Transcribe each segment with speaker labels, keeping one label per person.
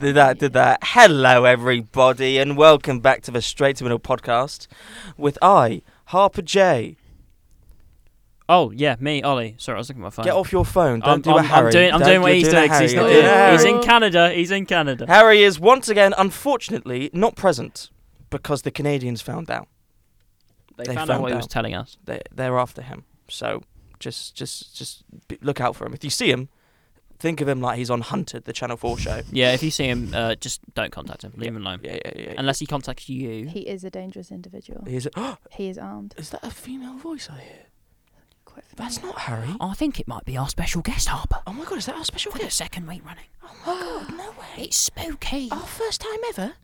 Speaker 1: Did that, did that. Hello, everybody, and welcome back to the Straight to Middle podcast with I, Harper J.
Speaker 2: Oh yeah, me, Ollie. Sorry, I was looking at my phone.
Speaker 1: Get off your phone. Don't
Speaker 2: I'm,
Speaker 1: do a
Speaker 2: I'm,
Speaker 1: Harry.
Speaker 2: I'm doing, I'm
Speaker 1: Don't-
Speaker 2: doing what
Speaker 1: you're
Speaker 2: he's
Speaker 1: a
Speaker 2: doing. 'cause he's
Speaker 1: Harry.
Speaker 2: not
Speaker 1: You're doing a
Speaker 2: here. He's
Speaker 1: Harry.
Speaker 2: in Canada. He's in Canada.
Speaker 1: Harry is once again, unfortunately, not present because the Canadians found out.
Speaker 2: They,
Speaker 1: They
Speaker 2: found out
Speaker 1: found
Speaker 2: what he was
Speaker 1: out.
Speaker 2: telling us.
Speaker 1: They, they're after him. So just, just, just be, look out for him. If you see him, think of him like he's on Hunted, the Channel Four show.
Speaker 2: Yeah, if you see him, uh, just don't contact him. Leave him alone.
Speaker 1: Yeah, yeah, yeah.
Speaker 2: Unless he contacts you.
Speaker 3: He is a dangerous individual.
Speaker 1: He's a,
Speaker 3: He is armed.
Speaker 1: is that a female voice I hear?
Speaker 3: Quite familiar.
Speaker 1: That's not Harry.
Speaker 2: I think it might be our special guest, Harper.
Speaker 1: Oh my god, is that our special
Speaker 2: For the
Speaker 1: guest?
Speaker 2: second week running.
Speaker 1: Oh my god, no way. Oh.
Speaker 2: It's spooky.
Speaker 1: Our first time ever.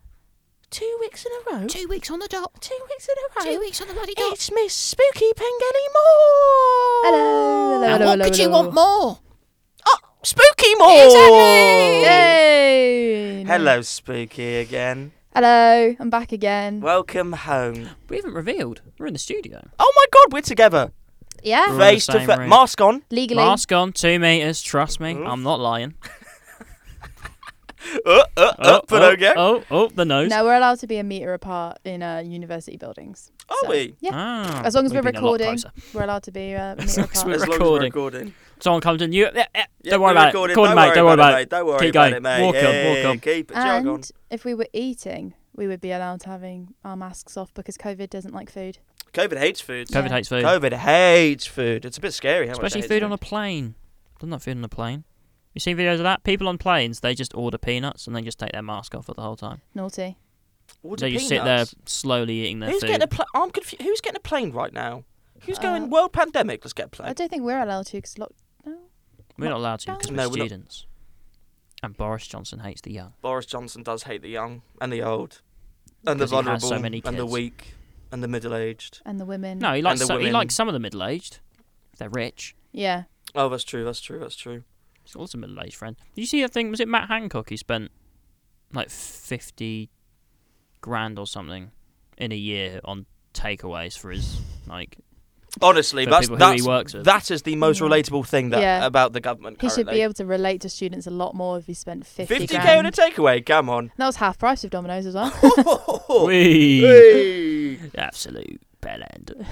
Speaker 1: Two weeks in a row.
Speaker 2: Two weeks on the dot.
Speaker 1: Two weeks in a row.
Speaker 2: Two weeks on the bloody dot.
Speaker 1: It's Miss Spooky Pengelly Moore.
Speaker 3: Hello, hello,
Speaker 2: and
Speaker 3: hello,
Speaker 2: what
Speaker 3: hello,
Speaker 2: could you
Speaker 3: hello.
Speaker 2: want more?
Speaker 1: Oh, Spooky Moore.
Speaker 3: Yay!
Speaker 1: Hello, Spooky again.
Speaker 3: Hello, I'm back again.
Speaker 1: Welcome home.
Speaker 2: We haven't revealed. We're in the studio.
Speaker 1: Oh my god, we're together.
Speaker 3: yeah,
Speaker 2: Right. in the
Speaker 1: Face to
Speaker 2: same
Speaker 1: face.
Speaker 2: room.
Speaker 1: Mask on.
Speaker 3: legally.
Speaker 2: Mask on, two meters. Trust me, I'm not lying.
Speaker 1: Uh, uh, uh, but
Speaker 2: oh,
Speaker 1: okay.
Speaker 2: oh, oh, the nose.
Speaker 3: No, we're allowed to be a meter apart in uh, university buildings.
Speaker 1: Are
Speaker 3: So,
Speaker 1: we?
Speaker 3: Yeah.
Speaker 2: Ah,
Speaker 3: As long as
Speaker 2: we've
Speaker 3: we're
Speaker 2: been a lot
Speaker 3: recording,
Speaker 2: closer.
Speaker 3: we're allowed to be uh, a
Speaker 2: As
Speaker 3: meter
Speaker 2: long as
Speaker 3: apart.
Speaker 2: we're-
Speaker 1: As long as
Speaker 2: recording.
Speaker 1: recording.
Speaker 2: Someone comes in. You, yeah, yeah,
Speaker 1: Yeah,
Speaker 2: don't
Speaker 1: we're
Speaker 2: worry about it.
Speaker 1: recording.
Speaker 2: Record, mate. Don't worry about it.
Speaker 1: Don't worry
Speaker 2: Keep
Speaker 1: about
Speaker 2: going.
Speaker 1: it, mate.
Speaker 2: Walk on,
Speaker 1: yeah,
Speaker 2: walk on.
Speaker 1: Keep it. Jog on.
Speaker 3: And if we were eating, we would be allowed to having our masks off because COVID doesn't like food.
Speaker 1: COVID hates food.
Speaker 2: COVID
Speaker 3: Yeah.
Speaker 2: hates food,
Speaker 1: COVID hates food. It's a bit scary how
Speaker 2: especially
Speaker 1: much
Speaker 2: food on a plane. Doesn't that food on a plane? You seen videos of that? People on planes, they just order peanuts and they just take their mask off for the whole time.
Speaker 3: Naughty.
Speaker 1: a.
Speaker 2: they just sit there slowly eating their
Speaker 1: Who's
Speaker 2: food.
Speaker 1: getting a pl- I'm confused. Who's getting a plane right now? Who's
Speaker 3: Uh,
Speaker 1: going world pandemic? Let's get a
Speaker 3: I
Speaker 1: plane.
Speaker 3: don't think we're allowed to because lock. No.
Speaker 2: we're not allowed to because
Speaker 1: No,
Speaker 2: we're
Speaker 1: we're not.
Speaker 2: students. And Boris Johnson hates the young.
Speaker 1: Boris Johnson does hate the young and the old, and the
Speaker 2: Because he has
Speaker 1: vulnerable,
Speaker 2: so many
Speaker 1: and the
Speaker 2: kids.
Speaker 1: weak, and the middle-aged.
Speaker 3: And the women.
Speaker 2: No, he likes
Speaker 1: the
Speaker 2: some, he
Speaker 1: women.
Speaker 2: likes some of the middle aged. They're rich.
Speaker 3: Yeah.
Speaker 1: Oh, that's true. That's true. That's true.
Speaker 2: He's got lots of middle aged friends. Did you see that thing? Was it Matt Hancock? He spent like fifty grand or something in a year on takeaways for his like
Speaker 1: Honestly,
Speaker 2: For
Speaker 1: that's
Speaker 2: people who he
Speaker 1: that's
Speaker 2: works with.
Speaker 1: that is the most
Speaker 3: Yeah.
Speaker 1: relatable thing that
Speaker 3: Yeah.
Speaker 1: about the government.
Speaker 3: He should
Speaker 1: Currently.
Speaker 3: be able to relate to students a lot more if he spent 50
Speaker 1: k on
Speaker 3: grand.
Speaker 1: a takeaway. Come on.
Speaker 3: And that was half price of Domino's as well.
Speaker 1: Oh.
Speaker 2: Whee!
Speaker 1: hey,
Speaker 2: Absolute bell end.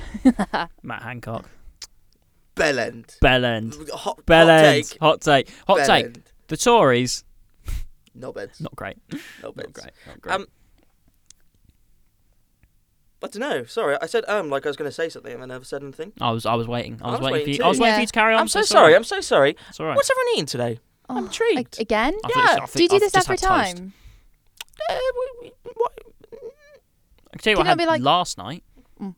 Speaker 2: Matt Hancock.
Speaker 1: bell end.
Speaker 2: Bell end.
Speaker 1: Hot, hot
Speaker 2: Bell end.
Speaker 1: take.
Speaker 2: Hot take. Hot
Speaker 1: Bell
Speaker 2: take.
Speaker 1: end.
Speaker 2: The Tories.
Speaker 1: No beds.
Speaker 2: Not great.
Speaker 1: No beds.
Speaker 2: Not great. Not great.
Speaker 1: Um, I don't know. Sorry, I said um like I was going to say something and I never said anything.
Speaker 2: I was I was waiting. I was, waiting, for you.
Speaker 1: too.
Speaker 2: I was waiting
Speaker 3: Yeah.
Speaker 2: for you to carry on.
Speaker 1: I'm, so sorry. I'm so sorry.
Speaker 2: It's alright.
Speaker 1: What's everyone eating today?
Speaker 3: Oh,
Speaker 1: intrigued.
Speaker 3: a- again?
Speaker 2: I've literally-
Speaker 1: Yeah.
Speaker 2: I've
Speaker 3: Do you do
Speaker 2: I've
Speaker 3: this
Speaker 2: just
Speaker 3: every
Speaker 2: had toast.
Speaker 3: time?
Speaker 1: Uh, w- w- what?
Speaker 2: I can tell you what I
Speaker 3: Didn't
Speaker 2: had
Speaker 3: it be like-
Speaker 2: last night.
Speaker 3: Mm.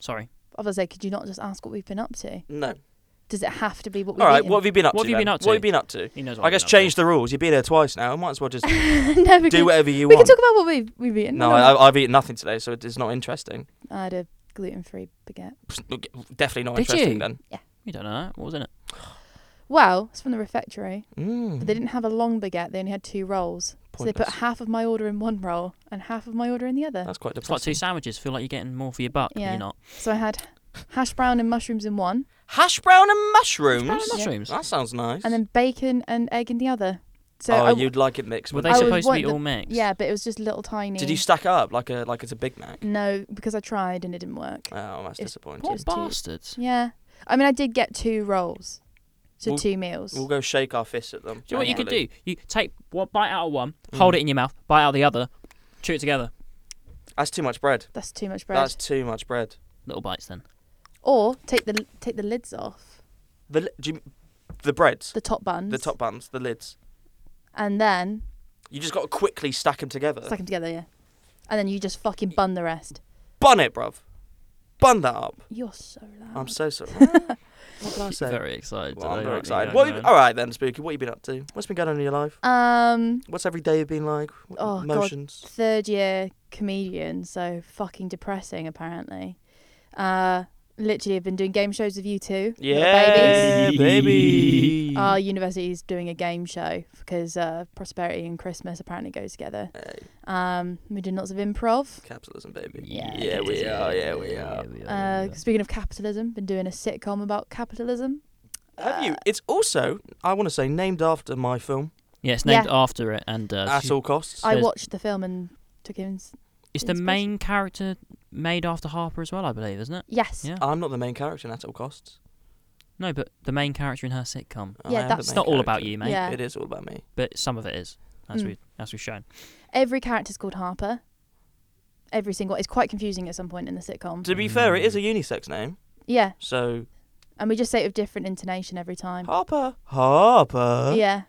Speaker 2: Sorry.
Speaker 3: I was like, could you not just ask what we've been up to?
Speaker 1: No.
Speaker 3: Does it have to be what we've
Speaker 1: All right.
Speaker 3: eaten?
Speaker 1: What have you been up
Speaker 2: What
Speaker 1: to?
Speaker 2: have you
Speaker 1: then?
Speaker 2: been up
Speaker 1: What
Speaker 2: to?
Speaker 1: have you been up to?
Speaker 2: He knows what
Speaker 1: I
Speaker 2: I've
Speaker 1: guess
Speaker 2: been up
Speaker 1: change the rules. You've been here twice now. I might as well just
Speaker 3: no, we
Speaker 1: do
Speaker 3: can,
Speaker 1: whatever you
Speaker 3: we can
Speaker 1: want.
Speaker 3: talk about what we've, we've eaten.
Speaker 1: no,
Speaker 3: I,
Speaker 1: I, I've eaten nothing today, so it's not interesting.
Speaker 3: I had a gluten-free baguette.
Speaker 1: Definitely not
Speaker 2: Did
Speaker 1: interesting
Speaker 2: you?
Speaker 1: then.
Speaker 2: to. You don't know that. What was in it?
Speaker 3: Well, it's from the refectory.
Speaker 1: Mm.
Speaker 3: But they didn't have a long baguette. They only had two rolls. So they
Speaker 1: Pointless.
Speaker 3: put half of my order in one roll and half of my order in the other.
Speaker 1: That's quite
Speaker 2: It's like two
Speaker 1: depressing.
Speaker 2: sandwiches. Feel like you're getting more for your buck. but
Speaker 3: Yeah.
Speaker 2: You're not.
Speaker 3: So I had hash brown and mushrooms in one
Speaker 1: Hash brown and mushrooms.
Speaker 2: Brown mushrooms.
Speaker 1: That sounds nice.
Speaker 3: and then bacon and egg in the other. So
Speaker 1: oh,
Speaker 3: I,
Speaker 1: you'd like it mixed.
Speaker 2: Were
Speaker 1: with
Speaker 2: they
Speaker 3: I would
Speaker 2: supposed to be
Speaker 3: want the-
Speaker 2: all mixed?
Speaker 3: Yeah, but it was just little tiny.
Speaker 1: Did you stack it up like a like it's a Big Mac?
Speaker 3: No, because I tried and it didn't work.
Speaker 1: Oh, that's
Speaker 3: It's
Speaker 1: disappointing.
Speaker 2: What
Speaker 3: Just two-
Speaker 2: bastards?
Speaker 3: Yeah. I mean, I did get two rolls. So
Speaker 1: Well-
Speaker 3: two meals.
Speaker 1: We'll go shake our fists at them.
Speaker 2: Do you know what you could
Speaker 1: thankfully.
Speaker 2: do? You take one bite out of one, hold
Speaker 1: Mm.
Speaker 2: it in your mouth, bite out of the other, chew it together.
Speaker 1: That's too much bread.
Speaker 3: That's too much bread.
Speaker 1: That's too much bread.
Speaker 2: Little bites then.
Speaker 3: Or take the take the lids off,
Speaker 1: The li- do you, the breads,
Speaker 3: the top buns.
Speaker 1: the top buns, the lids.
Speaker 3: And then
Speaker 1: You just got to quickly stack them together.
Speaker 3: stack them together, yeah. And then you just fucking bun the rest.
Speaker 1: Bun it, bruv. Bun that up.
Speaker 3: You're so loud.
Speaker 1: I'm so sorry. what did I say?
Speaker 2: Very excited.
Speaker 1: Well,
Speaker 2: today,
Speaker 1: I'm very
Speaker 2: aren't you?
Speaker 1: excited.
Speaker 2: Yeah,
Speaker 1: What,
Speaker 2: go
Speaker 1: have-
Speaker 2: on.
Speaker 1: all right then, Spooky. What have you been up to? What's been going on in your life?
Speaker 3: um,
Speaker 1: What's every day been like? What
Speaker 3: Oh, God.
Speaker 1: emotions?
Speaker 3: third year comedian, so fucking depressing apparently. Uh, literally, I've been doing game shows with you two. little Babies. Oh,
Speaker 1: Yeah, baby.
Speaker 3: Our university is doing a game show because uh, prosperity and Christmas apparently go together.
Speaker 1: Hey,
Speaker 3: Um, we're doing lots of improv.
Speaker 1: capitalism, baby.
Speaker 3: Yeah,
Speaker 1: oh, yeah, we are. Yeah, we are.
Speaker 2: we
Speaker 3: Uh,
Speaker 2: yeah.
Speaker 3: speaking of capitalism, been doing a sitcom about capitalism.
Speaker 1: Have you?
Speaker 3: Uh,
Speaker 1: It's also, I want to say, named after my film.
Speaker 2: Yeah, it's
Speaker 3: Yeah.
Speaker 2: named after it, and uh,
Speaker 1: At
Speaker 2: she,
Speaker 1: all costs.
Speaker 2: I
Speaker 3: I
Speaker 2: Says-
Speaker 3: watched the film and took in. s-
Speaker 2: it's the
Speaker 3: Inspiration.
Speaker 2: main character made after Harper as well, I believe, isn't it?
Speaker 3: Yes.
Speaker 2: Yeah.
Speaker 1: I'm not the main character in At All Costs.
Speaker 2: No, but the main character in her sitcom.
Speaker 1: I
Speaker 3: Yeah,
Speaker 1: am the
Speaker 3: that's-
Speaker 2: It's
Speaker 1: main
Speaker 2: not all about
Speaker 1: character.
Speaker 2: you, mate,
Speaker 3: Yeah.
Speaker 1: It is all about me.
Speaker 2: but some of it is, as
Speaker 3: Mm.
Speaker 2: we as we've shown.
Speaker 3: Every character's called Harper. Every single. It's quite confusing at some point in the sitcom.
Speaker 1: To be fair, it is a
Speaker 2: Mm.
Speaker 1: unisex name.
Speaker 3: Yeah,
Speaker 1: So
Speaker 3: and we just say it with different intonation every time.
Speaker 1: Harper, Harper.
Speaker 3: Yeah.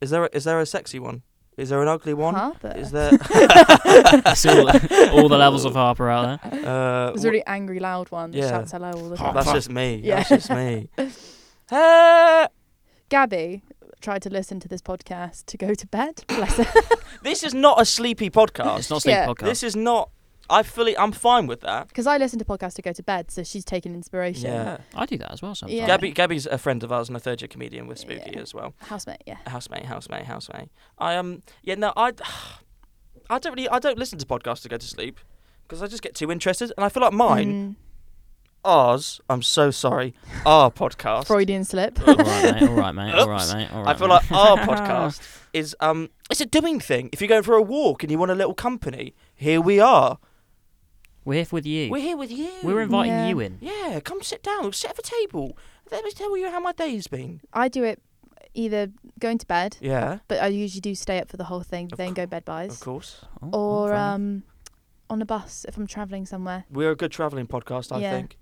Speaker 1: Is there a, is there a sexy one? Is there an ugly one?
Speaker 3: Harper.
Speaker 1: Is there?
Speaker 2: That's all, all the levels of Harper out there.
Speaker 1: uh,
Speaker 3: There's
Speaker 1: wh-
Speaker 3: a really angry, loud one that
Speaker 1: Yeah.
Speaker 3: shouts hello all the time.
Speaker 1: that's just me.
Speaker 3: Yeah.
Speaker 1: That's just me. Hey,
Speaker 3: Gabby tried to listen to this podcast to go to bed. Bless her.
Speaker 1: this is not a sleepy podcast.
Speaker 2: Oh, It's not a sleep
Speaker 3: Yeah.
Speaker 2: podcast.
Speaker 1: This is not. I fully. I'm fine with that.
Speaker 3: Because I listen to podcasts to go to bed, so she's taking inspiration.
Speaker 1: Yeah.
Speaker 2: I do that as well sometimes.
Speaker 3: Yeah.
Speaker 1: Gabby, Gabby's a friend of ours and a third year comedian with Spooky
Speaker 3: Yeah.
Speaker 1: as well.
Speaker 3: Housemate, yeah.
Speaker 1: Housemate, housemate, housemate. I um. Yeah. No. I. I don't really. I don't listen to podcasts to go to sleep because I just get too interested, and Oh, I feel like mine,
Speaker 3: Mm.
Speaker 1: ours. I'm so sorry. Our
Speaker 3: Mm,
Speaker 1: podcast.
Speaker 3: Freudian slip.
Speaker 1: Oh,
Speaker 2: all right, mate. All right, mate. All
Speaker 1: Oops.
Speaker 2: right, mate. All
Speaker 1: I
Speaker 2: right.
Speaker 1: feel like our podcast is um it's a doing thing. If you're going for a walk and you want a little company, here we are.
Speaker 2: we're here with you.
Speaker 1: We're here with you.
Speaker 2: We're inviting
Speaker 3: Yeah.
Speaker 2: you in.
Speaker 1: Yeah, come sit down. Sit at the table. Let me tell you how my day's been.
Speaker 3: I do it either going to bed,
Speaker 1: Yeah,
Speaker 3: but I usually do stay up for the whole thing,
Speaker 1: Of
Speaker 3: then
Speaker 1: cou-
Speaker 3: go bed
Speaker 1: of
Speaker 3: buys.
Speaker 1: course.
Speaker 2: Oh,
Speaker 3: Or
Speaker 2: fair enough.
Speaker 3: um, on a bus if I'm travelling somewhere.
Speaker 1: We're a good travelling podcast, I
Speaker 3: Yeah.
Speaker 1: think.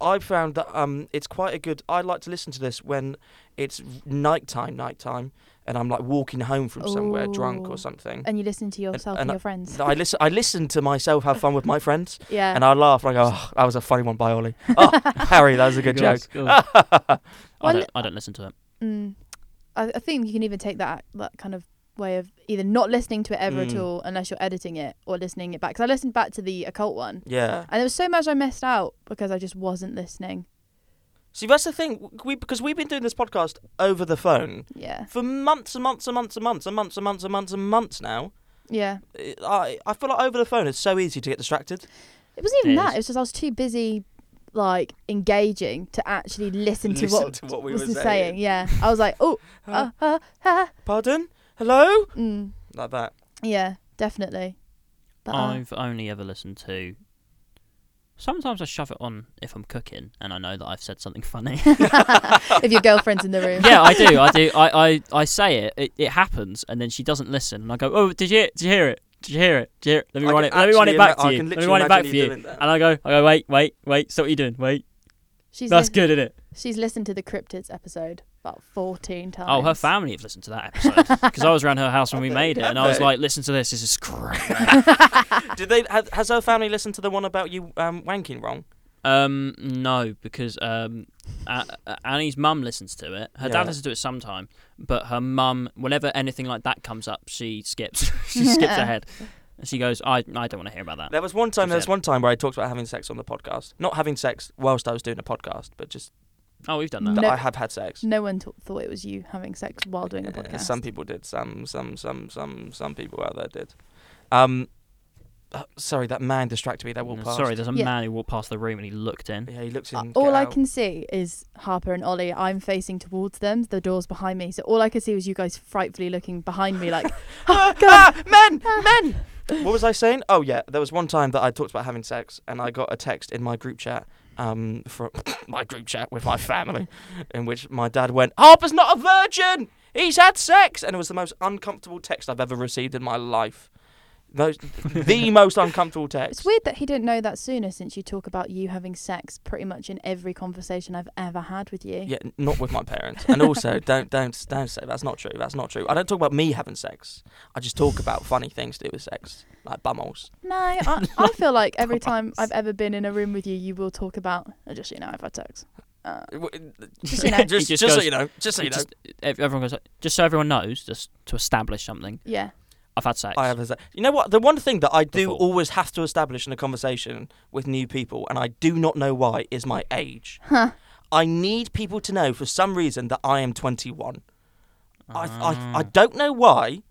Speaker 1: I found that um it's quite a good. I like to listen to this when it's nighttime, nighttime, and I'm like walking home from somewhere drunk
Speaker 3: Ooh.
Speaker 1: or something.
Speaker 3: And you listen to yourself and,
Speaker 1: and I-
Speaker 3: your friends.
Speaker 1: I listen. I listen to myself have fun with my friends,
Speaker 3: yeah.
Speaker 1: and I laugh and I go, "Oh, that was a funny one by Ollie." Oh, Harry, that was a good joke.
Speaker 2: Good, good. I,
Speaker 3: Well,
Speaker 2: don't, I don't listen to it.
Speaker 3: Mm. I, I think you can even take that that kind of way of either not listening to it ever at
Speaker 1: Mm.
Speaker 3: all unless you're editing it or listening it back. Because I listened back to the occult one,
Speaker 1: Yeah.
Speaker 3: and there was so much I missed out because I just wasn't listening.
Speaker 1: See, that's the thing. We because we've been doing this podcast over the phone
Speaker 3: Yeah,
Speaker 1: for months and months and months and months and months and months and months and months now.
Speaker 3: yeah.
Speaker 1: It- I I feel like over the phone it's so easy to get distracted.
Speaker 3: It wasn't even
Speaker 2: It
Speaker 3: that.
Speaker 2: is.
Speaker 3: It was just I was too busy, like engaging to actually listen to
Speaker 1: Listen
Speaker 3: what
Speaker 1: to what we
Speaker 3: was
Speaker 1: were saying.
Speaker 3: saying. Yeah, I was like, oh, uh, uh, uh,
Speaker 1: Pardon? Hello?
Speaker 3: mm.
Speaker 1: Like that.
Speaker 3: yeah, definitely. But uh,
Speaker 2: I've only ever listened to. Sometimes I shove it on if I'm cooking and I know that I've said something funny.
Speaker 3: if your girlfriend's in the room,
Speaker 2: yeah, I do. I do. I, I, I say it, it. It happens, and then she doesn't listen. And I go, "Oh, did you did you hear it? Did you hear it? Did you hear it? Let me
Speaker 1: I
Speaker 2: run
Speaker 1: can
Speaker 2: it. Let me run it
Speaker 1: actually
Speaker 2: back
Speaker 1: ima-
Speaker 2: to
Speaker 1: I
Speaker 2: you.
Speaker 1: can
Speaker 2: Let me
Speaker 1: literally
Speaker 2: run it back
Speaker 1: imagine
Speaker 2: for
Speaker 1: you
Speaker 2: you."
Speaker 1: doing that.
Speaker 2: And I go, I go, wait, wait, wait. So what are you doing? Wait,
Speaker 3: she's
Speaker 2: that's
Speaker 3: lis-
Speaker 2: good, isn't it?
Speaker 3: She's listened to the cryptids episode about fourteen times.
Speaker 2: Oh, her family have listened to that episode because I was around her house when we made it, and I was
Speaker 1: they?
Speaker 2: like, "Listen to this. This is great." Uh,
Speaker 1: Did they? Has, has her family listened to the one about you um, wanking wrong?
Speaker 2: Um, no, because um, A- A- Annie's mum listens to it. Her
Speaker 1: Yeah.
Speaker 2: dad listens to it sometime, but her mum, whenever anything like that comes up, she skips. she skips
Speaker 3: Yeah.
Speaker 2: ahead, and she goes, "I, I don't want to hear about that."
Speaker 1: There was one time. There was
Speaker 2: Exactly.
Speaker 1: one time where I talked about having sex on the podcast. Not having sex whilst I was doing a podcast, but just
Speaker 2: Oh, we've done that.
Speaker 1: that
Speaker 3: No.
Speaker 1: I have had sex.
Speaker 3: No one t- thought it was you having sex while doing a
Speaker 1: Yeah,
Speaker 3: podcast.
Speaker 1: Uh, Some people did. Some, some, some, some, some people out there did. Um, uh, sorry, that man distracted me. That walked
Speaker 2: No,
Speaker 1: past.
Speaker 2: Mm, Sorry, there's a
Speaker 3: Yeah.
Speaker 2: man who walked past the room and he looked in.
Speaker 1: Yeah, he looks in.
Speaker 3: Uh,
Speaker 1: get
Speaker 3: all I
Speaker 1: out.
Speaker 3: can see is Harper and Ollie. I'm facing towards them. The door's behind me, so all I could see was you guys frightfully looking behind me, like "Oh,
Speaker 1: Ah, ah, men, men. What was I saying? Oh yeah, there was one time that I talked about having sex, and I got a text in my group chat. Um, from my group chat with my family, in which my dad went, "Harper's not a virgin. He's had sex," and it was the most uncomfortable text I've ever received in my life. Those, the most uncomfortable text.
Speaker 3: It's weird that he didn't know that sooner, since you talk about you having sex pretty much in every conversation I've ever had with you.
Speaker 1: Yeah, n- not with my parents. And also, don't don't don't say that's not true. That's not true. I don't talk about me having sex. I just talk about funny things to do with sex, like bumholes.
Speaker 3: No, I, I feel like every time I've ever been in a room with you, you will talk about. I just so you know, I've had sex. Uh,
Speaker 1: Just
Speaker 3: so you know.
Speaker 1: just,
Speaker 2: He just
Speaker 1: so
Speaker 2: goes-
Speaker 1: you know. Just so
Speaker 2: He
Speaker 1: you know.
Speaker 2: Just, ev- everyone goes, just so everyone knows, just to establish something.
Speaker 3: yeah,
Speaker 2: I've had sex.
Speaker 1: I have a se- You know what? The one thing that I do
Speaker 2: Before.
Speaker 1: always have to establish in a conversation with new people, and I do not know why, is my age. I need people to know for some reason that I am 21. I, I,
Speaker 2: Ah. Um.
Speaker 1: I don't know why,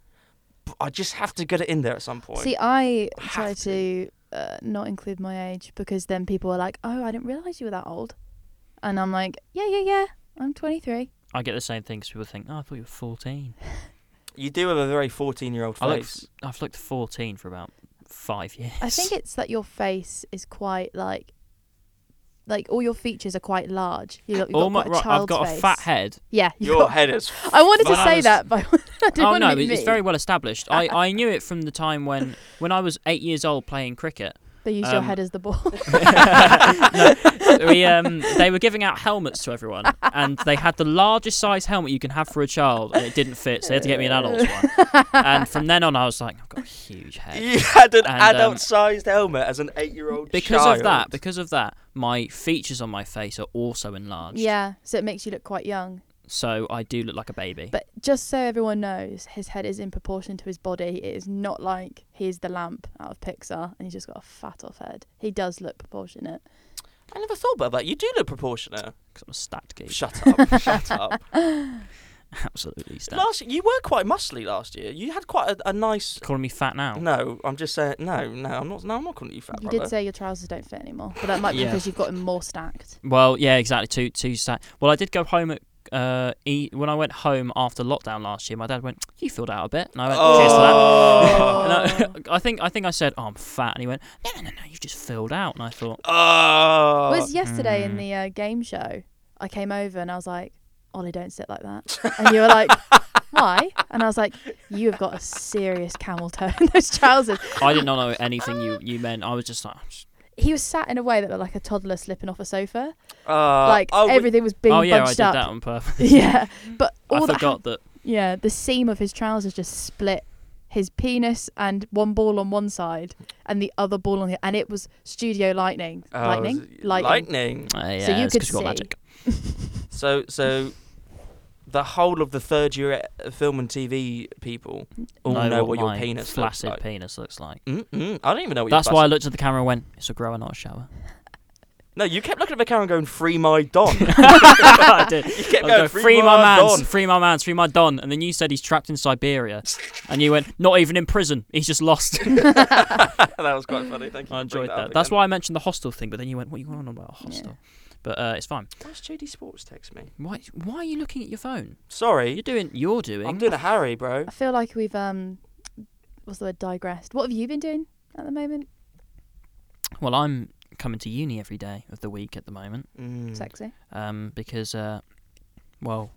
Speaker 1: but I just have to get it in there at some point.
Speaker 3: See, I
Speaker 1: Have
Speaker 3: try to, uh, not include my age because then people are like, "Oh, I didn't realize you were that old," and I'm like, "Yeah, yeah, yeah, I'm 23."
Speaker 2: I get the same thing 'cause people think, "Oh, I thought you were 14."
Speaker 1: You do have a very 14 year old
Speaker 2: I look,
Speaker 1: face.
Speaker 2: I've looked 14 for about five years.
Speaker 3: I think it's that your face is quite like, like all your features are quite large. You look, you've got
Speaker 2: All my-
Speaker 3: quite a
Speaker 2: right, I've
Speaker 3: child's
Speaker 2: got
Speaker 3: face.
Speaker 2: a fat head.
Speaker 3: Yeah, you've
Speaker 1: Your
Speaker 3: got-
Speaker 1: head is.
Speaker 3: I wanted to
Speaker 2: But I
Speaker 3: say
Speaker 2: was-
Speaker 3: that, but I didn't
Speaker 2: Oh
Speaker 3: want
Speaker 2: no,
Speaker 3: to be
Speaker 2: it's it's
Speaker 3: mean.
Speaker 2: very well established. I, I knew it from the time when when I was eight years old playing cricket.
Speaker 3: They used your
Speaker 2: um,
Speaker 3: head as the ball.
Speaker 2: No, we, um, they were giving out helmets to everyone, and they had the largest size helmet you can have for a child, and it didn't fit, so they had to get me an adult one. And from then on, I was like, I've got a huge head.
Speaker 1: You had an
Speaker 2: And, um,
Speaker 1: adult sized helmet as an eight year old
Speaker 2: Because of that, because of that, my features on my face are also enlarged.
Speaker 3: yeah, so it makes you look quite young.
Speaker 2: So I do look like a baby.
Speaker 3: But just so everyone knows, his head is in proportion to his body. It is not like he's the lamp out of Pixar and he's just got a fat off head. He does look proportionate.
Speaker 1: I never thought about that. You do look proportionate.
Speaker 2: 'Cause I'm a stat geek.
Speaker 1: Shut up. shut up.
Speaker 2: Absolutely stat.
Speaker 1: Last, you were quite muscly last year. You had quite a, a nice.
Speaker 2: Calling me fat now.
Speaker 1: No, I'm just saying. No, no, I'm not. No, I'm not calling you fat.
Speaker 3: You
Speaker 1: brother.
Speaker 3: did say your trousers don't fit anymore, but that might be
Speaker 2: Yeah.
Speaker 3: because you've gotten more stacked.
Speaker 2: Well, yeah, exactly. Two two stat. Well, I did go home at uh, e- when I went home after lockdown last year. My dad went, "You filled out a bit," and I went,
Speaker 1: Oh.
Speaker 2: "Cheers to that." And I, I think I think I said, "Oh, I'm fat," and he went, "No, no, no, no, you've just filled out." And I thought,
Speaker 1: Oh.
Speaker 3: it was yesterday in
Speaker 2: Mm.
Speaker 3: the uh, game show. I came over and I was like, Ollie, don't sit like that. And you were like, why? And I was like, you have got a serious camel toe in those trousers.
Speaker 2: "I did not know anything you you meant." I was just like,
Speaker 3: He was sat in a way that looked like a toddler slipping off a sofa.
Speaker 1: Uh,
Speaker 3: like
Speaker 1: oh, we-
Speaker 3: everything was being
Speaker 2: "Oh yeah, I did
Speaker 3: bunched up.
Speaker 2: that on purpose."
Speaker 3: Yeah, but all
Speaker 2: I
Speaker 3: that.
Speaker 2: forgot that.
Speaker 3: yeah, the seam of his trousers just split. His penis and one ball on one side, and the other ball on the. And it was studio lightning.
Speaker 1: oh,
Speaker 3: lightning.
Speaker 1: z-
Speaker 3: lightning.
Speaker 1: Lightning.
Speaker 2: Uh, yeah,
Speaker 3: you
Speaker 2: it's
Speaker 3: could
Speaker 2: 'cause you've got
Speaker 3: see.
Speaker 2: magic.
Speaker 1: So, so the whole of the third year at uh, film and TV people all know, what, your
Speaker 2: my
Speaker 1: penis looks
Speaker 2: flaccid
Speaker 1: like.
Speaker 2: penis looks like.
Speaker 1: Mm-mm, mm-hmm, I don't even know what
Speaker 2: That's
Speaker 1: your
Speaker 2: why I
Speaker 1: flaccid-
Speaker 2: looked at the camera and went, "It's a grower, not a shower."
Speaker 1: No, you kept looking at the camera and going, "Free my don." you
Speaker 2: I did.
Speaker 1: kept going,
Speaker 2: I'll go, free my mans,
Speaker 1: don."
Speaker 2: free my mans, free my don. And then you said he's trapped in Siberia. and you went, not even in prison. He's just lost.
Speaker 1: that was quite funny. Thank you.
Speaker 2: I
Speaker 1: for bringing
Speaker 2: enjoyed that.
Speaker 1: up
Speaker 2: That's
Speaker 1: again.
Speaker 2: why I mentioned the hostel thing, but then you went, what are you on about a hostel? But uh, it's fine.
Speaker 1: Why does JD Sports text me?
Speaker 2: Why, why are you looking at your phone? You're
Speaker 1: Sorry,
Speaker 2: doing, you're doing.
Speaker 1: I'm doing a Harry, bro.
Speaker 3: I feel like we've um, what's the word? Digressed. What have you been doing at the moment?
Speaker 2: well, I'm coming to uni every day of the week at the moment
Speaker 1: Mm.
Speaker 3: Sexy.
Speaker 2: um, because, uh, well,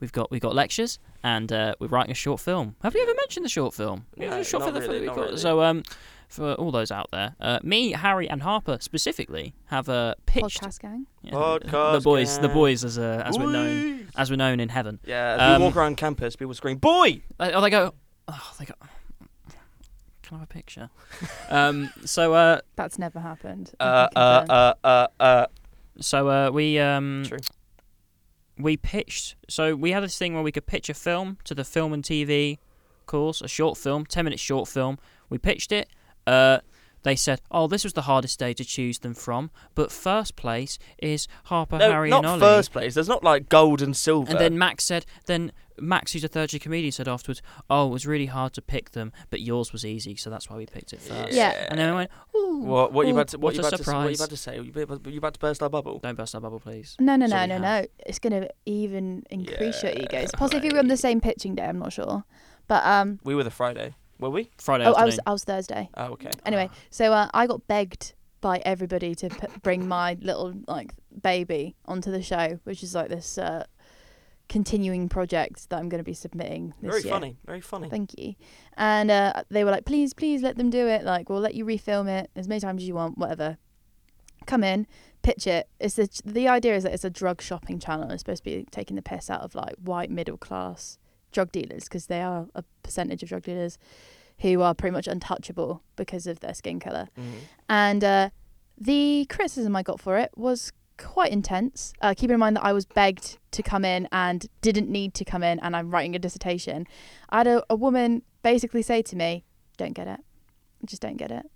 Speaker 2: we've got we've got lectures and uh, we're writing a short film. Have we ever mentioned the short film?
Speaker 1: No,
Speaker 2: What was the short
Speaker 1: not
Speaker 2: film that
Speaker 1: really,
Speaker 2: we've
Speaker 1: not
Speaker 2: got?
Speaker 1: really.
Speaker 2: So um, for all those out there, uh, me, Harry, and Harper specifically have uh, pitched
Speaker 3: Podcast gang.
Speaker 2: yeah,
Speaker 1: Podcast
Speaker 2: the boys, the
Speaker 1: gang.
Speaker 2: boys as uh, as we're known
Speaker 1: Whee!
Speaker 2: as we're known in heaven.
Speaker 1: Yeah, as
Speaker 2: Um,
Speaker 1: we walk around campus, people scream, "Boy!"
Speaker 2: They- Oh, they go. Oh, they go. Can I have a picture? um, so uh,
Speaker 3: That's never happened. I
Speaker 1: Uh, uh,
Speaker 3: can confirm.
Speaker 1: uh, uh, uh.
Speaker 2: so uh, we um,
Speaker 1: True.
Speaker 2: we pitched so we had this thing where we could pitch a film to the film and tv course a short film 10 minute short film we pitched it uh, they said oh this was the hardest day to choose them from but first place is harper
Speaker 1: No,
Speaker 2: harry
Speaker 1: not
Speaker 2: and ollie
Speaker 1: first place. There's not like gold and silver.
Speaker 2: and then max said then max who's a third year comedian said afterwards oh it was really hard to pick them but yours was easy so that's why we picked it first
Speaker 3: Yeah.
Speaker 2: and then we went ooh
Speaker 1: uh, What? What you
Speaker 2: ooh,
Speaker 1: about to? What,
Speaker 2: what
Speaker 1: you
Speaker 2: a
Speaker 1: about to, s- what you
Speaker 2: surprise."
Speaker 1: about to say? You about, you about to burst our bubble?
Speaker 2: don't burst our bubble please
Speaker 3: No, no,
Speaker 2: So
Speaker 3: no,
Speaker 2: we
Speaker 3: no,
Speaker 2: have-
Speaker 3: no. It's going to even increase your ego. It's
Speaker 1: Yeah,
Speaker 3: possibly if you were on the same pitching day. I'm not sure, but um,
Speaker 1: We were the Friday, were we?
Speaker 2: friday
Speaker 3: oh, I
Speaker 2: afternoon
Speaker 3: was I was Thursday.
Speaker 1: Oh, okay.
Speaker 3: Anyway, so uh, I got begged by everybody to p- bring my little like baby onto the show, which is like this uh, continuing project that I'm going to be submitting this
Speaker 1: Very
Speaker 3: year.
Speaker 1: funny. Very funny.
Speaker 3: Thank you. And uh, they were like, please, please let them do it. Like, we'll let you refilm it as many times as you want, whatever. Come in, pitch it. It's the, the idea is that it's a drug shopping channel. It's supposed to be taking the piss out of like white middle class drug dealers because they are a percentage of drug dealers who are pretty much untouchable because of their skin color.
Speaker 1: Mhm.
Speaker 3: And uh, the criticism I got for it was quite intense. Uh, keep in mind that I was begged to come in and didn't need to come in, and I'm writing a dissertation. I had a, a woman basically say to me, Don't get it. I just don't get it.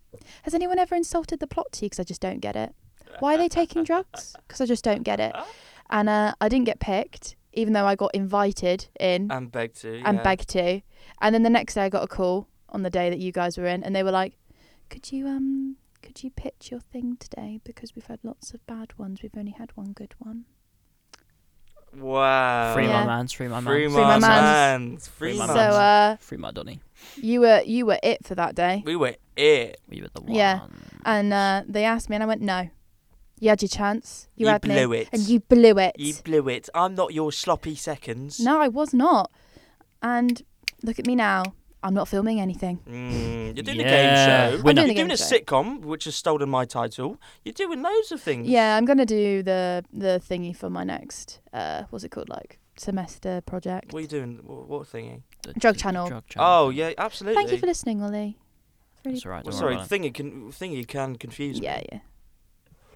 Speaker 3: Has anyone ever insulted the plot to you because I just don't get it? Why are they taking drugs? Because I just don't get it. And uh, I didn't get picked, even though I got invited in
Speaker 1: And beg to.
Speaker 3: and
Speaker 1: yeah.
Speaker 3: beg to. And then the next day I got a call on the day that you guys were in and they were like, Could you um could you pitch your thing today? Because we've had lots of bad ones, we've only had one good one.
Speaker 1: Wow.
Speaker 2: Free
Speaker 3: Yeah.
Speaker 2: my mans, free my
Speaker 1: Free
Speaker 2: mans.
Speaker 3: Free
Speaker 1: my
Speaker 3: my mans.
Speaker 1: mans. Free
Speaker 2: Free
Speaker 1: my
Speaker 2: my
Speaker 3: So
Speaker 1: mans.
Speaker 2: mans.
Speaker 3: uh,
Speaker 2: Free my Donny.
Speaker 3: you were you were it for that day,
Speaker 1: we were it.
Speaker 2: We were the one.
Speaker 3: Yeah. and uh, they asked me, and I went, "No, you had your chance. You,
Speaker 1: You
Speaker 3: had me,
Speaker 1: blew it.
Speaker 3: and you blew it.
Speaker 1: You blew it. I'm not your sloppy seconds.
Speaker 3: no, I was not. And look at me now. I'm not filming anything.
Speaker 1: Mm, you're doing a
Speaker 2: Yeah.
Speaker 1: game show.
Speaker 2: We're
Speaker 1: you're
Speaker 3: not-
Speaker 1: doing a
Speaker 3: I'm doing a
Speaker 1: sitcom, which has stolen my title. You're doing loads of things.
Speaker 3: Yeah, I'm gonna do the the thingy for my next uh, what's it called like semester project.
Speaker 1: What are you doing? What, what thingy?
Speaker 2: The-
Speaker 3: Drug
Speaker 2: the
Speaker 3: channel.
Speaker 2: Drug channel.
Speaker 1: Oh yeah, absolutely.
Speaker 3: Thank you for listening, Ollie.
Speaker 2: That's all right.
Speaker 1: Well,
Speaker 2: Don't
Speaker 1: sorry,
Speaker 2: worry about it.
Speaker 1: thingy can thingy can confuse
Speaker 3: Yeah,
Speaker 1: me.
Speaker 3: yeah.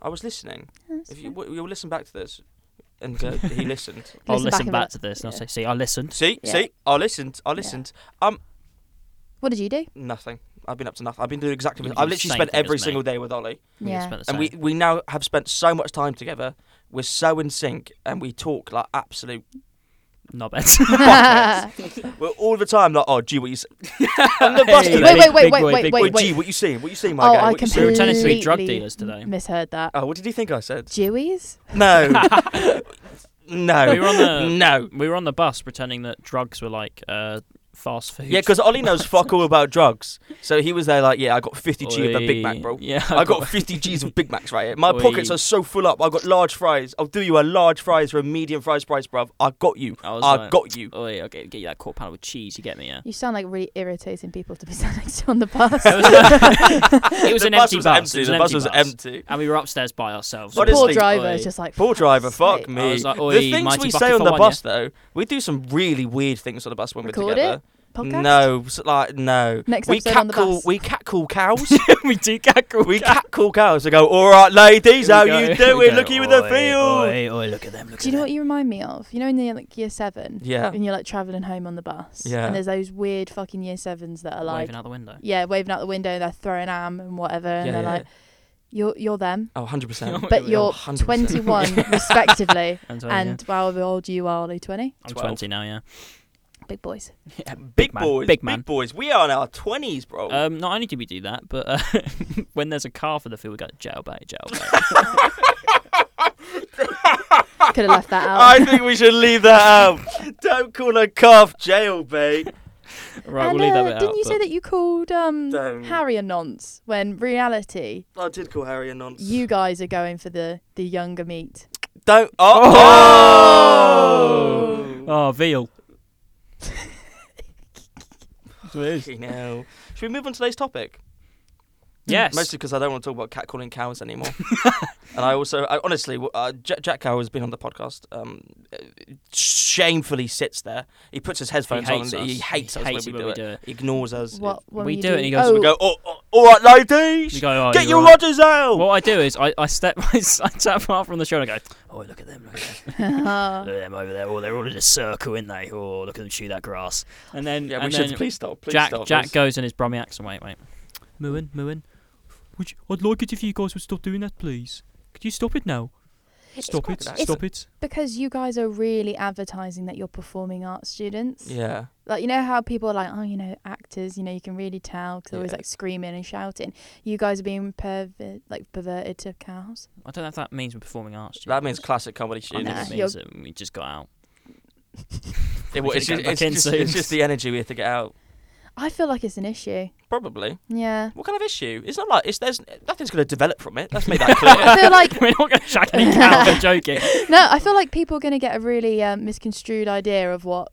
Speaker 1: I was listening.
Speaker 3: That's
Speaker 1: If you
Speaker 3: fine.
Speaker 1: w- you'll listen back to this, and uh, he listened.
Speaker 2: I'll
Speaker 3: Listen
Speaker 2: listen,
Speaker 3: back
Speaker 2: back,
Speaker 3: and re-
Speaker 2: to this and I'll
Speaker 3: yeah.
Speaker 2: say, see, I listened.
Speaker 1: See,
Speaker 3: Yeah.
Speaker 1: see, I listened. I listened. Um,
Speaker 3: What did you do?
Speaker 1: nothing. I've been up to nothing. I've been doing exactly.
Speaker 2: You've
Speaker 1: I've
Speaker 2: been doing the
Speaker 1: literally
Speaker 2: same
Speaker 1: spent
Speaker 2: thing
Speaker 1: every
Speaker 2: as me.
Speaker 1: single day with Ollie,
Speaker 2: We
Speaker 3: Yeah.
Speaker 2: spent the
Speaker 1: and we
Speaker 2: same.
Speaker 1: we now have spent so much time together. We're so in sync, and we talk like absolute.
Speaker 2: knobheads.
Speaker 1: We're all the time like, oh, gee, what you s on the bus
Speaker 2: Hey,
Speaker 1: today.
Speaker 3: wait, wait, wait,
Speaker 2: big
Speaker 3: wait,
Speaker 2: boy,
Speaker 3: wait,
Speaker 2: big
Speaker 1: Well,
Speaker 3: wait,
Speaker 1: gee,
Speaker 3: wait.
Speaker 1: what you seeing? What you seeing, my
Speaker 3: Oh,
Speaker 1: guy?
Speaker 3: I
Speaker 1: What you seeing?
Speaker 2: We were turning to be
Speaker 3: completely
Speaker 2: drug dealers today.
Speaker 3: misheard that.
Speaker 1: Oh, what did you think I said?
Speaker 3: Jewies?
Speaker 1: No, no,
Speaker 2: We were on the-
Speaker 1: no.
Speaker 2: we were on the bus pretending that drugs were like uh, fast food.
Speaker 1: Yeah, because Ollie knows fuck all about drugs, so he was there like, yeah, I got 50 g of a Big Mac,
Speaker 2: Oi.
Speaker 1: bro.
Speaker 2: Yeah,
Speaker 1: I got 50 G's of Big Macs right here. My pockets
Speaker 2: Oi.
Speaker 1: are so full up. I got large fries. I'll do you a large fries for a medium fries price, bruv. I got you.
Speaker 2: I was
Speaker 1: I
Speaker 2: like,
Speaker 1: got you.
Speaker 2: Oi, I'll get, get you that quarter pound with cheese. You get me, yeah.
Speaker 3: You sound like really irritating people to be sat next to on the bus.
Speaker 2: It was,
Speaker 1: The
Speaker 2: an
Speaker 1: bus
Speaker 2: empty
Speaker 1: was
Speaker 2: bus.
Speaker 1: empty.
Speaker 2: It was
Speaker 1: The
Speaker 2: an
Speaker 1: bus
Speaker 2: empty
Speaker 1: was
Speaker 2: bus.
Speaker 1: empty.
Speaker 2: And we were upstairs by ourselves.
Speaker 1: What
Speaker 3: the poor
Speaker 1: honestly,
Speaker 3: driver
Speaker 2: oi.
Speaker 3: is just like
Speaker 1: Poor
Speaker 3: "Fuck's
Speaker 1: driver, fuck
Speaker 3: sake."
Speaker 1: me.
Speaker 2: I was like, oi,
Speaker 1: the things
Speaker 2: mighty
Speaker 1: we
Speaker 2: bucket
Speaker 1: say on
Speaker 2: for
Speaker 1: the
Speaker 2: one,
Speaker 1: bus, though, we do some really weird things on the bus when we're
Speaker 3: Record
Speaker 1: together.
Speaker 3: Podcast?
Speaker 1: No, s- like no.
Speaker 3: Next
Speaker 1: we
Speaker 3: episode on the
Speaker 1: catcall-
Speaker 3: bus.
Speaker 1: We catcall cows.
Speaker 2: yeah. we do cackle.
Speaker 1: we catcall cows. We go, all right, ladies, how you doing? Look you in the field.
Speaker 2: Oi, oi, look at them. Look
Speaker 3: Do you know what you remind me of? You know, in the like year seven,
Speaker 1: Yeah.
Speaker 3: when you're like traveling home on the bus,
Speaker 1: Yeah.
Speaker 3: and there's those weird fucking year sevens that are like,
Speaker 2: waving out the window?
Speaker 3: yeah, waving out the window, they're throwing am and whatever, and
Speaker 1: Yeah,
Speaker 3: they're
Speaker 1: yeah.
Speaker 3: like, you're you're them,
Speaker 1: Oh, 100%.
Speaker 2: Wait,
Speaker 3: but
Speaker 2: we
Speaker 3: you're
Speaker 1: are 100%.
Speaker 3: 21 respectively,
Speaker 2: And,
Speaker 3: and however old you are, are 20?
Speaker 2: I'm
Speaker 1: 12.
Speaker 2: 20 now, yeah.
Speaker 3: Big boys.
Speaker 2: yeah
Speaker 1: Big
Speaker 2: man,
Speaker 1: boys.
Speaker 2: Big man.
Speaker 1: boys. We are in our 20s, bro.
Speaker 2: Um, not only do we do that, but uh, when there's a car for the field, we go jail bay, jail bay.
Speaker 3: Could have left that out.
Speaker 1: I think we should leave that out. Don't call a calf jailbait.
Speaker 2: right,
Speaker 3: and,
Speaker 2: we'll leave that
Speaker 3: uh,
Speaker 2: bit out.
Speaker 3: didn't you say
Speaker 2: but-
Speaker 3: that you called um,
Speaker 1: Don't.
Speaker 3: Harry a nonce when reality
Speaker 1: I did call Harry a nonce.
Speaker 3: you guys are going for the the younger meat?
Speaker 1: don't. Oh!
Speaker 2: Oh, veal.
Speaker 1: You know. Should we move on to today's topic?
Speaker 2: Yes.
Speaker 1: Mostly because I don't want to talk about catcalling cows anymore. and I also, I, honestly, w- uh, J- Jack Cow has been on the podcast. Um, uh, shamefully sits there. He puts his headphones on and he hates us when we do it. Ignores us.
Speaker 3: What when
Speaker 2: We
Speaker 3: you
Speaker 2: do it and he goes,
Speaker 3: oh,
Speaker 1: We go, oh, oh, all right, ladies,
Speaker 2: You go, oh,
Speaker 1: get
Speaker 2: you're
Speaker 1: your
Speaker 2: right.
Speaker 1: Rogers out.
Speaker 2: What I do is I, I step I, I tap Mark from the shoulder and I go, oh look at them, look at them,
Speaker 3: uh,
Speaker 2: look at them over there. Oh, they're all in a circle, in they? Oh, look at them chew that grass. And then
Speaker 1: Yeah,
Speaker 2: and
Speaker 1: we
Speaker 2: then
Speaker 1: should. Please stop. Please
Speaker 2: Jack
Speaker 1: stop.
Speaker 2: Jack
Speaker 1: this.
Speaker 2: goes in his Brummy accent. Wait, wait. Moen, Moen, would you, I'd like it if you guys would stop doing that, please. Could you stop it now? Stop
Speaker 1: quite
Speaker 2: it!
Speaker 1: nice.
Speaker 2: Stop it!
Speaker 3: because you guys are really advertising that you're performing arts students.
Speaker 1: Yeah.
Speaker 3: Like you know how people are like, oh, you know, actors. You know, you can really tell because they're always
Speaker 1: Yeah.
Speaker 3: like screaming and shouting. You guys are being pervert, like perverted to cows.
Speaker 2: I don't know if that means we're performing arts. Jim.
Speaker 1: That means classic comedy
Speaker 2: I think
Speaker 1: students.
Speaker 3: Nah,
Speaker 2: it
Speaker 3: you're-
Speaker 2: means that we just got out.
Speaker 1: It-
Speaker 2: We
Speaker 1: it's, just,
Speaker 2: should go
Speaker 1: it's,
Speaker 2: back in
Speaker 1: just,
Speaker 2: soon.
Speaker 1: it's just the energy we have to get out.
Speaker 3: I feel like it's an issue.
Speaker 1: Probably.
Speaker 3: Yeah.
Speaker 1: What kind of issue? It's not like it's there's nothing's going to develop from it. Let's make that clear.
Speaker 3: I feel like
Speaker 2: we're not going to shack any cow. I'm joking.
Speaker 3: no, I feel like people are going to get a really um, misconstrued idea of what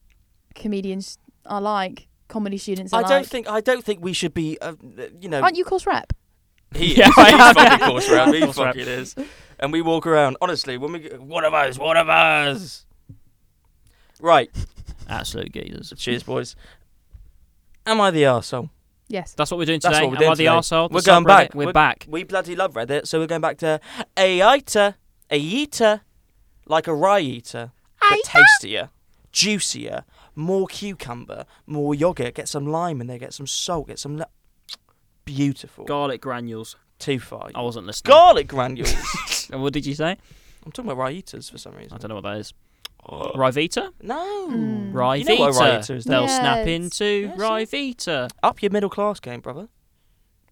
Speaker 3: comedians are like, comedy students are
Speaker 1: I don't
Speaker 3: like.
Speaker 1: think I don't think we should be. Uh, you know,
Speaker 3: Aren't you course rep?
Speaker 1: he
Speaker 2: Yeah,
Speaker 1: is
Speaker 2: I
Speaker 1: he's
Speaker 2: am.
Speaker 1: fucking course round. He
Speaker 2: Course round.
Speaker 1: fucking is. And we walk around. Honestly, when we go, one of us, one of us. Right.
Speaker 2: Absolute geezers.
Speaker 1: Cheers, boys. Am I the arsehole?
Speaker 3: Yes.
Speaker 2: That's what we're doing
Speaker 1: That's
Speaker 2: today.
Speaker 1: what we're doing
Speaker 2: Am I the
Speaker 1: today.
Speaker 2: arsehole? The
Speaker 1: We're going
Speaker 2: subreddit?
Speaker 1: back.
Speaker 2: We're,
Speaker 1: We're-
Speaker 2: back.
Speaker 1: We bloody love Reddit, so we're going back to Aita, Aita, E like a rye eater, but
Speaker 2: E?
Speaker 1: tastier, juicier, more cucumber, more yogurt. Get some lime in there, get some salt, get some. Li- Beautiful.
Speaker 2: Garlic granules.
Speaker 1: Too far.
Speaker 2: I wasn't listening.
Speaker 1: Garlic granules.
Speaker 2: And What did you say?
Speaker 1: I'm talking about rye eaters for some
Speaker 2: I
Speaker 1: reason.
Speaker 2: don't know what that is. Rivita?
Speaker 1: No.
Speaker 3: Mm.
Speaker 2: Rivita.
Speaker 1: You know what Rivita is,
Speaker 2: They'll
Speaker 1: don't
Speaker 3: you?
Speaker 2: snap
Speaker 3: Yes.
Speaker 2: into
Speaker 1: Yes,
Speaker 2: Rivita.
Speaker 1: Up your middle class game, brother.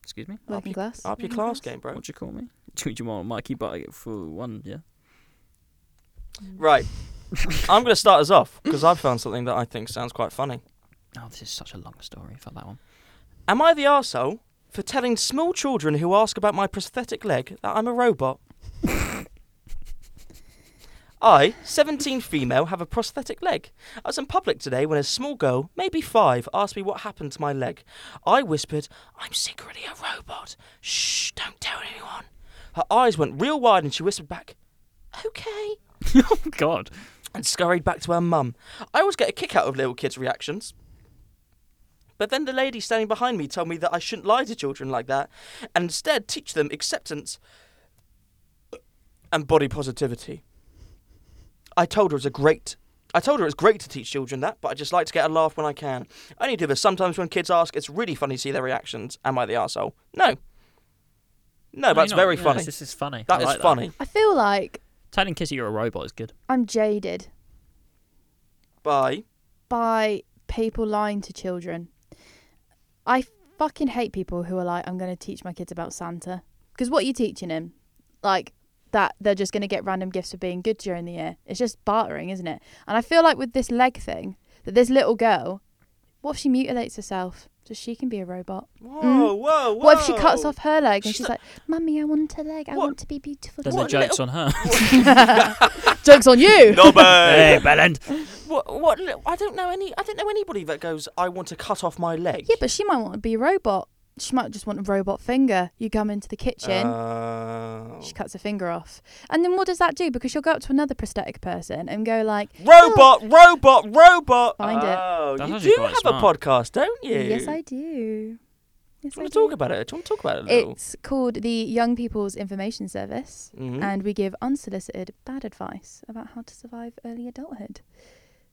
Speaker 2: Excuse me?
Speaker 3: Working class.
Speaker 1: Up your
Speaker 3: working
Speaker 1: class game, bro.
Speaker 2: What do you call me? Do you want Mikey Butter for one, yeah?
Speaker 1: Right. I'm going to start us off because I've found something that I think sounds quite funny.
Speaker 2: Oh, this is such a long story for that one.
Speaker 1: Am I the arsehole for telling small children who ask about my prosthetic leg that I'm a robot? I, 17 female, have a prosthetic leg. I was in public today when a small girl, maybe five, asked me what happened to my leg. I whispered, I'm secretly a robot. Shh, don't tell anyone. Her eyes went real wide and she whispered back, Okay Oh,
Speaker 2: God.
Speaker 1: and scurried back to her mum. I always get a kick out of little kids' reactions. But then the lady standing behind me told me that I shouldn't lie to children like that and instead teach them acceptance and body positivity. I told her it was a great I told her it's great to teach children that, but I just like to get a laugh when I can. I only do this sometimes when kids ask, it's really funny to see their reactions. Am I the arsehole? No. No, that's very funny.
Speaker 2: This is funny.
Speaker 1: That is funny.
Speaker 3: I feel like
Speaker 2: Telling kids you're a robot is good.
Speaker 3: I'm jaded
Speaker 1: Bye.
Speaker 3: by people lying to children. I fucking hate people who are like, I'm going to teach my kids about Santa. Because what are you teaching them? Like, that they're just going to get random gifts for being good during the year. It's just bartering, isn't it? And I feel like with this leg thing, that this little girl, what if she mutilates herself? So she can be a robot.
Speaker 1: Whoa,
Speaker 3: Mm.
Speaker 1: whoa, whoa.
Speaker 3: What if she cuts off her leg and
Speaker 1: She's
Speaker 3: she's,
Speaker 1: not-
Speaker 3: like, Mummy, I want a leg. I
Speaker 1: What?
Speaker 3: want to be beautiful.
Speaker 2: Then
Speaker 1: What
Speaker 2: the joke's
Speaker 1: little-
Speaker 2: on her.
Speaker 3: Joke's on you.
Speaker 1: Nobby!
Speaker 2: hey, Bellend.
Speaker 1: What? What? li- I don't know any. I don't know anybody that goes. I want to cut off my leg.
Speaker 3: Yeah, but she might want to be a robot. She might just want a robot finger. You come into the kitchen,
Speaker 1: Oh.
Speaker 3: she cuts her finger off. And then what does that do? Because she'll go up to another prosthetic person and go like,
Speaker 1: robot, robot, robot.
Speaker 3: Find it.
Speaker 1: oh,
Speaker 2: That's
Speaker 1: you
Speaker 2: actually
Speaker 1: do
Speaker 2: quite
Speaker 1: have
Speaker 2: smart.
Speaker 1: a podcast, don't you?
Speaker 3: Yes, I do. Yes,
Speaker 1: Do you
Speaker 3: I
Speaker 1: want to
Speaker 3: do.
Speaker 1: talk about it? Do you want to talk about it a little?
Speaker 3: It's called the Young People's Information Service,
Speaker 1: Mhm.
Speaker 3: and we give unsolicited bad advice about how to survive early adulthood.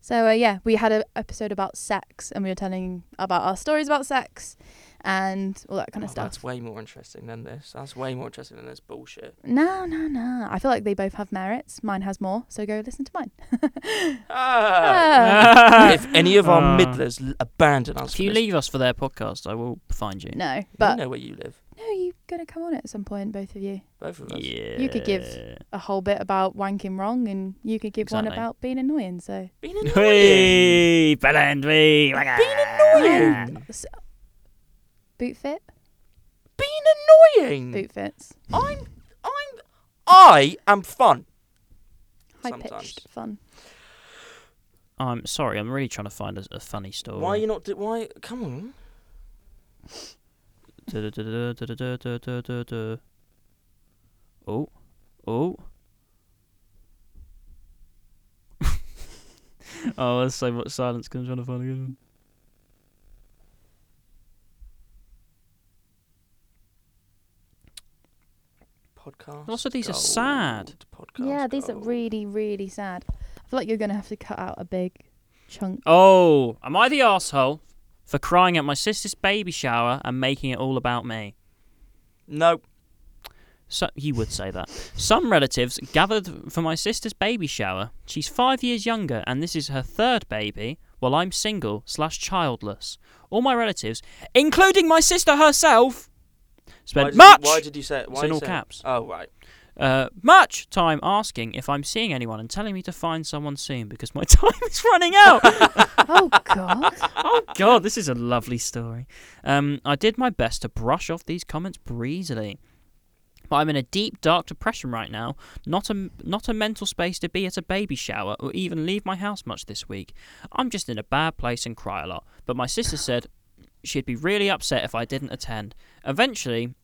Speaker 3: So uh, yeah, we had an episode about sex, and we were telling about our stories about sex, and all that kind of
Speaker 1: Oh,
Speaker 3: stuff.
Speaker 1: That's way more interesting than this. That's way more interesting than this bullshit.
Speaker 3: No, no, no. I feel like they both have merits. Mine has more, so go listen to mine.
Speaker 1: Ah.
Speaker 3: Ah.
Speaker 1: if any of our
Speaker 2: Ah.
Speaker 1: middlers l- abandon us,
Speaker 2: If
Speaker 1: for
Speaker 2: you
Speaker 1: this,
Speaker 2: leave us for their podcast, I will find you.
Speaker 3: no,
Speaker 1: you
Speaker 3: but
Speaker 1: know where you live.
Speaker 3: no, you're gonna come on it at some point, both of you.
Speaker 1: Both of us.
Speaker 2: Yeah.
Speaker 3: You could give- A whole bit about wanking wrong, and you could give one
Speaker 2: Exactly.
Speaker 3: about being annoying. So
Speaker 1: Been annoying.
Speaker 2: Hey, Bellend, we.
Speaker 1: annoying.
Speaker 3: S- boot fit,
Speaker 1: Been annoying.
Speaker 3: boot fits,
Speaker 1: I'm. I'm. I am fun.
Speaker 3: high
Speaker 1: Sometimes.
Speaker 3: pitched fun.
Speaker 2: I'm sorry, I'm really trying to find a, a funny story.
Speaker 1: Why are you not? Do- why? Come on.
Speaker 2: Du-du-du-du-du-du-du-du-du-du. Oh, oh. oh, there's so much silence because I'm trying to find a good one.
Speaker 1: Podcast.
Speaker 2: Also, these are sad.
Speaker 1: gold, Podcast
Speaker 3: Yeah, these are
Speaker 1: gold.
Speaker 3: really, really sad. I feel like you're gonna have to cut out a big chunk.
Speaker 2: Oh, am I the asshole for crying at my sister's baby shower and making it all about me?
Speaker 1: No.
Speaker 2: So you would say that. Some relatives gathered for my sister's baby shower. She's five years younger, and this is her third baby. While I'm single slash childless, all my relatives, including my sister herself,
Speaker 1: Why
Speaker 2: spent
Speaker 1: did,
Speaker 2: much
Speaker 1: Why did you say it? Why
Speaker 2: It's in
Speaker 1: you
Speaker 2: all
Speaker 1: say it?
Speaker 2: caps.
Speaker 1: Oh right.
Speaker 2: uh, much time asking if I'm seeing anyone and telling me to find someone soon because my time is running out.
Speaker 3: oh God.
Speaker 2: oh god, this is a lovely story. Um, I did my best to brush off these comments breezily, but I'm in a deep, dark depression right now. Not a not a mental space to be at a baby shower or even leave my house much this week. I'm just in a bad place and cry a lot. But my sister said she'd be really upset if I didn't attend. Eventually.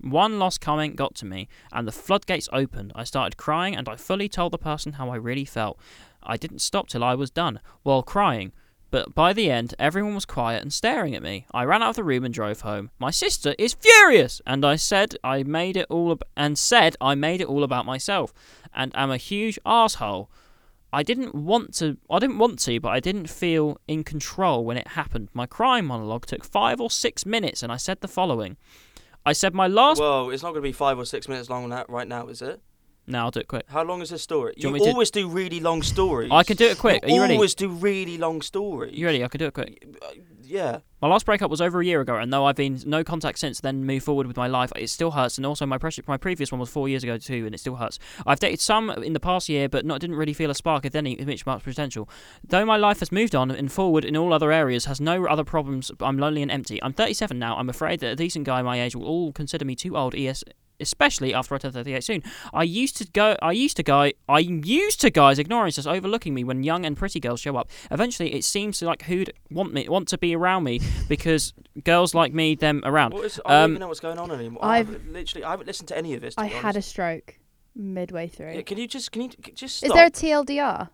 Speaker 2: One lost comment got to me, and the floodgates opened. I started crying, and I fully told the person how I really felt. I didn't stop till I was done, while crying. But by the end, everyone was quiet and staring at me. I ran out of the room and drove home. My sister is furious, and I said I made it all ab- and said I made it all about myself, and am a huge asshole. I didn't want to. I didn't want to, but I didn't feel in control when it happened. My crying monologue took five or six minutes, and I said the following: I said my last.
Speaker 1: Whoa, it's not going to be five or six minutes long that right now, is it?
Speaker 2: No, I'll do it quick.
Speaker 1: How long is this story?
Speaker 2: Do you
Speaker 1: you
Speaker 2: want me to-
Speaker 1: always do really long stories.
Speaker 2: I can do it quick. Are you ready?
Speaker 1: Always do really long stories.
Speaker 2: You ready? I can do it quick.
Speaker 1: Uh, yeah.
Speaker 2: My last breakup was over a year ago, and though I've been no contact since then, moved forward with my life, it still hurts. And also, my pressure, my previous one was four years ago too, and it still hurts. I've dated some in the past year, but not didn't really feel a spark of any much much potential. Though my life has moved on and forward in all other areas, has no other problems. but I'm lonely and empty. I'm 37 now. I'm afraid that a decent guy my age will all consider me too old. Es. Especially after I turn 38 soon, I used to go. I used to guy. I used to guys ignoring us, overlooking me when young and pretty girls show up. Eventually, it seems like who'd want me, want to be around me, because girls like me them around.
Speaker 1: What is, I don't
Speaker 2: Um,
Speaker 1: even know what's going on anymore.
Speaker 3: I've-
Speaker 1: I've literally I haven't listened to any of this. To
Speaker 3: I
Speaker 1: be
Speaker 3: had a
Speaker 1: honest.
Speaker 3: stroke midway through.
Speaker 1: Yeah, can you just can you c- just
Speaker 3: Is
Speaker 1: stop?
Speaker 3: there a TLDR?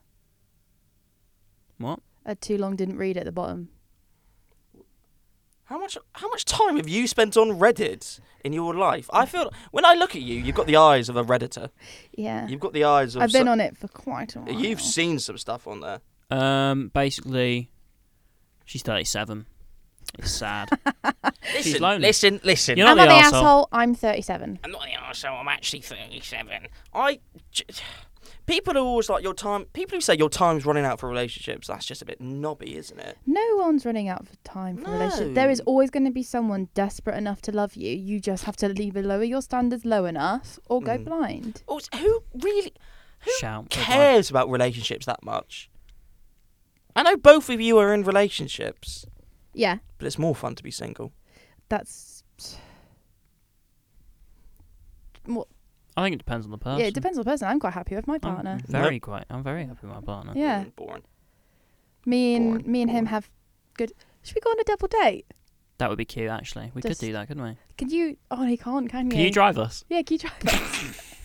Speaker 2: What?
Speaker 3: A Uh, too long didn't read at the bottom.
Speaker 1: How much how much time have you spent on Reddit in your life? I feel when I look at you, you've got the eyes of a redditor.
Speaker 3: Yeah.
Speaker 1: You've got the eyes of.
Speaker 3: I've been
Speaker 1: so-
Speaker 3: on it for quite a while.
Speaker 1: You've seen some stuff on there.
Speaker 2: Um, basically, she's 37. It's sad.
Speaker 1: Listen,
Speaker 2: lonely.
Speaker 1: listen, listen.
Speaker 2: You're not
Speaker 3: I'm
Speaker 2: the
Speaker 3: not the
Speaker 2: arsehole.
Speaker 3: asshole. I'm 37.
Speaker 1: I'm not the arsehole, I'm actually 37. I. j- People are always like, your time. People who say your time's running out for relationships, that's just a bit knobby, isn't it?
Speaker 3: No one's running out of time for relationships. There is
Speaker 1: No.
Speaker 3: always going to be someone desperate enough to love you. You just have to either lower your standards low enough or go
Speaker 2: Hmm.
Speaker 1: Mm.
Speaker 3: blind.
Speaker 2: Oh,
Speaker 1: Also, who really Who
Speaker 2: Shout.
Speaker 1: cares about relationships that much? I know both of you are in relationships,
Speaker 3: Yeah,
Speaker 1: but it's more fun to be single.
Speaker 3: that's.
Speaker 2: I think it depends on the person.
Speaker 3: Yeah, it depends on the person. I'm quite happy with my
Speaker 2: I'm
Speaker 3: partner.
Speaker 2: very quite. I'm very happy with my partner.
Speaker 3: Yeah,
Speaker 1: Mm, Boring.
Speaker 3: me and
Speaker 1: boring,
Speaker 3: me and him
Speaker 1: boring.
Speaker 3: have good. Should we go on a double date?
Speaker 2: That would be cute, actually. We could
Speaker 3: Just-
Speaker 2: do that, couldn't we?
Speaker 3: Can you? Oh, he can't. Can you?
Speaker 2: Can you drive us?
Speaker 3: Yeah, can you drive? us?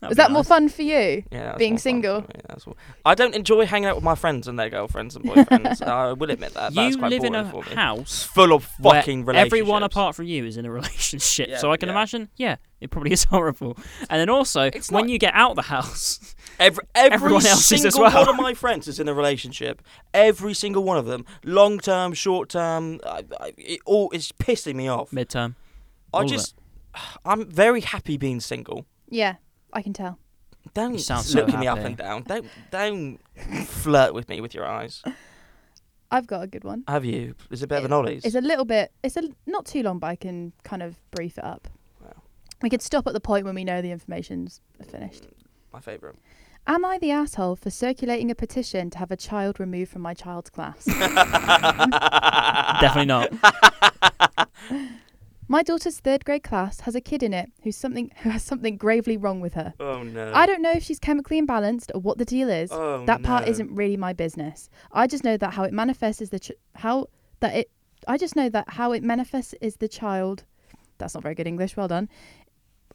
Speaker 2: That'd
Speaker 3: Is
Speaker 2: be
Speaker 3: that more
Speaker 2: nice.
Speaker 3: fun for you?
Speaker 1: Yeah, that's
Speaker 3: Being
Speaker 1: more fun for
Speaker 3: single.
Speaker 1: me, that's all. I don't enjoy hanging out with my friends and their girlfriends and boyfriends. I will admit that. That's
Speaker 2: you
Speaker 1: quite
Speaker 2: live in
Speaker 1: boring
Speaker 2: a
Speaker 1: for me.
Speaker 2: house.
Speaker 1: full of
Speaker 2: where
Speaker 1: fucking relationships.
Speaker 2: Everyone apart from you is in a relationship,
Speaker 1: Yeah,
Speaker 2: so I can
Speaker 1: yeah.
Speaker 2: imagine. Yeah, it probably is horrible. And then also,
Speaker 1: It's
Speaker 2: when
Speaker 1: not-
Speaker 2: you get out of the house,
Speaker 1: Every, every
Speaker 2: Everyone else is
Speaker 1: single
Speaker 2: as well.
Speaker 1: one of my friends is in a relationship. Every single one of them, long term, short term, I, I, it all is pissing me off.
Speaker 2: midterm. all
Speaker 1: I
Speaker 2: of
Speaker 1: just, I'm very happy being single.
Speaker 3: Yeah, I can tell.
Speaker 1: Don't
Speaker 2: You sound so
Speaker 1: look me up
Speaker 2: happy.
Speaker 1: and down. Don't don't flirt with me with your eyes.
Speaker 3: I've got a good one.
Speaker 1: Have you? Is it better than
Speaker 3: It-
Speaker 1: Ollie's?
Speaker 3: It's a little bit. It's a not too long, but I can kind of brief it up.
Speaker 1: Wow.
Speaker 3: We could stop at the point when we know the information's finished.
Speaker 1: my favourite.
Speaker 3: Am I the asshole for circulating a petition to have a child removed from my child's class?
Speaker 1: Ah.
Speaker 2: Definitely not.
Speaker 3: my daughter's third grade class has a kid in it who's something who has something gravely wrong with her.
Speaker 1: Oh no.
Speaker 3: I don't know if she's chemically imbalanced or what the deal is.
Speaker 1: Oh,
Speaker 3: that part
Speaker 1: no.
Speaker 3: isn't really my business. I just know that how it manifests is the ch- how that it. I just know that how it manifests is the child. That's not very good English. Well done.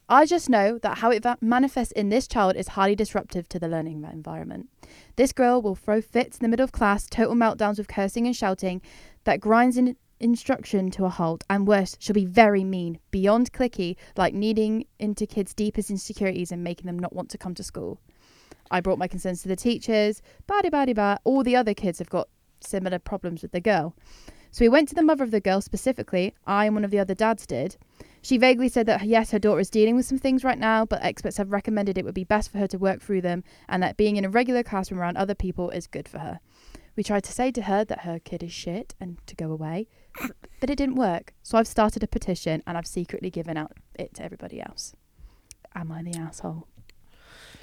Speaker 3: I just know that how it va- manifests in this child is highly disruptive to the learning environment. This girl will throw fits in the middle of class, total meltdowns with cursing and shouting that grinds in instruction to a halt, and worse, she'll be very mean, beyond clicky, like kneading into kids' deepest insecurities and making them not want to come to school. I brought my concerns to the teachers, bada bada ba. All the other kids have got similar problems with the girl. So we went to the mother of the girl specifically, I and one of the other dads did. She vaguely said that yes, her daughter is dealing with some things right now, but experts have recommended it would be best for her to work through them and that being in a regular classroom around other people is good for her. We tried to say to her that her kid is shit and to go away, but it didn't work. So I've started a petition and I've secretly given out it to everybody else. Am I the asshole?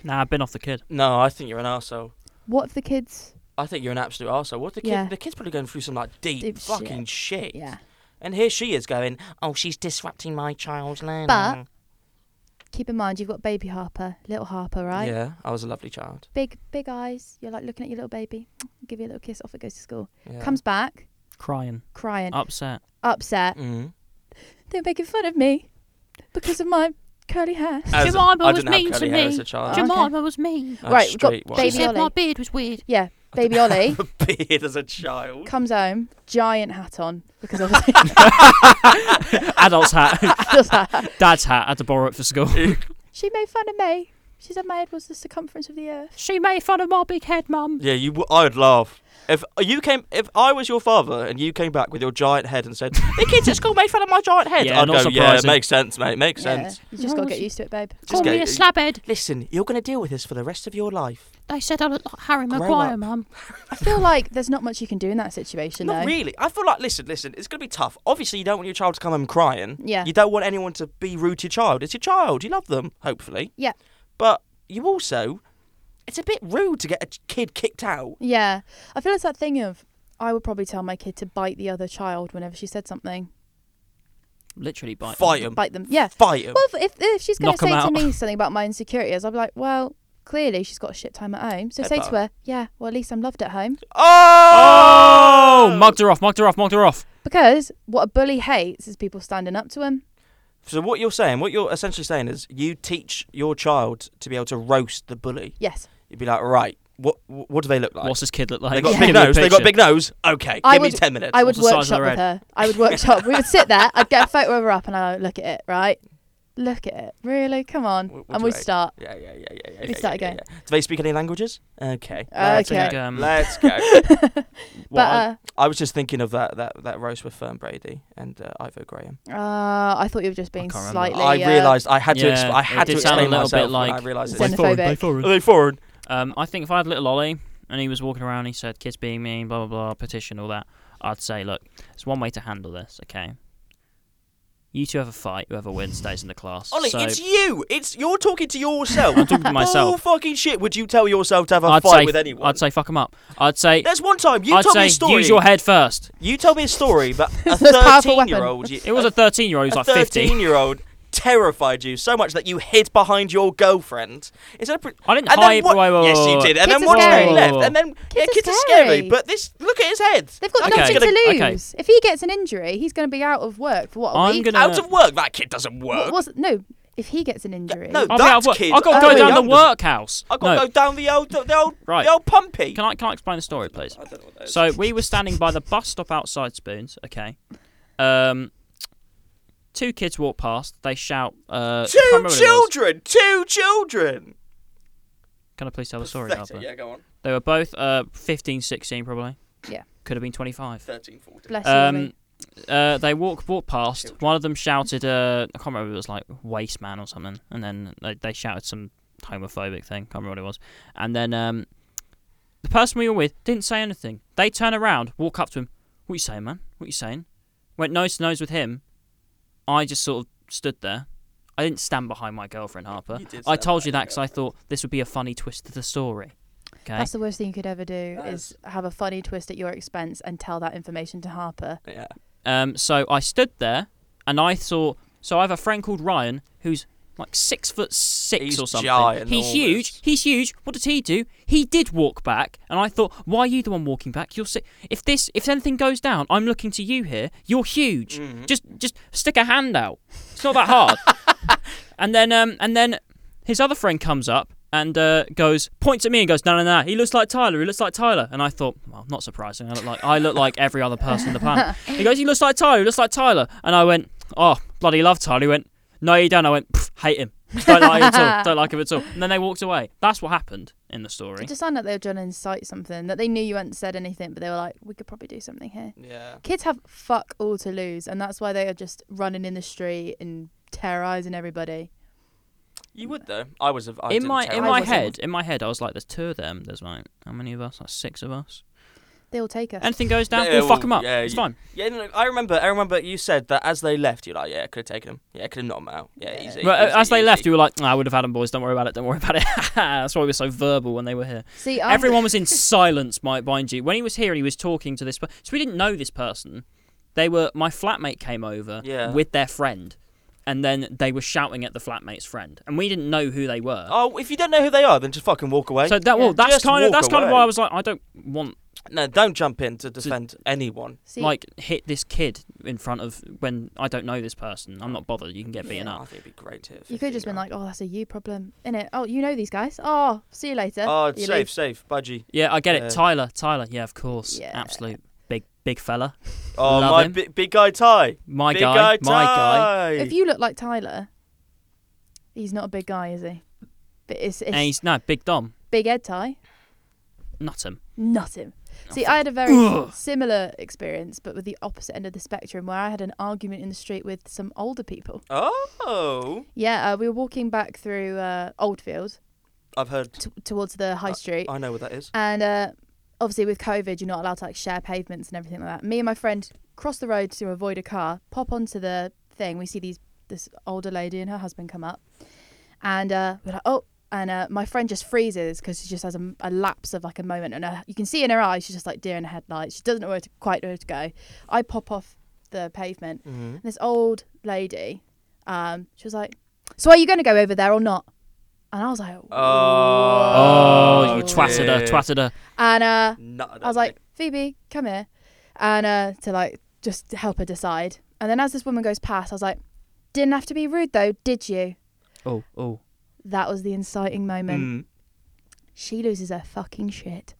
Speaker 2: Nah, I've been off the kid.
Speaker 1: No, I think you're an arsehole.
Speaker 3: What if the kids?
Speaker 1: I think you're an absolute arsehole. What the kid?
Speaker 3: Yeah.
Speaker 1: The kid's probably going through some like deep,
Speaker 3: Deep
Speaker 1: fucking shit.
Speaker 3: Yeah.
Speaker 1: And here she is going, oh, she's disrupting my child's learning.
Speaker 3: But- keep in mind you've got baby Harper, little Harper, right?
Speaker 1: yeah, I was a lovely child.
Speaker 3: Big, big eyes. You're like looking at your little baby. Give you a little kiss. Off it goes to school.
Speaker 1: Yeah. Ah.
Speaker 3: Comes back
Speaker 2: Crying,
Speaker 3: crying,
Speaker 2: upset.
Speaker 3: upset.
Speaker 1: Mm.
Speaker 3: They're making fun of me because of my curly hair.
Speaker 1: As-
Speaker 4: Jemima
Speaker 1: I
Speaker 4: was
Speaker 1: didn't have
Speaker 4: mean to
Speaker 1: curly hair
Speaker 4: me.
Speaker 1: As a child.
Speaker 3: Jemima-
Speaker 4: Jemima was mean.
Speaker 1: I was
Speaker 3: Right, we've got
Speaker 1: straight white.
Speaker 4: She
Speaker 3: Baby
Speaker 4: said my
Speaker 3: Ollie.
Speaker 4: beard was weird.
Speaker 3: Yeah, baby Ollie
Speaker 1: beard as a child.
Speaker 3: comes home, giant hat on because obviously
Speaker 2: Adult's hat,
Speaker 3: does that.
Speaker 2: dad's hat. I had to borrow it for school.
Speaker 3: She made fun of me. She said my head was the circumference of the earth.
Speaker 4: She made fun of my big head, Mum.
Speaker 1: Yeah, you. W- I'd laugh if you came. If I was your father and you came back with your giant head and said, "The kids at school made fun of my giant head,"
Speaker 2: Yeah,
Speaker 1: I'd
Speaker 2: not
Speaker 1: go, "Yeah,
Speaker 2: surprising."
Speaker 1: makes sense, mate. Makes
Speaker 3: Yeah,
Speaker 1: sense."
Speaker 3: you just got to get used to it, babe.
Speaker 1: Just
Speaker 4: Call me
Speaker 1: go-
Speaker 4: a slabhead.
Speaker 1: Listen, you're gonna deal with this for the rest of your life.
Speaker 4: They said I look like Harry
Speaker 1: Grow
Speaker 4: Maguire,
Speaker 1: up.
Speaker 4: Mum.
Speaker 3: I feel like there's not much you can do in that situation,
Speaker 1: Not
Speaker 3: though.
Speaker 1: really. I feel like listen, listen. It's gonna be tough. Obviously, you don't want your child to come home crying.
Speaker 3: Yeah.
Speaker 1: You don't want anyone to be rude to your child. It's your child. You love them, hopefully.
Speaker 3: Yeah.
Speaker 1: But you also, it's a bit rude to get a ch- kid kicked out.
Speaker 3: Yeah. I feel it's that thing of I would probably tell my kid to bite the other child whenever she said something.
Speaker 2: Literally bite.
Speaker 1: Fight him.
Speaker 3: Bite them. Yeah.
Speaker 1: Fight him.
Speaker 3: Well, if, if, if she's going
Speaker 2: Knock
Speaker 3: to
Speaker 2: 'em
Speaker 3: say to
Speaker 2: out.
Speaker 3: me something about my insecurities, I'll be like, well, clearly she's got a shit time at home. So
Speaker 1: Head
Speaker 3: say
Speaker 1: bar.
Speaker 3: to her, yeah, well, at least I'm loved at home.
Speaker 1: Oh!
Speaker 2: Oh, mugged her off, mugged her off, mugged her off.
Speaker 3: Because what a bully hates is people standing up to him.
Speaker 1: So what you're saying, what you're essentially saying is, you teach your child to be able to roast the bully.
Speaker 3: Yes.
Speaker 1: You'd be like, right, what what do they look like?
Speaker 2: What's this kid look like?
Speaker 1: they got a
Speaker 3: Yeah.
Speaker 1: big
Speaker 2: Give me a
Speaker 1: nose. They got a
Speaker 2: picture.
Speaker 1: big nose. Okay,
Speaker 3: I
Speaker 1: give
Speaker 3: would-
Speaker 1: me ten minutes.
Speaker 3: I would
Speaker 2: the size of the
Speaker 3: workshop with
Speaker 2: red?
Speaker 3: her. I would workshop. we would sit there. I'd get a photo of her up and I'd look at it, right? Look at it. Really? Come on.
Speaker 1: What- what
Speaker 3: and
Speaker 1: do
Speaker 3: we
Speaker 1: you rate?
Speaker 3: start.
Speaker 1: Yeah, yeah, yeah, yeah, yeah.
Speaker 3: We
Speaker 1: yeah,
Speaker 3: start
Speaker 1: yeah,
Speaker 3: again.
Speaker 1: yeah, yeah. Do they speak any languages? Okay.
Speaker 2: Let's
Speaker 3: okay.
Speaker 2: think, um,
Speaker 1: Let's go.
Speaker 2: what I-
Speaker 3: but
Speaker 1: I was just thinking of that that, that roast with Fern Brady and uh, Ivo Graham.
Speaker 3: uh, uh, I thought you were just being
Speaker 2: can't remember.
Speaker 3: slightly.
Speaker 1: I
Speaker 3: uh,
Speaker 1: realised I had to.
Speaker 2: Yeah,
Speaker 1: Exp- I
Speaker 2: it
Speaker 1: had to
Speaker 2: did sound a
Speaker 1: explain
Speaker 2: little
Speaker 1: myself.
Speaker 2: bit
Speaker 1: and
Speaker 2: like
Speaker 1: I realised
Speaker 3: Xenophobic.
Speaker 1: it. Are they foreign?
Speaker 2: Um, I think if I had little Ollie and he was walking around, he said, "Kids being mean, blah blah blah, petition, all that." I'd say, look, it's one way to handle this. Okay, you two have a fight. Whoever wins stays in the class.
Speaker 1: Ollie,
Speaker 2: so
Speaker 1: it's you. It's you're talking to yourself.
Speaker 2: I'm talking to
Speaker 1: Oh
Speaker 2: myself.
Speaker 1: fucking shit! Would you tell yourself to have a
Speaker 2: I'd
Speaker 1: fight
Speaker 2: say,
Speaker 1: with anyone?
Speaker 2: I'd say, fuck them up. I'd say,
Speaker 1: There's one time you
Speaker 2: I'd
Speaker 1: told me
Speaker 2: say,
Speaker 1: a story.
Speaker 2: use your head first.
Speaker 1: You told me a story, but a
Speaker 3: Most powerful weapon.
Speaker 1: thirteen-year-old.
Speaker 2: It was a 13 year old who's
Speaker 1: a
Speaker 2: like 50.
Speaker 1: thirteen-year-old terrified you so much that you hid behind your girlfriend. Is that a pre-
Speaker 2: I didn't
Speaker 1: And
Speaker 2: hide.
Speaker 1: then what?
Speaker 2: wait, wait, wait,
Speaker 1: yes, you
Speaker 2: wait.
Speaker 1: did. And
Speaker 3: Kids
Speaker 1: then
Speaker 3: are
Speaker 1: one
Speaker 3: scary.
Speaker 1: thing left. And then yeah,
Speaker 3: are
Speaker 1: kids are
Speaker 3: scary.
Speaker 1: scary. But this, look at his head.
Speaker 3: They've got
Speaker 2: Okay.
Speaker 3: nothing
Speaker 2: Gonna-
Speaker 3: to
Speaker 2: okay.
Speaker 3: lose. If he gets an injury, he's going to be out of work for what? A
Speaker 2: I'm
Speaker 3: week?
Speaker 2: gonna.
Speaker 1: Out of work. That kid doesn't work.
Speaker 3: What was no? If he gets an injury,
Speaker 1: no.
Speaker 2: I'll be out of
Speaker 1: That
Speaker 2: work.
Speaker 1: kid-
Speaker 2: I've got
Speaker 3: Oh,
Speaker 2: to go down
Speaker 1: young
Speaker 2: the
Speaker 1: doesn't-
Speaker 2: workhouse.
Speaker 1: I've got
Speaker 2: No.
Speaker 1: to go down the old, the old,
Speaker 2: Right.
Speaker 1: the old pumpy.
Speaker 2: Can I can I explain the story, please?
Speaker 1: I don't know what that is.
Speaker 2: So we were standing by the bus stop outside Spoons. Okay. Um, two kids walk past. They shout. Uh, I can't
Speaker 1: two
Speaker 2: remember what it was.
Speaker 1: children. Two children.
Speaker 2: Can I please tell the story,
Speaker 1: Pathetic.
Speaker 2: Oh, Albert?
Speaker 1: Yeah, go on.
Speaker 2: They were both uh, 15, 16 probably.
Speaker 3: Yeah.
Speaker 2: Could have been 25.
Speaker 1: Thirteen, fourteen.
Speaker 3: bless you.
Speaker 2: Um,
Speaker 3: Ollie.
Speaker 2: uh, they walk walked past. One of them shouted. Uh, I can't remember. It was like waste man or something. And then they, they shouted some homophobic thing. Can't remember what it was. And then um, the person we were with didn't say anything. They turn around, walk up to him. What you saying, man? What you saying? Went nose to nose with him. I just sort of stood there. I didn't stand behind my girlfriend Harper.
Speaker 1: You did
Speaker 2: I
Speaker 1: stand
Speaker 2: told you
Speaker 1: behind
Speaker 2: that because
Speaker 1: your
Speaker 2: I thought this would be a funny twist to the story. Okay.
Speaker 3: That's the worst thing you could ever do
Speaker 1: That
Speaker 3: is have a funny twist at your expense and tell that information to Harper.
Speaker 1: Yeah.
Speaker 2: Um, so I stood there and I thought. So I have a friend called Ryan who's like six foot six
Speaker 1: He's
Speaker 2: or something.
Speaker 1: ginormous.
Speaker 2: He's huge. He's huge. What did he do? He did walk back, and I thought, why are you the one walking back? You're si If this, if anything goes down, I'm looking to you here. You're huge. Just, just stick a hand out. It's not that hard. and then, um, and then his other friend comes up and uh, goes, points at me and goes, no, no, no. He looks like Tyler. He looks like Tyler. And I thought, well, not surprising. I look like I look like every other person on the planet. He goes, he looks like Tyler. He looks like Tyler. And I went, oh, bloody love Tyler. He went, no, you don't. I went, "Pff, hate him. Don't like him at all. Don't like him at all. And then they walked away. That's what happened in the story.
Speaker 3: It just sounded like they were trying to incite something that they knew you hadn't said anything, but they were like, we could probably do something here.
Speaker 1: Yeah.
Speaker 3: Kids have fuck all to lose, and that's why they are just running in the street and terrorizing everybody.
Speaker 1: You would though. I was. A, I
Speaker 2: in
Speaker 1: didn't
Speaker 2: my
Speaker 1: tell
Speaker 2: in
Speaker 1: her.
Speaker 2: my
Speaker 3: wasn't.
Speaker 2: head, in my head, I was like, there's two of them. There's like how many of us? Like six of us.
Speaker 3: They will take us.
Speaker 2: Anything goes down,
Speaker 1: Yeah,
Speaker 2: we'll fuck
Speaker 1: well,
Speaker 2: them up.
Speaker 1: yeah,
Speaker 2: it's
Speaker 1: you-
Speaker 2: fine.
Speaker 1: Yeah, no, I remember. I remember you said that as they left, you're like, yeah, could have taken him. Yeah, could have knocked him out. Yeah,
Speaker 3: Yeah.
Speaker 1: easy.
Speaker 2: Well,
Speaker 1: easy,
Speaker 2: uh, as they
Speaker 1: easy.
Speaker 2: left, you were like, "Nah, I would have had them, boys. Don't worry about it. Don't worry about it. That's why we were so verbal when they were here.
Speaker 3: See, I,
Speaker 2: Everyone was in silence, mi- mind you. When he was here and he was talking to this person, so we didn't know this person. They were my flatmate came over
Speaker 1: Yeah.
Speaker 2: with their friend, and then they were shouting at the flatmate's friend, and we didn't know who they were.
Speaker 1: Oh, if you don't know who they are, then just fucking walk away.
Speaker 2: so that well,
Speaker 3: Yeah.
Speaker 2: that's
Speaker 1: Just
Speaker 2: kind of
Speaker 1: walk
Speaker 2: that's kind of
Speaker 1: away.
Speaker 2: why I was like, I don't want
Speaker 1: no, don't jump in to defend anyone.
Speaker 3: see,
Speaker 2: like hit this kid in front of when I don't know this person. I'm not bothered. You can get beaten
Speaker 1: Yeah, I
Speaker 2: up.
Speaker 1: think it'd be great to.
Speaker 3: you could have just been like, oh, that's a you problem, innit? Oh, you know these guys. Oh, see you later.
Speaker 1: Oh,
Speaker 3: You
Speaker 1: safe,
Speaker 3: leave.
Speaker 1: safe, budgie.
Speaker 2: Yeah, I get it.
Speaker 1: Yeah.
Speaker 2: Tyler, Tyler. Yeah, of course.
Speaker 3: Yeah.
Speaker 2: Absolute big big fella.
Speaker 1: Oh,
Speaker 2: Love
Speaker 1: my
Speaker 2: him.
Speaker 1: big, big guy Ty.
Speaker 2: My
Speaker 1: big
Speaker 2: guy. my guy.
Speaker 1: Ty.
Speaker 3: If you look like Tyler, he's not a big guy, is he? But it's, it's
Speaker 2: And he's no big Dom.
Speaker 3: big Ed Ty,
Speaker 2: Not him.
Speaker 3: not him.
Speaker 2: Oh,
Speaker 3: See, I had a very similar experience, but with the opposite end of the spectrum, where I had an argument in the street with some older people.
Speaker 1: Oh.
Speaker 3: Yeah, uh, we were walking back through uh, Oldfield,
Speaker 1: I've heard.
Speaker 3: t- towards the
Speaker 1: Uh,
Speaker 3: high street.
Speaker 1: I know what that is.
Speaker 3: And uh, obviously, with COVID, you're not allowed to like share pavements and everything like that. Me and my friend cross the road to avoid a car, pop onto the thing. We see these this older lady and her husband come up, and uh, we're like, oh. And uh, my friend just freezes because she just has a, a lapse of like a moment, and uh, you can see in her eyes she's just like deer in the headlights. She doesn't know where to, quite know where to go. I pop off the pavement,
Speaker 1: Mm-hmm.
Speaker 3: and this old lady, um, she was like, "So are you going to go over there or not?" And I was like,
Speaker 1: Oh,
Speaker 2: Oh, you twatted her,
Speaker 1: dear.
Speaker 2: twatted her.
Speaker 3: And uh,
Speaker 1: Nut,
Speaker 3: I was like, Phoebe, come here. And uh, to like just help her decide. And then as this woman goes past, I was like, didn't have to be rude though, did you?
Speaker 2: Oh, oh.
Speaker 3: That was the inciting moment.
Speaker 1: Mm.
Speaker 3: She loses her fucking shit.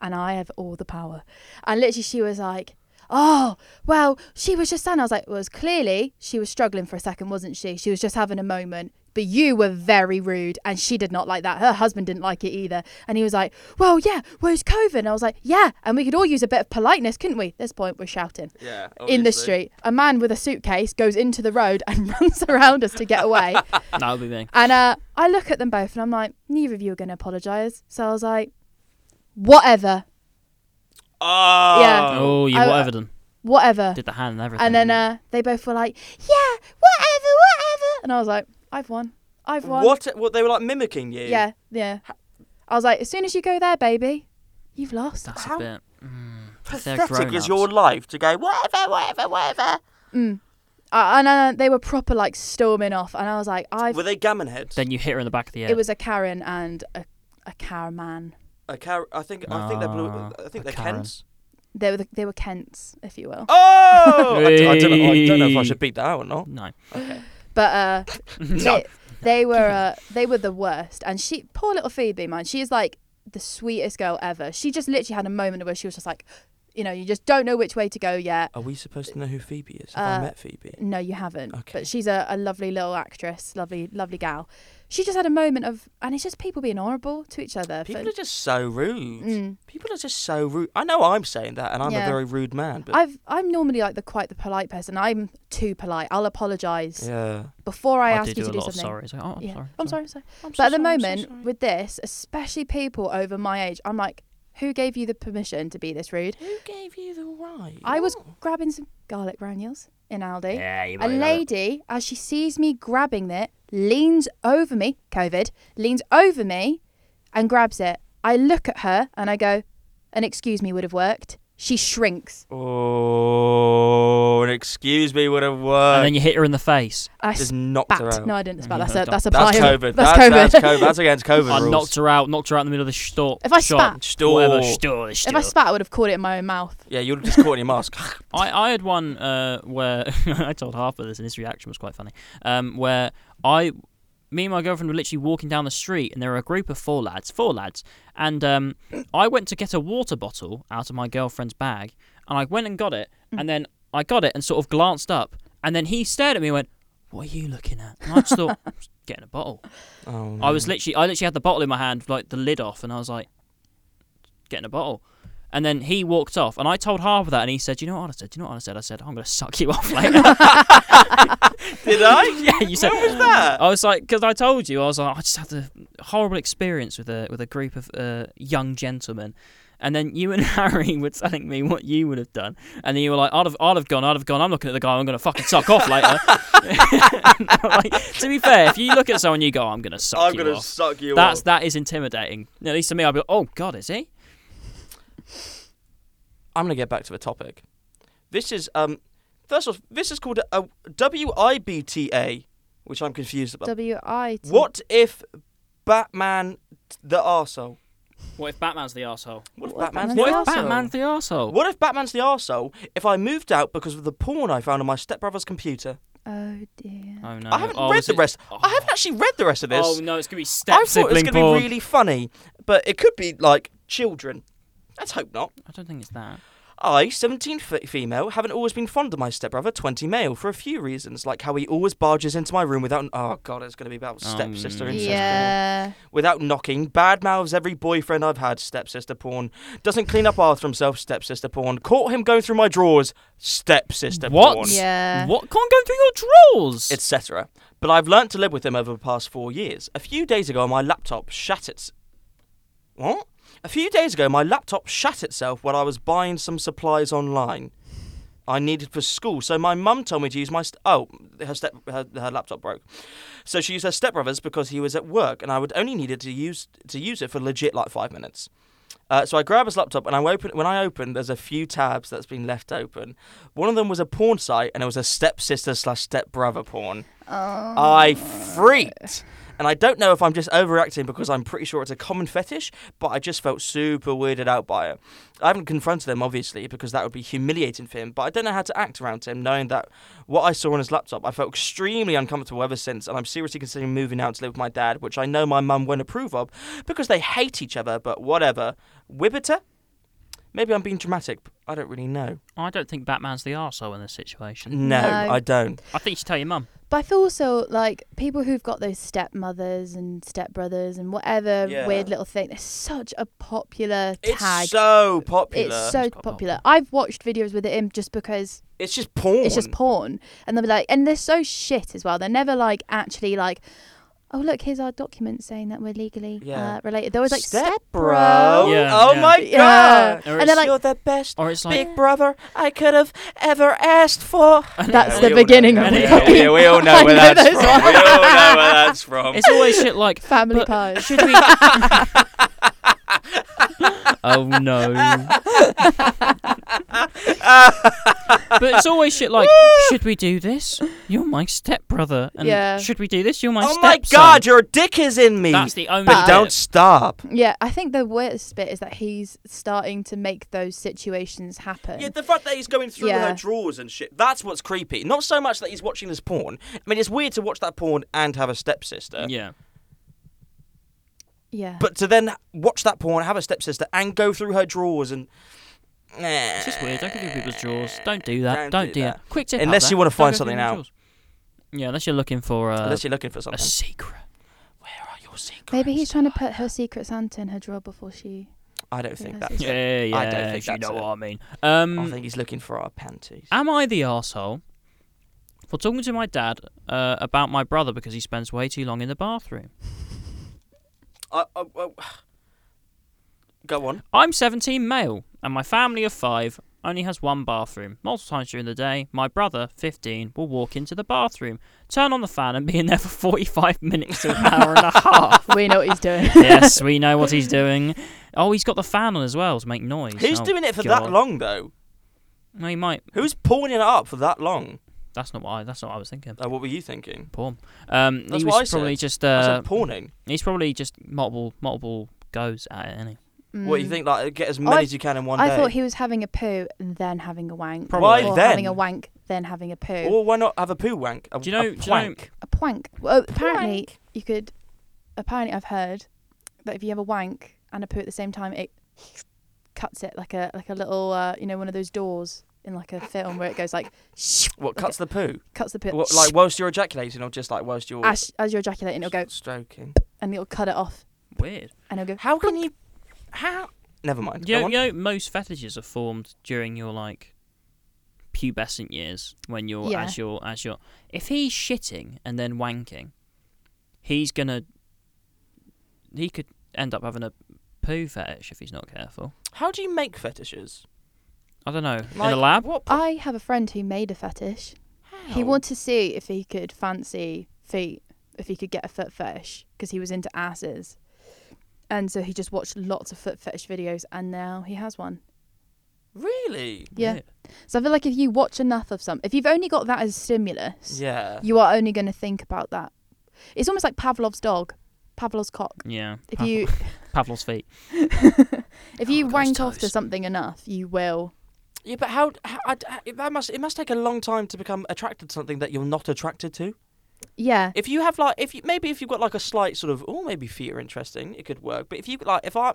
Speaker 3: And I have all the power. And literally, she was like, oh, well, she was just saying, I was like, well, it's clearly she was struggling for a second, wasn't she? She was just having a moment. But you were very rude, and she did not like that. Her husband didn't like it either. And he was like, Well, yeah, well, it's COVID. And I was like, Yeah. And we could all use a bit of politeness, couldn't we? At this point, we're shouting
Speaker 1: yeah,
Speaker 3: in the
Speaker 1: obviously.
Speaker 3: street. A man with a suitcase goes into the road and runs around us to get away.
Speaker 2: That would be me.
Speaker 3: And uh, I look at them both and I'm like, neither of you are going to apologise. So I was like, whatever,
Speaker 1: Oh.
Speaker 2: Oh, you
Speaker 3: I-
Speaker 2: whatever done.
Speaker 3: whatever.
Speaker 2: Did the hand and everything.
Speaker 3: And then uh, they both were like, yeah, whatever, whatever. And I was like, I've won. I've won.
Speaker 1: What? What? They were like mimicking you.
Speaker 3: Yeah, yeah. I was like, as soon as you go there, baby, you've lost.
Speaker 2: That's
Speaker 1: How
Speaker 2: a bit. Mm, if they're
Speaker 1: Pathetic
Speaker 2: grown-ups.
Speaker 1: is your life to go whatever, whatever, whatever.
Speaker 3: Mm. Uh, and uh, they were proper like storming off. And I was like, I've.
Speaker 1: Were they gammon heads?
Speaker 2: Then you hit her in the back of the head.
Speaker 3: It was a Karen and a, a Caraman.
Speaker 1: a car- I think. I think they're blue.
Speaker 2: Ah,
Speaker 1: I think
Speaker 2: a
Speaker 1: they're
Speaker 2: Karen.
Speaker 1: Kents.
Speaker 3: They were, the, they were Kents, if you will.
Speaker 1: Oh! I, d- I don't know, I don't know if I
Speaker 2: Hey.
Speaker 1: should beat that out or not.
Speaker 2: No.
Speaker 3: But uh,
Speaker 2: no.
Speaker 3: They, they were uh, they were the worst, and she poor little Phoebe, man. She is like the sweetest girl ever. She just literally had a moment where she was just like, you know, you just don't know which way to go yet.
Speaker 1: Are we supposed to know who Phoebe is?
Speaker 3: Have
Speaker 1: Have
Speaker 3: I Uh,
Speaker 1: I
Speaker 3: met
Speaker 1: met Phoebe?
Speaker 3: No, you haven't.
Speaker 1: Okay.
Speaker 3: But she's a, a lovely little actress, lovely lovely gal. She just had a moment of, and it's just people being horrible to each other.
Speaker 1: People
Speaker 3: but,
Speaker 1: are just so rude.
Speaker 3: Mm.
Speaker 1: People are just so rude. I know I'm saying that, and I'm
Speaker 3: Yeah.
Speaker 1: a very rude man, but
Speaker 3: I've I'm normally like the quite the polite person. I'm too polite. I'll apologise
Speaker 1: yeah.
Speaker 3: before
Speaker 2: I,
Speaker 3: I, ask
Speaker 2: Oh, did do
Speaker 3: you to
Speaker 2: a
Speaker 3: do
Speaker 2: lot of
Speaker 3: something.
Speaker 2: sorries. Like, oh, I'm
Speaker 3: Yeah.
Speaker 2: sorry.
Speaker 3: I'm sorry, sorry. but at the moment, with this, especially people over my age, I'm like, who gave you the permission to be this rude?
Speaker 1: Who gave you the right?
Speaker 3: I was
Speaker 1: Oh.
Speaker 3: grabbing some garlic granules in Aldi.
Speaker 2: Yeah, you
Speaker 3: A lady, as she sees me grabbing it, leans over me, COVID, leans over me and grabs it. I look at her and I go, an excuse me would have worked. She shrinks.
Speaker 1: Oh, an excuse me would have worked.
Speaker 2: And then you hit her in the face.
Speaker 3: I
Speaker 1: just knocked her
Speaker 3: spat.
Speaker 1: out.
Speaker 3: No, I didn't spat.
Speaker 2: You
Speaker 3: That's a,
Speaker 2: knocked her
Speaker 3: that's
Speaker 1: that's
Speaker 3: a bio.
Speaker 1: COVID.
Speaker 3: That's
Speaker 1: that's,
Speaker 3: COVID.
Speaker 1: That's COVID. That's against COVID
Speaker 2: I
Speaker 1: rules.
Speaker 2: knocked her out. Knocked her out in the middle of the store.
Speaker 3: If I
Speaker 2: shop,
Speaker 3: spat-
Speaker 2: store, whatever,
Speaker 1: Store.
Speaker 2: store, store.
Speaker 3: If I spat, I would have caught it in my own mouth.
Speaker 1: Yeah, you would have just caught in your mask.
Speaker 2: I, I had one uh, where I told Harper this, and his reaction was quite funny. Um, where I, me and my girlfriend were literally walking down the street, and there were a group of four lads, four lads, and um, I went to get a water bottle out of my girlfriend's bag, and I went and got it, and then I got it and sort of glanced up, and then he stared at me and went, "What are you looking at?" And I just thought, "I'm just getting a bottle.
Speaker 1: Oh,
Speaker 2: I was literally, I literally had the bottle in my hand, like the lid off, and I was like, getting a bottle. And then he walked off, and I told Harper that, and he said, "You know what I said? You know what I said? I said I'm gonna suck you off later."
Speaker 1: Did I?
Speaker 2: yeah, you said.
Speaker 1: What was that?
Speaker 2: I was like, because I told you, I was like, I just had a horrible experience with a with a group of uh, young gentlemen, and then you and Harry were telling me what you would have done, and then you were like, I'd have, I'd have gone, I'd have gone. I'm looking at the guy, I'm gonna fucking suck off later. And I'm like, to be fair, if you look at someone, you go, I'm gonna suck
Speaker 1: I'm
Speaker 2: you
Speaker 1: gonna
Speaker 2: off.
Speaker 1: suck you
Speaker 2: That's
Speaker 1: off.
Speaker 2: that is intimidating. At least to me, I'd be like, oh god, is he?
Speaker 1: I'm gonna get back to the topic. This is um, first off, this is called a WIBTA, which I'm confused about.
Speaker 3: W I. T-
Speaker 1: What if Batman t- the arsehole?
Speaker 2: What if Batman's the asshole?
Speaker 1: What if
Speaker 3: What if
Speaker 1: Batman's
Speaker 3: Batman's
Speaker 1: the
Speaker 2: What
Speaker 3: the
Speaker 2: if
Speaker 1: arsehole?
Speaker 2: Batman's the asshole?
Speaker 1: What if Batman's the arsehole if I moved out because of the porn I found on my stepbrother's computer?
Speaker 3: oh dear.
Speaker 2: Oh no!
Speaker 1: I haven't
Speaker 2: Oh,
Speaker 1: read
Speaker 2: is
Speaker 1: the
Speaker 2: it-
Speaker 1: rest. I
Speaker 2: Oh.
Speaker 1: haven't actually read the rest of this.
Speaker 2: Oh no, it's gonna be step
Speaker 1: I thought it was
Speaker 2: sibling
Speaker 1: going to
Speaker 2: porn.
Speaker 1: be really funny, but it could be like children. Let's hope not.
Speaker 2: I don't think it's that.
Speaker 1: I, 17 f- female, haven't always been fond of my stepbrother, 20 male, for a few reasons, like how he always barges into my room without. Oh god, it's going to be about stepsister
Speaker 2: Um,
Speaker 1: incest porn.
Speaker 3: Yeah.
Speaker 1: without knocking, bad mouths every boyfriend I've had, stepsister porn. Doesn't clean up after himself, stepsister porn. Caught him going through my drawers, stepsister
Speaker 2: What?
Speaker 1: porn.
Speaker 3: Yeah.
Speaker 2: What can't go through your drawers?
Speaker 1: Etc. but I've learnt to live with them over the past four years. A few days ago, my laptop shat its. What? A few days ago, my laptop shat itself when I was buying some supplies online. I needed for school, so my mum told me to use my st- oh her step her, her laptop broke, so she used her stepbrother's because he was at work, and I would only needed to use to use it for legit like five minutes. Uh, so I grab his laptop and I open. When I open, there's a few tabs that's been left open. One of them was a porn site, and it was a stepsister slash stepbrother porn. I freaked. And I don't know if I'm just overacting because I'm pretty sure it's a common fetish, but I just felt super weirded out by it. I haven't confronted him, obviously, because that would be humiliating for him, but I don't know how to act around him, knowing that what I saw on his laptop, I felt extremely uncomfortable ever since, and I'm seriously considering moving out to live with my dad, which I know my mum won't approve of because they hate each other, but whatever. Whibbiter? Maybe I'm being dramatic, but I don't really know.
Speaker 2: I don't think Batman's the arsehole in this situation.
Speaker 1: No,
Speaker 3: No.
Speaker 1: I don't.
Speaker 2: I think you should tell your mum.
Speaker 3: But I feel also like people who've got those stepmothers and stepbrothers and whatever
Speaker 1: Yeah.
Speaker 3: weird little thing, it's such a popular tag.
Speaker 1: It's so popular.
Speaker 3: it's so
Speaker 2: It's quite
Speaker 3: popular. I've watched videos with it in just because
Speaker 1: It's just porn.
Speaker 3: it's just porn. And they'll be like, and they're so shit as well. They're never like actually like, oh, look, here's our document saying that we're legally
Speaker 1: Yeah.
Speaker 3: uh, related. They're always like,
Speaker 1: Step
Speaker 3: step
Speaker 1: bro.
Speaker 3: bro.
Speaker 2: Yeah,
Speaker 1: oh
Speaker 2: yeah.
Speaker 1: my
Speaker 3: Yeah.
Speaker 1: god.
Speaker 2: Or
Speaker 3: And they're
Speaker 2: it's-
Speaker 3: like,
Speaker 1: You're the best
Speaker 2: Or it's like
Speaker 1: big brother I could have ever asked for. Yeah,
Speaker 3: That's the
Speaker 1: we all
Speaker 3: beginning
Speaker 1: know.
Speaker 3: of
Speaker 2: it.
Speaker 1: yeah,
Speaker 2: Yeah,
Speaker 1: yeah, we all know
Speaker 3: I
Speaker 1: where
Speaker 3: know
Speaker 1: that's
Speaker 3: those
Speaker 1: from. We all know where that's from.
Speaker 2: it's always shit like
Speaker 3: family
Speaker 2: But-
Speaker 3: pies.
Speaker 2: should we Oh no. but it's always shit like should we do this? You're my stepbrother. And
Speaker 3: Yeah.
Speaker 2: should we do this? You're my
Speaker 1: oh
Speaker 2: stepson.
Speaker 1: my god, your dick is in me.
Speaker 2: That's the only
Speaker 1: but
Speaker 2: bit.
Speaker 1: don't stop.
Speaker 3: Yeah, I think the worst bit is that he's starting to make those situations happen.
Speaker 1: Yeah, the fact that he's going through
Speaker 3: Yeah.
Speaker 1: her drawers and shit, that's what's creepy. Not so much that he's watching this porn. I mean, it's weird to watch that porn and have a stepsister.
Speaker 2: Yeah.
Speaker 3: yeah.
Speaker 1: But to then watch that porn, have a stepsister, and go through her drawers and. Eh,
Speaker 2: It's just weird. Don't go through people's drawers. Don't do that.
Speaker 1: Don't
Speaker 2: Don't,
Speaker 1: do
Speaker 2: do,
Speaker 1: that.
Speaker 2: that. Quick tip. out
Speaker 1: Unless
Speaker 2: there.
Speaker 1: you wanna
Speaker 2: Don't
Speaker 1: find
Speaker 2: go through
Speaker 1: something
Speaker 2: people's
Speaker 1: out.
Speaker 2: drawers. Yeah, unless you're looking for uh,
Speaker 1: Unless you're looking for
Speaker 2: a
Speaker 1: something.
Speaker 2: secret.
Speaker 1: Where are your secrets?
Speaker 3: Maybe he's trying to put her secret Santa in her drawer before she.
Speaker 1: I don't think
Speaker 3: Yeah,
Speaker 1: that's. it.
Speaker 2: Yeah, yeah.
Speaker 1: I don't think
Speaker 2: if you
Speaker 1: that's
Speaker 2: know
Speaker 1: it.
Speaker 2: what I mean.
Speaker 1: I
Speaker 2: Um, Ah.
Speaker 1: think he's looking for our panties.
Speaker 2: am I the asshole for talking to my dad uh, about my brother because he spends way too long in the bathroom?
Speaker 1: I, I, I- go on.
Speaker 2: I'm 17 male, and my family of five only has one bathroom. Multiple times during the day, my brother, 15, will walk into the bathroom, turn on the fan, and be in there for 45 minutes to an hour and a half.
Speaker 3: we know what he's doing.
Speaker 2: yes, we know what he's doing. Oh, he's got the fan on as well to make noise.
Speaker 1: Who's
Speaker 2: Oh,
Speaker 1: doing it for that
Speaker 2: God.
Speaker 1: long though?
Speaker 2: No, he might.
Speaker 1: Who's pulling it up for that long?
Speaker 2: That's not what I. That's not what I was thinking.
Speaker 1: Uh, what were you thinking?
Speaker 2: Porn. Um,
Speaker 1: That's
Speaker 2: he
Speaker 1: what
Speaker 2: was
Speaker 1: I said.
Speaker 2: probably just.
Speaker 1: I
Speaker 2: Uh,
Speaker 1: said porning.
Speaker 2: He's probably just multiple multiple goes at it, isn't he?
Speaker 1: What you
Speaker 3: Mm.
Speaker 1: think? Like get as many
Speaker 3: I-
Speaker 1: as you can in one
Speaker 3: I
Speaker 1: day.
Speaker 3: thought he was having a poo and then having a wank.
Speaker 1: Why
Speaker 3: or
Speaker 1: then?
Speaker 3: having a wank, then having a poo.
Speaker 1: or why not have a poo wank? A,
Speaker 2: Do you know-
Speaker 1: a
Speaker 2: do you know-
Speaker 1: plank?
Speaker 3: A plank. Well, apparently, you could. Apparently, I've heard that if you have a wank and a poo at the same time, it cuts it like a like a little uh, you know one of those doors in like a film where it goes like
Speaker 1: What
Speaker 3: Okay.
Speaker 1: cuts the poo?
Speaker 3: cuts the poo
Speaker 1: What, like whilst you're ejaculating, or just like whilst you're
Speaker 3: as, as you're ejaculating, it'll go
Speaker 1: stroking?
Speaker 3: and it'll cut it off
Speaker 2: Weird.
Speaker 3: and it'll go.
Speaker 1: How can you? How? Never mind.
Speaker 2: You
Speaker 1: Go
Speaker 2: know,
Speaker 1: on.
Speaker 2: you know, most fetishes are formed during your like pubescent years when you're
Speaker 3: Yeah.
Speaker 2: as you're as you're. If he's shitting and then wanking, he's gonna. He could end up having a poo fetish if he's not careful.
Speaker 1: How do you make fetishes?
Speaker 2: I don't know.
Speaker 1: Like,
Speaker 2: In a lab.
Speaker 1: What?
Speaker 3: I have a friend who made a fetish. Uh, He
Speaker 1: How?
Speaker 3: wanted to see if he could fancy feet, if he could get a foot fetish, because he was into asses. And so he just watched lots of foot fetish videos, and now he has one.
Speaker 1: Really?
Speaker 3: Yeah.
Speaker 2: Weird.
Speaker 3: So I feel like if you watch enough of some, if you've only got that as stimulus,
Speaker 1: Yeah.
Speaker 3: you are only going to think about that. It's almost like Pavlov's dog, Pavlov's cock.
Speaker 2: Yeah.
Speaker 3: If
Speaker 2: Pav-
Speaker 3: you
Speaker 2: Pavlov's feet.
Speaker 3: if you
Speaker 1: Oh, gosh,
Speaker 3: wank off to
Speaker 1: toast.
Speaker 3: something enough, you will.
Speaker 1: Yeah, but how? how I, I- it- that must it must take a long time to become attracted to something that you're not attracted to.
Speaker 3: Yeah.
Speaker 1: If you have like, if you maybe if you've got like a slight sort of, oh, maybe feet are interesting, it could work. But if you like, if I,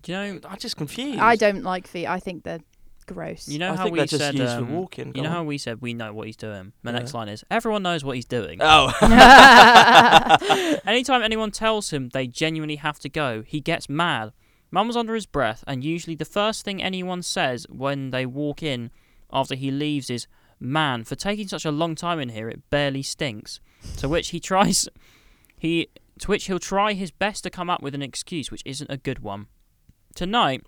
Speaker 2: Do you know?
Speaker 1: I'm just confused.
Speaker 3: I don't like feet. I think they're gross.
Speaker 2: You know
Speaker 1: I
Speaker 2: how
Speaker 1: think
Speaker 2: we
Speaker 1: they're just
Speaker 2: said.
Speaker 1: used for
Speaker 2: um,
Speaker 1: walking.
Speaker 2: you
Speaker 1: Go
Speaker 2: know how
Speaker 1: on.
Speaker 2: we said we know what he's doing. My
Speaker 1: Yeah.
Speaker 2: next line is everyone knows what he's doing.
Speaker 1: Oh,
Speaker 2: Anytime anyone tells him they genuinely have to go, he gets mad. Mum's under his breath, and usually the first thing anyone says when they walk in after he leaves is, Man, for taking such a long time in here, it barely stinks. To which he tries, he to which he'll try his best to come up with an excuse, which isn't a good one. Tonight,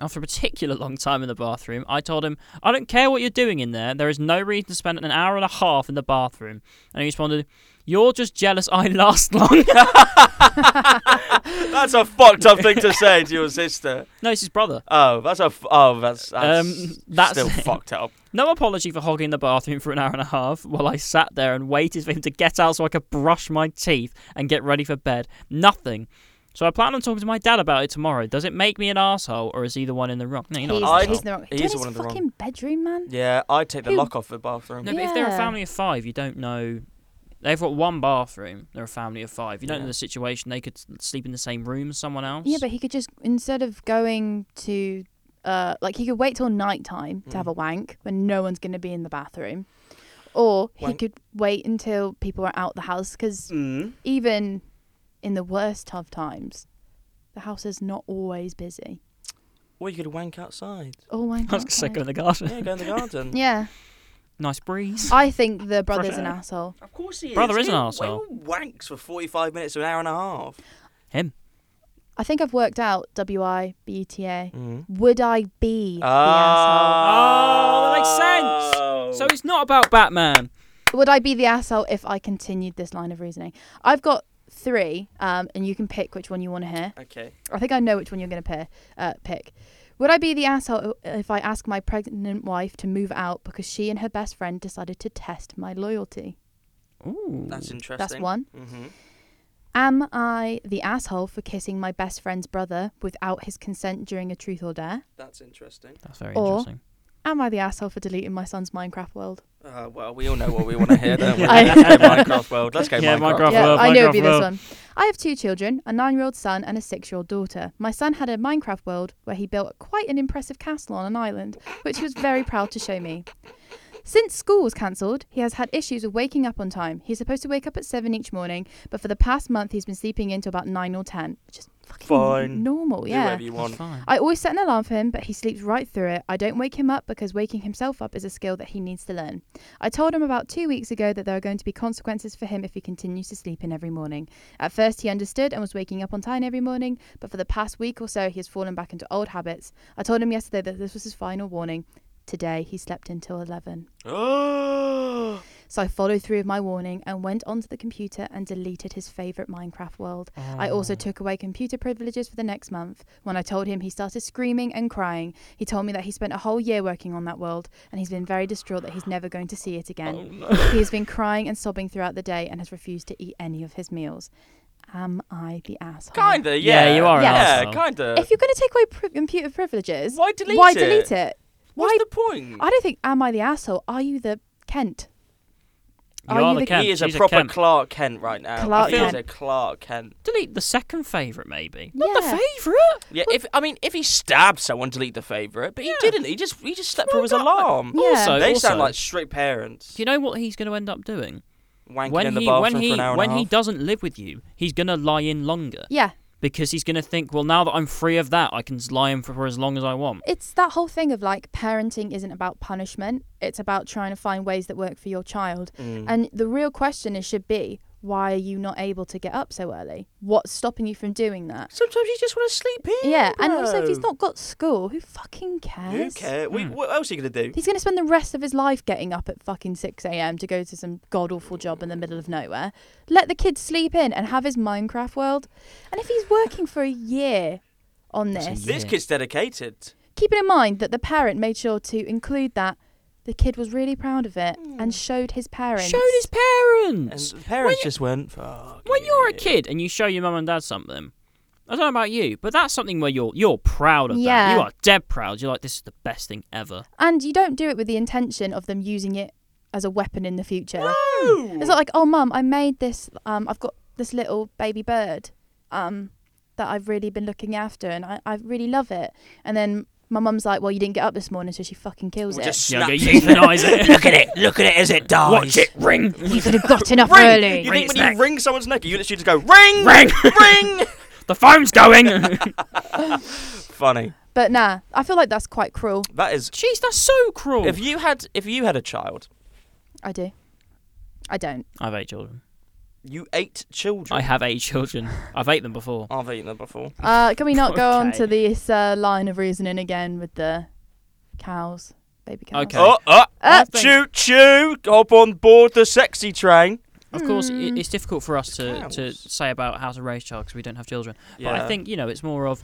Speaker 2: after a particular long time in the bathroom, I told him, "I don't care what you're doing in there. There is no reason to spend an hour and a half in the bathroom." And he responded, "You're just jealous I last long."
Speaker 1: That's a fucked up thing to say to your sister.
Speaker 2: no, it's his brother.
Speaker 1: Oh, that's a f- oh, that's that's,
Speaker 2: Um, that's-
Speaker 1: still fucked up.
Speaker 2: No apology for hogging the bathroom for an hour and a half while I sat there and waited for him to get out so I could brush my teeth and get ready for bed. Nothing. So I plan on talking to my dad about it tomorrow. Does it make me an asshole or is he the one in the wrong? No, you're
Speaker 3: he's,
Speaker 2: not. an
Speaker 1: I-
Speaker 3: he's
Speaker 2: asshole.
Speaker 3: the wrong.
Speaker 1: He
Speaker 3: Don't
Speaker 1: is
Speaker 3: his
Speaker 1: one of the wrong-
Speaker 3: fucking bedroom, man.
Speaker 1: Yeah, I take the
Speaker 3: Who-
Speaker 1: lock off the bathroom.
Speaker 2: No, but if they're a
Speaker 3: Yeah.
Speaker 2: family of five, you don't know. They've got one bathroom. They're a family of five. You don't
Speaker 1: Yeah.
Speaker 2: know the situation. They could s- sleep in the same room as someone else.
Speaker 3: Yeah, but he could just instead of going to, uh, like he could wait till night time to have
Speaker 1: Mm.
Speaker 3: a wank when no one's gonna be in the bathroom, or he
Speaker 1: Wank.
Speaker 3: could wait until people are out the house because
Speaker 1: Mm.
Speaker 3: even in the worst of times, the house is not always busy.
Speaker 1: Or you could wank outside.
Speaker 3: Oh my
Speaker 2: I was
Speaker 3: god.
Speaker 2: gonna say go in the garden.
Speaker 1: Yeah, go in the garden.
Speaker 3: Yeah,
Speaker 2: Nice breeze.
Speaker 3: I think the brother's an
Speaker 1: air.
Speaker 3: asshole.
Speaker 1: Of course he is.
Speaker 2: Brother is an
Speaker 1: Who-
Speaker 2: arsehole.
Speaker 1: Who wanks for 45 minutes to an hour and a half?
Speaker 2: Him.
Speaker 3: I think I've worked out W I B E T A.
Speaker 1: Mm.
Speaker 3: Would I be
Speaker 1: Ah.
Speaker 2: Oh, that makes
Speaker 1: Oh.
Speaker 3: Oh.
Speaker 2: So it's not about Batman.
Speaker 3: the asshole? Would I be the asshole if I continued this line of reasoning? I've got three, um, and you can pick which one you want to hear.
Speaker 1: Okay.
Speaker 3: I think I know which one you're going to uh, pick. Would I be the asshole if I asked my pregnant wife to move out because she and her best friend decided to test my loyalty?
Speaker 2: Ooh.
Speaker 1: That's interesting.
Speaker 3: That's one.
Speaker 1: Mm-hmm.
Speaker 3: Am I the asshole for kissing my best friend's brother without his consent during a truth or dare?
Speaker 1: That's interesting.
Speaker 2: That's very
Speaker 3: Or-
Speaker 2: interesting.
Speaker 3: Am I the asshole for deleting my son's Minecraft world?
Speaker 1: Uh, well, we all know what we want to hear, don't we?
Speaker 3: I-
Speaker 1: Let's go Minecraft world. Let's go
Speaker 2: Yeah, Minecraft
Speaker 3: yeah,
Speaker 2: world,
Speaker 3: I knew it'd be
Speaker 2: Minecraft
Speaker 3: this
Speaker 2: world.
Speaker 3: one. I have two children, a nine-year-old son and a six-year-old daughter. My son had a Minecraft world where he built quite an impressive castle on an island, which he was very proud to show me. Since school was cancelled, he has had issues with waking up on time. He's supposed to wake up at seven each morning, but for the past month he's been sleeping in till about nine or ten, which is fucking
Speaker 1: Fine.
Speaker 3: normal.
Speaker 1: Do
Speaker 3: Yeah.
Speaker 1: whatever you
Speaker 2: That's
Speaker 1: want.
Speaker 2: fine.
Speaker 3: I always set an alarm for him, but he sleeps right through it. I don't wake him up because waking himself up is a skill that he needs to learn. I told him about two weeks ago that there are going to be consequences for him if he continues to sleep in every morning. At first, he understood and was waking up on time every morning, but for the past week or so, he has fallen back into old habits. I told him yesterday that this was his final warning. Today, he slept until 11.
Speaker 1: Oh,
Speaker 3: So I followed through with my warning and went onto the computer and deleted his favourite Minecraft world. I
Speaker 1: Ah.
Speaker 3: also took away computer privileges for the next month. When I told him, he started screaming and crying. He told me that he spent a whole year working on that world and he's been very distraught that he's never going to see it again.
Speaker 1: Oh,
Speaker 3: he has been crying and sobbing throughout the day and has refused to eat any of his meals. Am I the asshole?
Speaker 1: kinda, yeah.
Speaker 2: Yeah, you are
Speaker 3: an
Speaker 1: Yeah,
Speaker 2: arsehole.
Speaker 1: kinda.
Speaker 3: If you're going to take away pri- computer privileges,
Speaker 1: Why delete
Speaker 3: why
Speaker 1: it?
Speaker 3: delete it?
Speaker 1: What's
Speaker 3: Why?
Speaker 1: the point?
Speaker 3: I don't think, am I the asshole? Are you the Kent?
Speaker 2: You
Speaker 3: Are
Speaker 2: are
Speaker 3: you
Speaker 2: the
Speaker 3: the-
Speaker 2: Kent.
Speaker 1: he is a
Speaker 2: She's
Speaker 1: proper
Speaker 2: Kent.
Speaker 1: Clark Kent right now.
Speaker 3: Clark
Speaker 1: he is
Speaker 2: Kent.
Speaker 1: a Clark Kent.
Speaker 2: Delete the second favourite, maybe.
Speaker 3: Not
Speaker 2: The favourite?
Speaker 1: Yeah, if I mean, if he stabbed someone, delete the favorite, but he didn't. He just he just slept through his
Speaker 2: Well, that-
Speaker 1: alarm.
Speaker 3: Yeah.
Speaker 2: Also,
Speaker 1: They sound
Speaker 2: also,
Speaker 1: like strict parents.
Speaker 2: Do you know what he's going to end up doing?
Speaker 1: wanking
Speaker 2: when
Speaker 1: in the
Speaker 2: he
Speaker 1: bathroom
Speaker 2: when he
Speaker 1: for an hour
Speaker 2: when
Speaker 1: and a
Speaker 2: he
Speaker 1: half.
Speaker 2: doesn't live with you, he's going to lie in longer
Speaker 3: Yeah.
Speaker 2: because he's going to think, well, now that I'm free of that, I can s- lie in for, for as long as I want.
Speaker 3: it's that whole thing of like parenting isn't about punishment it's about trying to find ways that work for your child
Speaker 1: Mm.
Speaker 3: and the real question is should be why are you not able to get up so early what's stopping you from doing that
Speaker 1: Sometimes you just want to sleep in.
Speaker 3: yeah and also if he's
Speaker 1: bro.
Speaker 3: not got school who fucking cares
Speaker 1: Who cares? We,
Speaker 2: Hmm.
Speaker 1: What else are you gonna do?
Speaker 3: He's going to spend the rest of his life getting up at fucking 6 a.m. to go to some god awful job in the middle of nowhere. Let the kid sleep in and have his Minecraft world. And if he's working for a year on
Speaker 2: That's a
Speaker 3: this,
Speaker 2: year.
Speaker 1: This
Speaker 2: Yeah.
Speaker 1: kid's dedicated.
Speaker 3: keeping in mind that the parent made sure to include that the kid was really proud of it
Speaker 1: Mm.
Speaker 3: and showed his parents.
Speaker 2: Showed his
Speaker 1: And
Speaker 2: parents.
Speaker 1: the parents
Speaker 2: you-
Speaker 1: just went. Fuck
Speaker 2: when you're a
Speaker 1: yeah."
Speaker 2: kid and you show your mum and dad something, I don't know about you, but that's something where you're you're proud of that.
Speaker 3: Yeah.
Speaker 2: You are dead proud. You're like, this is the best thing ever.
Speaker 3: And you don't do it with the intention of them using it as a weapon in the future.
Speaker 1: No.
Speaker 3: It's not like, oh, mum, I made this. Um, I've got this little baby bird um, that I've really been looking after and I, I really love it. And then my mum's like, well, you didn't get up this morning, so she fucking kills
Speaker 1: We'll
Speaker 3: it.
Speaker 1: just
Speaker 2: You're
Speaker 1: snap
Speaker 2: going to
Speaker 1: it.
Speaker 2: euthanize it.
Speaker 1: Look at it. Look at it as it dies.
Speaker 2: Watch it ring.
Speaker 3: you could have gotten up
Speaker 1: Ring.
Speaker 3: early.
Speaker 1: You
Speaker 2: Ring
Speaker 1: think
Speaker 2: its
Speaker 1: when you
Speaker 2: neck.
Speaker 1: ring someone's neck, you literally just go ring,
Speaker 2: Ring.
Speaker 1: ring.
Speaker 2: The phone's going.
Speaker 1: Funny.
Speaker 3: But nah, I feel like that's quite cruel.
Speaker 1: That is.
Speaker 2: Jeez, that's so cruel.
Speaker 1: If you had, if you had a child,
Speaker 3: I do. I don't.
Speaker 2: I have eight children.
Speaker 1: you ate children.
Speaker 2: I have eight children. I've ate them before.
Speaker 1: I... have eaten them before.
Speaker 3: Uh, can we not go on
Speaker 2: Okay.
Speaker 3: to this uh, line of reasoning again with the cows, baby cows?
Speaker 2: Okay.
Speaker 1: Oh, oh,
Speaker 3: Uh,
Speaker 2: think-
Speaker 1: choo choo! Hop on board the sexy train.
Speaker 2: Of course, i
Speaker 3: Mm.
Speaker 2: it's difficult for us to, to
Speaker 1: Cows.
Speaker 2: say about how to raise child because we don't have children. But I think you know it's more of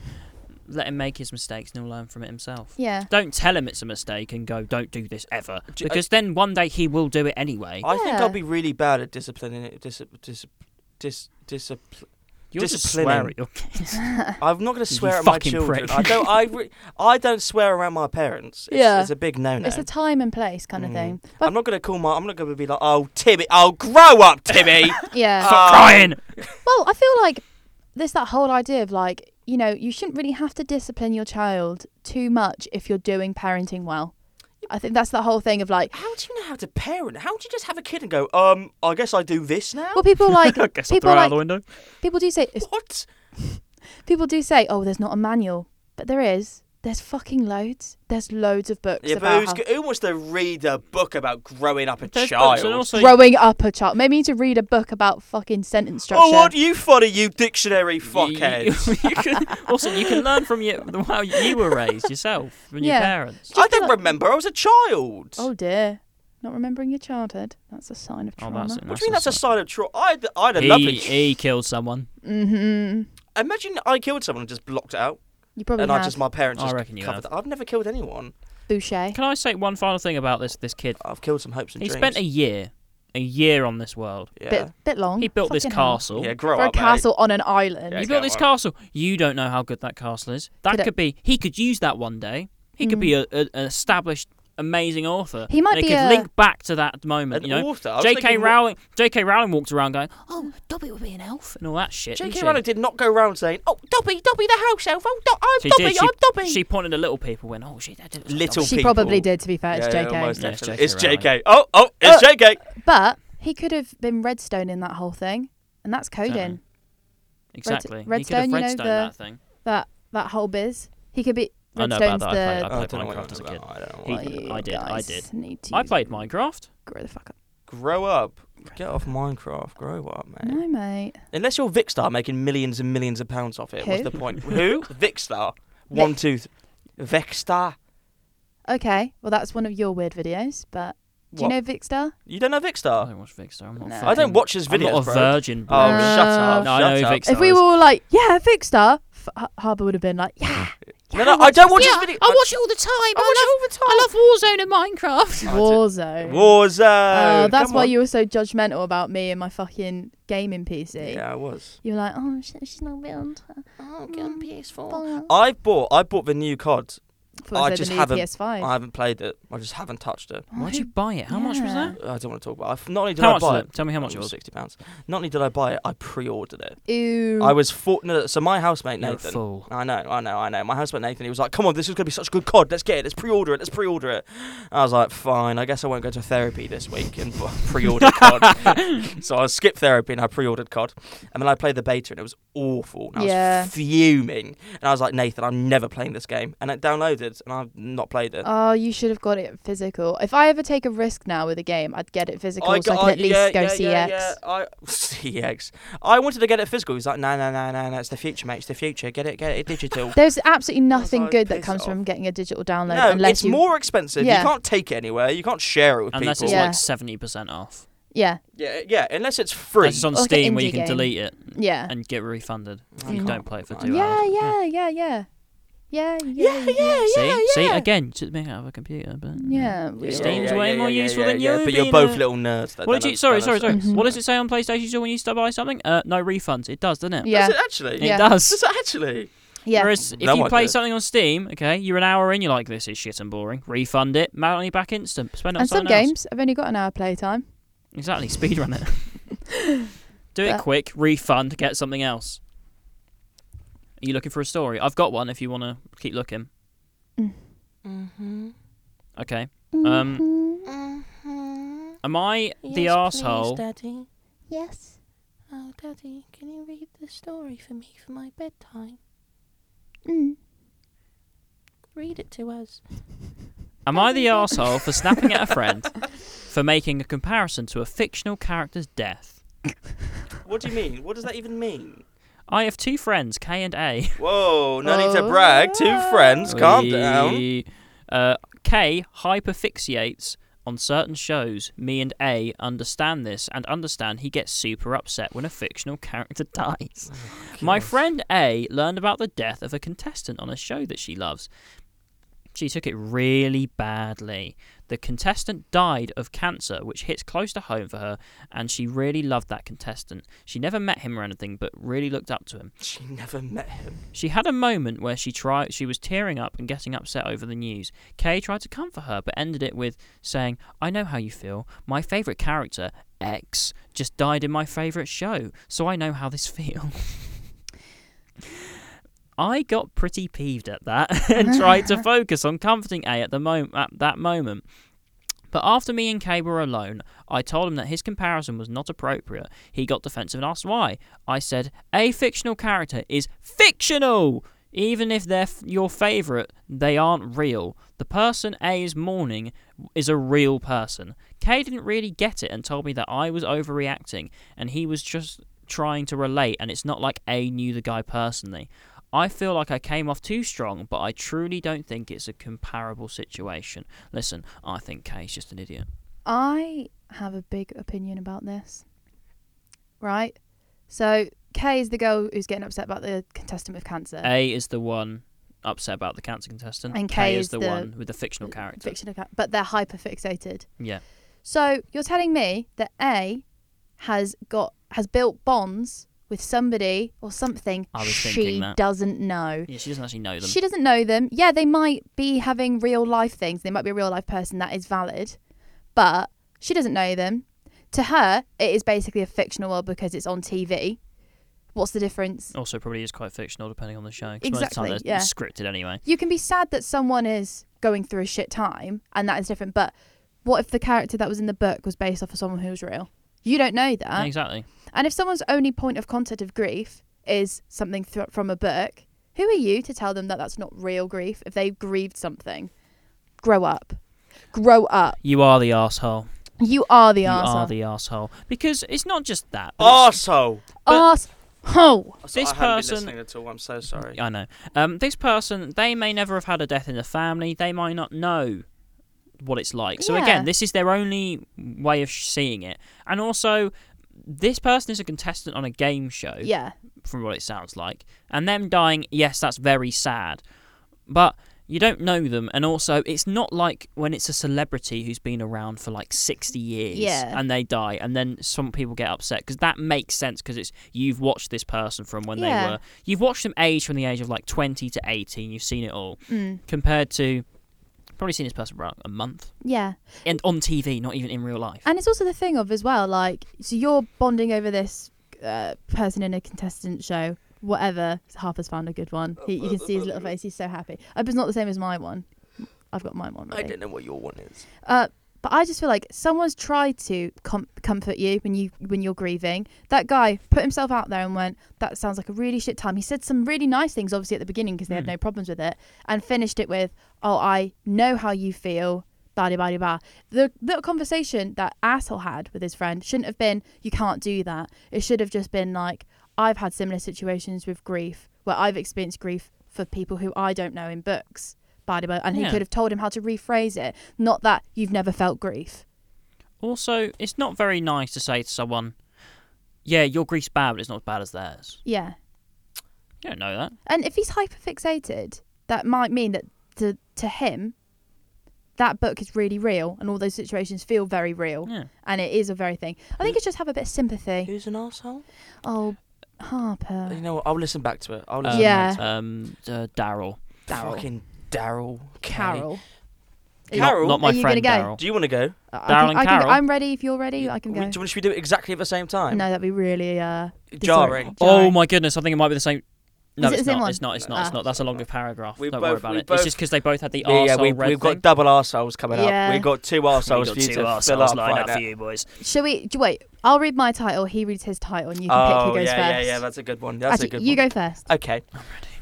Speaker 2: let him make his mistakes and he'll learn from it himself.
Speaker 3: yeah.
Speaker 2: Don't tell him it's a mistake and go, don't do this ever,
Speaker 1: J- I-
Speaker 2: because then one day he will do it anyway.
Speaker 1: I think
Speaker 3: Yeah.
Speaker 1: I'll be really bad at disciplining it. Dis, dis, dis, discipl-
Speaker 3: Uh.
Speaker 2: You're just
Speaker 1: disciplining.
Speaker 2: swear at your kids.
Speaker 1: I'm not going to
Speaker 2: You
Speaker 1: swear at my
Speaker 2: fucking
Speaker 1: children.
Speaker 2: prick.
Speaker 1: I don't. I, re- I don't swear around my parents. It's,
Speaker 3: Yeah.
Speaker 1: it's a big no-no.
Speaker 3: It's a time and place kind of
Speaker 1: Mm.
Speaker 3: thing.
Speaker 1: I'm
Speaker 3: But
Speaker 1: not going to call my. I'm not going to be like, oh Timmy, oh grow up, Timmy.
Speaker 3: yeah.
Speaker 1: Oh.
Speaker 2: Stop crying.
Speaker 3: Well, I feel like there's that whole idea of like, you know, you shouldn't really have to discipline your child too much if you're doing parenting well. I think that's the whole thing of like,
Speaker 1: how do you know how to parent? How do you just have a kid and go, um, I guess I do this now?
Speaker 3: well, people like
Speaker 2: guess
Speaker 3: People like-
Speaker 2: window.
Speaker 3: people do say it's-
Speaker 1: What?
Speaker 3: people do say, oh, there's not a manual, but there is. There's fucking loads. There's loads of books
Speaker 1: Yeah, but
Speaker 3: about
Speaker 1: who's,
Speaker 3: how-
Speaker 1: go- who wants to read a book about growing up a
Speaker 2: There's
Speaker 1: child?
Speaker 2: books and also
Speaker 3: growing up a child. Maybe you need to read a book about fucking sentence structure.
Speaker 1: oh, what you funny, you dictionary
Speaker 2: You- you-
Speaker 1: fuckhead!
Speaker 2: you can- also, you can learn from your, the- how you were raised yourself from your
Speaker 3: Yeah.
Speaker 2: parents.
Speaker 1: I
Speaker 3: Just
Speaker 1: don't
Speaker 3: look-
Speaker 1: remember. I was a child.
Speaker 3: Oh dear, not remembering your childhood. That's a sign of
Speaker 2: Oh,
Speaker 3: trauma.
Speaker 2: that's,
Speaker 1: What do you mean that's a sign of trauma? I had, I had a
Speaker 2: he,
Speaker 1: lovely.
Speaker 2: he killed someone.
Speaker 3: mm-hmm.
Speaker 1: Imagine I killed someone and just blocked it out,
Speaker 3: You probably
Speaker 1: and
Speaker 3: have
Speaker 1: I just my parents
Speaker 2: Oh, I
Speaker 1: just
Speaker 2: reckon you
Speaker 1: covered that. I've never killed anyone.
Speaker 3: Boucher.
Speaker 2: Can I say one final thing about this this kid?
Speaker 1: I've killed some hopes and
Speaker 2: He
Speaker 1: dreams.
Speaker 2: spent a year, a year on this world.
Speaker 1: yeah,
Speaker 3: Bit bit long.
Speaker 2: He built this
Speaker 3: Oh, Fucking hell.
Speaker 2: castle.
Speaker 1: yeah, grow
Speaker 3: For a
Speaker 1: up, mate.
Speaker 3: castle on an island.
Speaker 1: Yeah,
Speaker 2: He
Speaker 1: go
Speaker 2: built this
Speaker 1: on.
Speaker 2: castle. You don't know how good that castle is. That
Speaker 3: Could
Speaker 2: could,
Speaker 3: it-
Speaker 2: be. He could use that one day. He could
Speaker 3: Mm.
Speaker 2: be a, a, an established, amazing author.
Speaker 3: He might
Speaker 2: and
Speaker 3: be
Speaker 2: It could
Speaker 3: a-
Speaker 2: link back to that moment.
Speaker 1: An
Speaker 2: you know,
Speaker 1: author. I was
Speaker 2: J.K.
Speaker 1: thinking more-
Speaker 2: Rowling. J.K. Rowling walked around going
Speaker 4: Oh, Dobby would be an elf.
Speaker 2: and all that shit. didn't
Speaker 1: J.K.
Speaker 2: she?
Speaker 1: Rowling did not go around saying, "Oh, Dobby, Dobby the house elf. Oh, Do- I'm
Speaker 2: She
Speaker 1: Dobby,
Speaker 2: did. She-
Speaker 1: I'm Dobby."
Speaker 2: She pointed at little people. Went, oh shit, that did
Speaker 1: Little
Speaker 3: She
Speaker 1: people.
Speaker 3: probably did, to be fair. It's
Speaker 1: Yeah, yeah,
Speaker 3: JK.
Speaker 1: almost
Speaker 2: Yeah, it's
Speaker 1: definitely. it's
Speaker 2: JK
Speaker 1: J.K. Oh, oh, it's
Speaker 3: Uh,
Speaker 1: J.K.
Speaker 3: But he could have been redstone in that whole thing, and that's coding.
Speaker 2: Exactly.
Speaker 3: Red-
Speaker 2: he could have
Speaker 3: Redstone, you know,
Speaker 2: redstone
Speaker 3: the-
Speaker 2: that thing.
Speaker 3: That that whole biz. He could be
Speaker 2: I know about
Speaker 3: redstone's
Speaker 2: that. I played- Oh,
Speaker 3: the.
Speaker 2: I played
Speaker 1: don't know what
Speaker 2: Minecraft as a
Speaker 1: you're
Speaker 2: kid.
Speaker 1: talking about. I don't
Speaker 2: He-
Speaker 1: know.
Speaker 3: Well, you
Speaker 2: I did, I
Speaker 3: guys
Speaker 2: did.
Speaker 3: Need to
Speaker 2: I played Minecraft.
Speaker 3: Grow the fuck up.
Speaker 1: Grow up. Get off Minecraft. Grow up, mate.
Speaker 3: No, mate.
Speaker 1: Unless you're Vicstar making millions and millions of pounds off it. What's
Speaker 3: Who?
Speaker 1: the point? Who? Vicstar. One, two, th- Vicstar.
Speaker 3: Okay, well that's one of your weird videos, but do you
Speaker 1: What?
Speaker 3: know Vicstar?
Speaker 1: You don't know
Speaker 2: I
Speaker 1: Vicstar?
Speaker 2: don't watch Vicstar. I'm not.
Speaker 3: No.
Speaker 1: Uh, I don't
Speaker 2: fucking-
Speaker 1: watch his
Speaker 2: I'm
Speaker 1: videos,
Speaker 2: not a
Speaker 1: bro.
Speaker 2: virgin.
Speaker 1: Oh,
Speaker 2: bro.
Speaker 3: Uh,
Speaker 1: shut up.
Speaker 2: No, I
Speaker 1: shut
Speaker 2: know
Speaker 1: up.
Speaker 2: Vicstar.
Speaker 3: if we
Speaker 2: is-
Speaker 3: were all like, yeah, Vicstar, F- Har- Harbour would have been like, yeah,
Speaker 1: No, no, I don't watch his video.
Speaker 4: I watch it all the time. I,
Speaker 1: watch
Speaker 4: love, I love Warzone and Minecraft.
Speaker 1: I do.
Speaker 3: Warzone.
Speaker 1: Warzone.
Speaker 3: Oh, that's
Speaker 1: Come
Speaker 3: why
Speaker 1: on.
Speaker 3: you were so judgmental about me and my fucking gaming PC.
Speaker 1: Yeah, I was.
Speaker 3: You were like, oh, sh-
Speaker 4: She's not around. Oh,
Speaker 1: Mm.
Speaker 3: get on
Speaker 4: PS4.
Speaker 3: Oh.
Speaker 1: I bought. I bought the new COD.
Speaker 3: for
Speaker 1: I
Speaker 3: the
Speaker 1: just
Speaker 3: new
Speaker 1: haven't-
Speaker 3: PS5.
Speaker 1: I haven't played it. I just haven't touched it.
Speaker 2: Why'd you buy it? How much was
Speaker 3: Yeah.
Speaker 2: that?
Speaker 1: I don't want to talk about. it. I've- Not only did
Speaker 2: How
Speaker 1: I
Speaker 2: much
Speaker 1: buy
Speaker 2: was
Speaker 1: it, Oh,
Speaker 2: it? Tell me how much
Speaker 1: it
Speaker 2: it was.
Speaker 1: Sixty pounds. Not only did I buy it, I pre-ordered it.
Speaker 3: Ew.
Speaker 1: I was fortunate. So my housemate
Speaker 2: You're a
Speaker 1: Nathan.
Speaker 2: fool.
Speaker 1: I know, I know, I know. My housemate Nathan, he was like, "Come on, this is gonna be such a good cod. Let's get it. Let's pre-order it. Let's pre-order it." I was like, "Fine. I guess I won't go to therapy this week and bu- pre-order cod." so I skipped therapy and I pre-ordered cod, and then I played the beta and it was awful. And I
Speaker 3: Yeah.
Speaker 1: was fuming, and I was like, "Nathan, I'm never playing this game." And it downloaded, and I've not played it.
Speaker 3: Oh, you should have got it physical. If I ever take a risk now with a game, I'd get it physical
Speaker 1: I
Speaker 3: so I
Speaker 1: got-
Speaker 3: can at least
Speaker 1: yeah,
Speaker 3: go
Speaker 1: yeah,
Speaker 3: CX.
Speaker 1: yeah, yeah. I, CX. I wanted to get it physical. He's like, no, no, no, no, no. It's the future, mate. It's the future. Get it, get it digital.
Speaker 3: There's absolutely nothing
Speaker 1: like,
Speaker 3: good that
Speaker 1: piss
Speaker 3: comes
Speaker 1: off.
Speaker 3: from getting a digital download
Speaker 1: no,
Speaker 3: unless
Speaker 1: it's
Speaker 3: you.
Speaker 1: more expensive.
Speaker 3: Yeah.
Speaker 1: You can't take it anywhere. You can't share it with
Speaker 2: Unless
Speaker 1: people.
Speaker 2: it's
Speaker 3: Yeah.
Speaker 2: like seventy percent off.
Speaker 3: yeah,
Speaker 1: Yeah, yeah. Unless it's free.
Speaker 2: Unless it's on
Speaker 3: Like an
Speaker 2: Steam where you
Speaker 3: indie
Speaker 2: can
Speaker 3: game.
Speaker 2: delete it
Speaker 3: yeah.
Speaker 2: and get refunded.
Speaker 1: I
Speaker 2: if You
Speaker 1: can't-
Speaker 2: don't play it for
Speaker 1: I
Speaker 2: two
Speaker 1: can't.
Speaker 3: Yeah,
Speaker 2: hours.
Speaker 3: yeah, yeah, yeah. Yeah, yeah, yeah, Oh, yeah.
Speaker 2: See, see, again, just being out of a computer, but
Speaker 3: we-
Speaker 2: Steam's way more useful than you
Speaker 1: But you're
Speaker 2: being
Speaker 1: both
Speaker 2: a-
Speaker 1: little nerds. That
Speaker 2: What
Speaker 1: don't
Speaker 2: did you?
Speaker 1: un-
Speaker 2: Sorry,
Speaker 1: don't
Speaker 2: sorry, sorry.
Speaker 1: understand.
Speaker 3: Mhm.
Speaker 2: What does it say on PlayStation Store when you start buy something? Uh, no refunds. It does, doesn't it?
Speaker 3: Yeah.
Speaker 1: Does it actually?
Speaker 3: Yeah.
Speaker 2: It does.
Speaker 1: Does it actually?
Speaker 3: Yeah,
Speaker 2: Whereas if
Speaker 1: No
Speaker 2: you play
Speaker 1: idea.
Speaker 2: something on Steam, okay, you're an hour in, you're like, this is shit and boring. Refund it, money back instant. Spend it on
Speaker 3: and some
Speaker 2: something else.
Speaker 3: games I've only got an hour playtime.
Speaker 2: Exactly, speedrun it. Do it
Speaker 3: But-
Speaker 2: quick, refund, get something else. Are you looking for a story? I've got one if you want to keep looking.
Speaker 4: Mm-hmm.
Speaker 2: Okay. Um,
Speaker 4: Mm-hmm.
Speaker 2: am I the asshole?
Speaker 4: Yes. Oh, Daddy, can you read the story for me for my bedtime?
Speaker 3: Mm.
Speaker 4: Read it to us.
Speaker 2: Am I the arsehole for snapping at a friend for making a comparison to a fictional character's death?
Speaker 1: What do you mean? What does that even mean?
Speaker 2: I have two friends, K and A.
Speaker 1: Whoa, no need to
Speaker 3: Oh.
Speaker 1: brag. Two friends, calm down.
Speaker 2: We- Uh, K hyperfixiates on certain shows. Me and A understand this and understand he gets super upset when a fictional character dies. My friend A learned about the death of a contestant on a show that she loves. She took it really badly. The contestant died of cancer, which hits close to home for her, and she really loved that contestant. She never met him or anything, but really looked up to him.
Speaker 1: She never met him.
Speaker 2: She had a moment where she tried she was tearing up and getting upset over the news. Kay tried to comfort her but ended it with saying, "I know how you feel. My favorite character, X, just died in my favorite show, so I know how this feels." I got pretty peeved at that and tried to focus on comforting A at the moment at that moment. But after me and Kay were alone, I told him that his comparison was not appropriate. He got defensive and asked why. I said, A fictional character is fictional! Even if they're f- your favourite, they aren't real. The person A is mourning is a real person. Kay didn't really get it and told me that I was overreacting and he was just trying to relate, and it's not like A knew the guy personally. I feel like I came off too strong, but I truly don't think it's a comparable situation. Listen, I think Kay's just an idiot.
Speaker 3: I have a big opinion about this. Right? So, Kay is the girl who's getting upset about the contestant with cancer.
Speaker 2: A is the one upset about the cancer contestant,
Speaker 3: And
Speaker 2: K,
Speaker 3: K
Speaker 2: is
Speaker 3: is
Speaker 2: the,
Speaker 3: the
Speaker 2: one with the fictional character.
Speaker 3: Fictional ca- but they're hyper fixated.
Speaker 2: Yeah,
Speaker 3: So, you're telling me that A has got has built bonds with somebody or something
Speaker 2: I was
Speaker 3: she
Speaker 2: thinking that.
Speaker 3: doesn't know.
Speaker 2: yeah, she doesn't actually know them.
Speaker 3: She doesn't know them. Yeah, they might be having real life things. They might be a real life person that is valid, but she doesn't know them. To her, it is basically a fictional world because it's on TV. What's the difference?
Speaker 2: also, probably is quite fictional depending on the show. 'cause
Speaker 3: Exactly,
Speaker 2: Most of the time
Speaker 3: yeah.
Speaker 2: they're scripted anyway.
Speaker 3: You can be sad that someone is going through a shit time, and that is different. But what if the character that was in the book was based off of someone who was real? You don't know that.
Speaker 2: exactly.
Speaker 3: And if someone's only point of contact of grief is something th- from a book, who are you to tell them that that's not real grief if they've grieved something? Grow up. Grow up.
Speaker 2: You are the asshole.
Speaker 3: You are the
Speaker 2: you are
Speaker 3: arsehole.
Speaker 2: the asshole. Because it's not just that. but it's-
Speaker 1: Arsehole.
Speaker 3: Arsehole.
Speaker 1: So
Speaker 2: This
Speaker 1: I haven't
Speaker 2: person-
Speaker 1: Been listening at all. I'm so sorry.
Speaker 2: I know. Um, this person, they may never have had a death in the family. They might not know what it's like. So
Speaker 3: Yeah.
Speaker 2: again, this is their only way of sh- seeing it. And also, this person is a contestant on a game show.
Speaker 3: Yeah.
Speaker 2: from what it sounds like. And them dying, yes, that's very sad. But you don't know them, and also it's not like when it's a celebrity who's been around for like 60 years
Speaker 3: Yeah.
Speaker 2: and they die, and then some people get upset because that makes sense because it's you've watched this person from when
Speaker 3: Yeah.
Speaker 2: they were, you've watched them age from the age of like 20 to 18, you've seen it all
Speaker 3: Mm.
Speaker 2: compared to probably seen this person for about a month
Speaker 3: Yeah.
Speaker 2: and on TV, not even in real life.
Speaker 3: And it's also the thing of as well, like, so you're bonding over this uh, person in a contestant show, whatever. Harper's found a good one. He, you can see his little face. He's so happy. I hope it's not the same as my one. I've got mine one.
Speaker 1: I
Speaker 3: ready.
Speaker 1: don't know what your one is.
Speaker 3: Uh, but I just feel like someone's tried to com- comfort you when you when you're grieving. That guy put himself out there and went, "That sounds like a really shit time." He said some really nice things, obviously at the beginning because they had
Speaker 2: Hmm.
Speaker 3: no problems with it, and finished it with, "Oh, I know how you feel." Blah de blah de blah. The little conversation that asshole had with his friend shouldn't have been, "You can't do that." It should have just been like, "I've had similar situations with grief where I've experienced grief for people who I don't know in books." Blah de blah. And
Speaker 2: Yeah.
Speaker 3: he could have told him how to rephrase it not that you've never felt grief.
Speaker 2: Also, it's not very nice to say to someone, yeah, your grief's bad, but it's not as bad as theirs.
Speaker 3: Yeah.
Speaker 2: You don't know that.
Speaker 3: And if he's hyperfixated, that might mean that to, to him, that book is really real and all those situations feel very real
Speaker 2: Yeah.
Speaker 3: and it is a very thing. I think it's just have a bit of sympathy.
Speaker 1: Who's an arsehole?
Speaker 3: Oh,
Speaker 1: you
Speaker 3: Harper.
Speaker 1: know what? I'll listen back to it. I'll
Speaker 2: Um,
Speaker 1: listen
Speaker 3: Uh. Yeah.
Speaker 2: Um, uh, Daryl.
Speaker 3: Daryl.
Speaker 1: Fucking Daryl. Kay.
Speaker 3: Carol. Are you-
Speaker 1: Carol.
Speaker 2: Not my
Speaker 3: Are you
Speaker 2: friend
Speaker 3: gonna
Speaker 2: Daryl.
Speaker 1: Do you want to go?
Speaker 3: I
Speaker 2: Daryl
Speaker 3: can-
Speaker 2: and
Speaker 3: I can go-
Speaker 2: Carol?
Speaker 3: I'm ready if you're ready. I can
Speaker 1: Do
Speaker 3: go.
Speaker 1: we- do we do it exactly at the same time?
Speaker 3: No, that'd be really uh,
Speaker 1: Jarring.
Speaker 3: Sorry.
Speaker 2: Oh my goodness, I think it might be the same. No,
Speaker 3: Is it
Speaker 2: it's
Speaker 3: the same
Speaker 2: not.
Speaker 3: one?
Speaker 2: It's not. It's not. It's
Speaker 3: Ah.
Speaker 2: not. That's a longer paragraph.
Speaker 1: We
Speaker 2: Don't
Speaker 1: both-
Speaker 2: worry about
Speaker 1: we
Speaker 2: it. It's
Speaker 1: both-
Speaker 2: just because they both had the
Speaker 1: Yeah,
Speaker 2: arsehole
Speaker 1: yeah, we,
Speaker 2: red
Speaker 1: we've
Speaker 2: thing.
Speaker 1: got double arseholes coming
Speaker 3: Yeah.
Speaker 1: up. We've got two arseholes for you to fill up right now.
Speaker 2: you boys.
Speaker 3: Shall we? Do, wait, I'll read my title. He reads his title, and you can
Speaker 1: Oh,
Speaker 3: pick who goes
Speaker 1: yeah,
Speaker 3: first.
Speaker 1: yeah, yeah. That's a good one. That's
Speaker 3: Actually,
Speaker 1: a good
Speaker 3: you
Speaker 1: one.
Speaker 3: go first.
Speaker 1: Okay.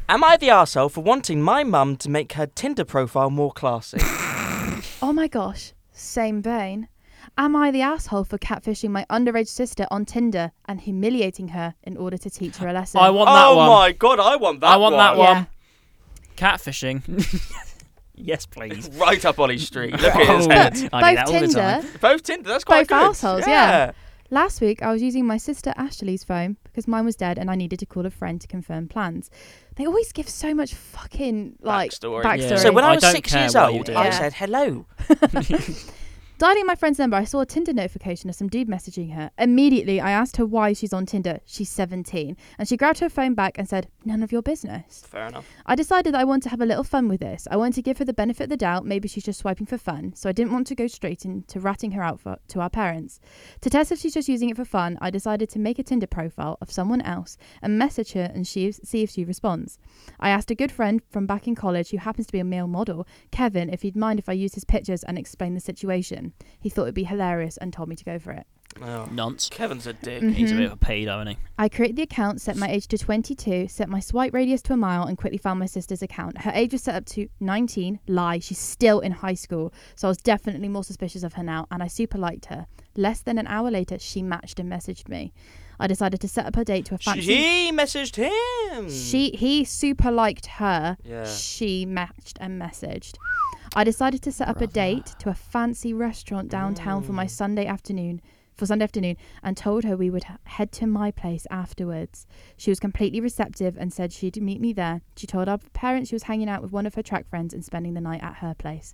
Speaker 1: Am I the arsehole for wanting my mum to make her Tinder profile more classy?
Speaker 3: Oh my gosh, same vein. Am I the asshole for catfishing my underage sister on Tinder and humiliating her in order to teach her a lesson?
Speaker 2: I want that
Speaker 1: oh
Speaker 2: one.
Speaker 1: my god, I want that
Speaker 2: I want that
Speaker 3: Yeah.
Speaker 2: one. Catfishing. yes, please.
Speaker 1: Right up Ollie's street. Look at his
Speaker 2: Oh,
Speaker 1: head.
Speaker 2: I do
Speaker 3: Both
Speaker 2: that all the
Speaker 3: Tinder.
Speaker 2: time.
Speaker 1: Both Tinder. That's quite
Speaker 3: Both
Speaker 1: good.
Speaker 3: arseholes, yeah. Last week, I was using my sister Ashley's phone because mine was dead and I needed to call a friend to confirm plans. They always give so much fucking like
Speaker 1: Backstory.
Speaker 3: backstory.
Speaker 2: Yeah.
Speaker 1: So when I,
Speaker 2: I
Speaker 1: was
Speaker 2: don't
Speaker 1: six
Speaker 2: care
Speaker 1: years
Speaker 2: what you
Speaker 1: old,
Speaker 2: do.
Speaker 1: I
Speaker 3: Yeah.
Speaker 1: said hello.
Speaker 3: Dialing my friend's number, I saw a Tinder notification of some dude messaging her. Immediately, I asked her why she's on Tinder. She's 17. And she grabbed her phone back and said, None of your business.
Speaker 1: Fair enough.
Speaker 3: I decided that I want to have a little fun with this. I want to give her the benefit of the doubt. Maybe she's just swiping for fun. So I didn't want to go straight into ratting her out for, to our parents. To test if she's just using it for fun, I decided to make a Tinder profile of someone else and message her and she, see if she responds. I asked a good friend from back in college who happens to be a male model, Kevin, if he'd mind if I used his pictures and explained the situation. He thought it'd be hilarious and told me to go for it.
Speaker 1: Oh.
Speaker 2: Nonce.
Speaker 1: Kevin's a dick.
Speaker 3: Mm.
Speaker 2: He's a
Speaker 3: Mhm.
Speaker 2: bit of a pedo, isn't he?
Speaker 3: I created the account, set my age to 22, set my swipe radius to a mile, and quickly found my sister's account. Her age was set up to 19. Lie, she's still in high school, so I was definitely more suspicious of her now, and I super liked her. Less than an hour later, she matched and messaged me. I decided to set up her date to a fancy.
Speaker 1: She messaged him.
Speaker 3: She he super liked her.
Speaker 1: Yeah.
Speaker 3: She matched and messaged. I decided to set up a
Speaker 2: Brother.
Speaker 3: date to a fancy restaurant downtown for my Sunday afternoon. For Sunday afternoon, and told her we would h- head to my place afterwards. She was completely receptive and said she'd meet me there. She told our parents she was hanging out with one of her track friends and spending the night at her place.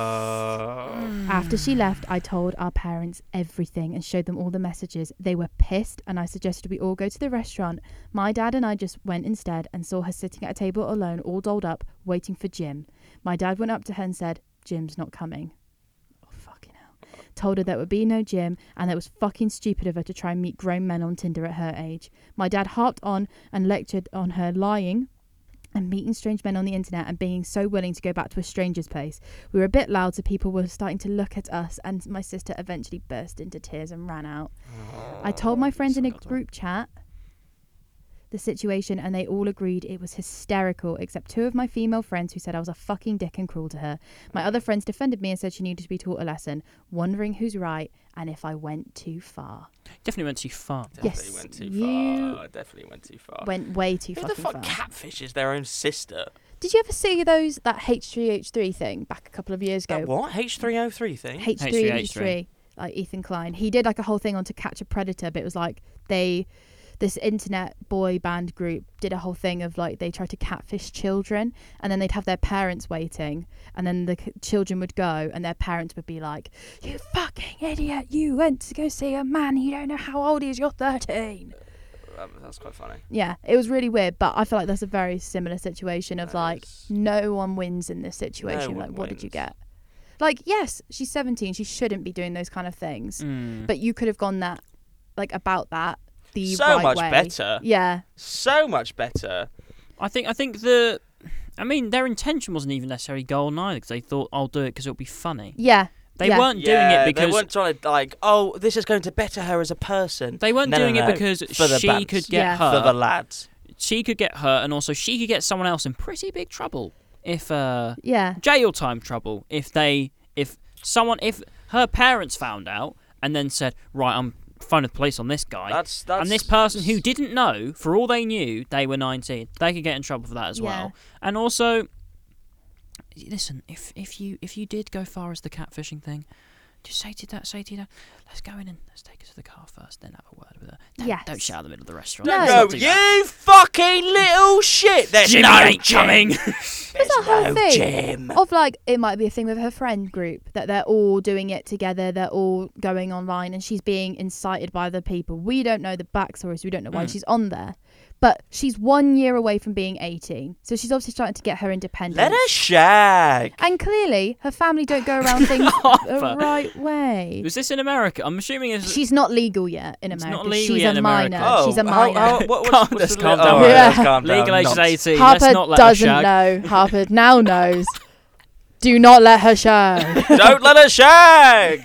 Speaker 1: Oh.
Speaker 3: After she left, I told our parents everything and showed them all the messages. They were pissed, and I suggested we all go to the restaurant. My dad and I just went instead and saw her sitting at a table alone, all dolled up, waiting for Jim. My dad went up to her and said, Jim's not coming. Oh, fucking hell. Told her there would be no Jim, and that it was fucking stupid of her to try and meet grown men on Tinder at her age. My dad harped on and lectured on her lying. And meeting strange men on the internet and being so willing to go back to a stranger's place. We were a bit loud, so people were starting to look at us, and my sister eventually burst into tears and ran out. I told my friends in a group chat the situation, and they all agreed it was hysterical, except two of my female friends who said I was a fucking dick and cruel to her. My other friends defended me and said she needed to be taught a lesson, wondering who's right and if I went too far.
Speaker 2: Definitely went too far.
Speaker 1: Definitely
Speaker 3: Yes,
Speaker 1: went too
Speaker 3: you-
Speaker 1: far. Definitely went too far.
Speaker 3: Went way too
Speaker 1: Who
Speaker 3: fucking
Speaker 1: the fuck
Speaker 3: far.
Speaker 1: catfishes their own sister?
Speaker 3: Did you ever see those that H3H3 thing back a couple of years ago?
Speaker 1: That what? H303 thing?
Speaker 3: H3H3, like Ethan Klein. He did like a whole thing on To Catch a Predator, but it was like they, this internet boy band group did a whole thing of like they tried to catfish children and then they'd have their parents waiting and then the c- children would go and their parents would be like, You fucking idiot, you went to go see a man, you don't know how old he is, you're 13.
Speaker 1: That- that's quite funny.
Speaker 3: Yeah, it was really weird, but I feel like that's a very similar situation of
Speaker 1: That
Speaker 3: like
Speaker 1: is-
Speaker 3: no one wins in this situation.
Speaker 1: one
Speaker 3: like, what did you
Speaker 1: wins.
Speaker 3: get? Like, yes, she's 17, she shouldn't be doing those kind of things,
Speaker 1: Hmm.
Speaker 2: Mm.
Speaker 3: but you could have gone that, like, about that the
Speaker 1: so
Speaker 3: right
Speaker 1: much
Speaker 3: way.
Speaker 1: better.
Speaker 3: Yeah,
Speaker 1: So much better.
Speaker 2: I think I think the, I mean, their intention wasn't even necessarily golden either 'cause they thought I'll do it because it'll be funny.
Speaker 3: yeah,
Speaker 2: They
Speaker 3: Yeah.
Speaker 2: weren't
Speaker 1: Yeah,
Speaker 2: doing it
Speaker 1: they
Speaker 2: because
Speaker 1: weren't trying to like. Oh, this is going to better her as a person.
Speaker 2: they weren't
Speaker 1: No, no,
Speaker 2: doing
Speaker 1: no.
Speaker 2: it because
Speaker 1: For the
Speaker 2: she
Speaker 1: bands.
Speaker 2: could get
Speaker 3: Yeah.
Speaker 2: hurt.
Speaker 1: for the lads.
Speaker 2: she could get hurt, and also she could get someone else in pretty big trouble if uh
Speaker 3: yeah,
Speaker 2: jail time trouble if they if someone if her parents found out and then said right I'm phoning the police on this guy
Speaker 1: That's that's.
Speaker 2: and this person who didn't know for all they knew they were 19 they could get in trouble for that as
Speaker 3: Yeah.
Speaker 2: well and also listen if if you if you did go far as the catfishing thing just say to that say to your dad let's go in and let's take her to the car first then have a word with her don't,
Speaker 3: Yes.
Speaker 2: don't shout in the middle of the restaurant
Speaker 3: No.
Speaker 2: Let's
Speaker 1: No,
Speaker 2: not
Speaker 1: you
Speaker 2: do that.
Speaker 1: fucking little shit. There's
Speaker 2: Jimmy
Speaker 1: no
Speaker 2: ain't
Speaker 1: Jim.
Speaker 2: coming
Speaker 1: There's
Speaker 3: that whole
Speaker 1: no
Speaker 3: thing?
Speaker 1: Jim.
Speaker 3: of like it might be a thing with her friend group that they're all doing it together they're all going online and she's being incited by the people we don't know the backstory so we don't know why
Speaker 2: Mm.
Speaker 3: she's on there But she's one year away from being 18. So she's obviously starting to get her independence.
Speaker 1: Let her shag.
Speaker 3: And clearly, her family don't go around things the right way.
Speaker 2: Was this in America? I'm assuming it's.
Speaker 3: She's not legal yet in
Speaker 2: It's
Speaker 3: America.
Speaker 2: not legal
Speaker 3: she's
Speaker 2: yet
Speaker 3: a
Speaker 2: in
Speaker 3: minor.
Speaker 2: America.
Speaker 1: Oh,
Speaker 3: she's a
Speaker 1: how-
Speaker 3: minor.
Speaker 1: how- what- what's-
Speaker 2: Calm-
Speaker 1: what's
Speaker 2: let's
Speaker 1: the-
Speaker 2: calm
Speaker 1: oh,
Speaker 2: down.
Speaker 1: all right,
Speaker 3: Yeah.
Speaker 1: let's calm down.
Speaker 2: Legal age is
Speaker 1: Nonsense.
Speaker 2: 18.
Speaker 3: Harper
Speaker 2: Let's not let her
Speaker 3: doesn't
Speaker 2: shag.
Speaker 3: know. Harper now knows. Do not let her shag.
Speaker 1: Don't let her shag.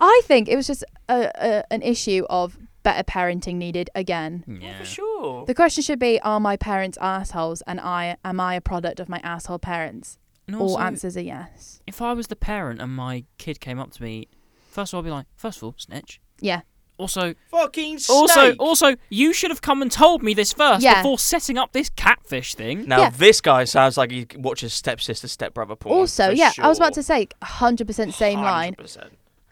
Speaker 3: I think it was just a, a, an issue of better parenting needed again.
Speaker 2: Yeah.
Speaker 1: sure.
Speaker 3: The question should be: Are my parents assholes, and I am I a product of my asshole parents?
Speaker 2: And
Speaker 3: All
Speaker 2: also,
Speaker 3: answers are yes.
Speaker 2: If I was the parent and my kid came up to me, first of all, I'd be like, first of all, snitch.
Speaker 3: Yeah,
Speaker 2: Also,
Speaker 1: Fucking snake.
Speaker 2: also, also, you should have come and told me this first
Speaker 3: Yeah.
Speaker 2: before setting up this catfish thing.
Speaker 1: now
Speaker 3: Yeah.
Speaker 1: this guy sounds like he watches stepsister, stepbrother porn.
Speaker 3: Also,
Speaker 1: for
Speaker 3: yeah, I was about to
Speaker 1: sure.
Speaker 3: say 100% same line.
Speaker 1: 100%.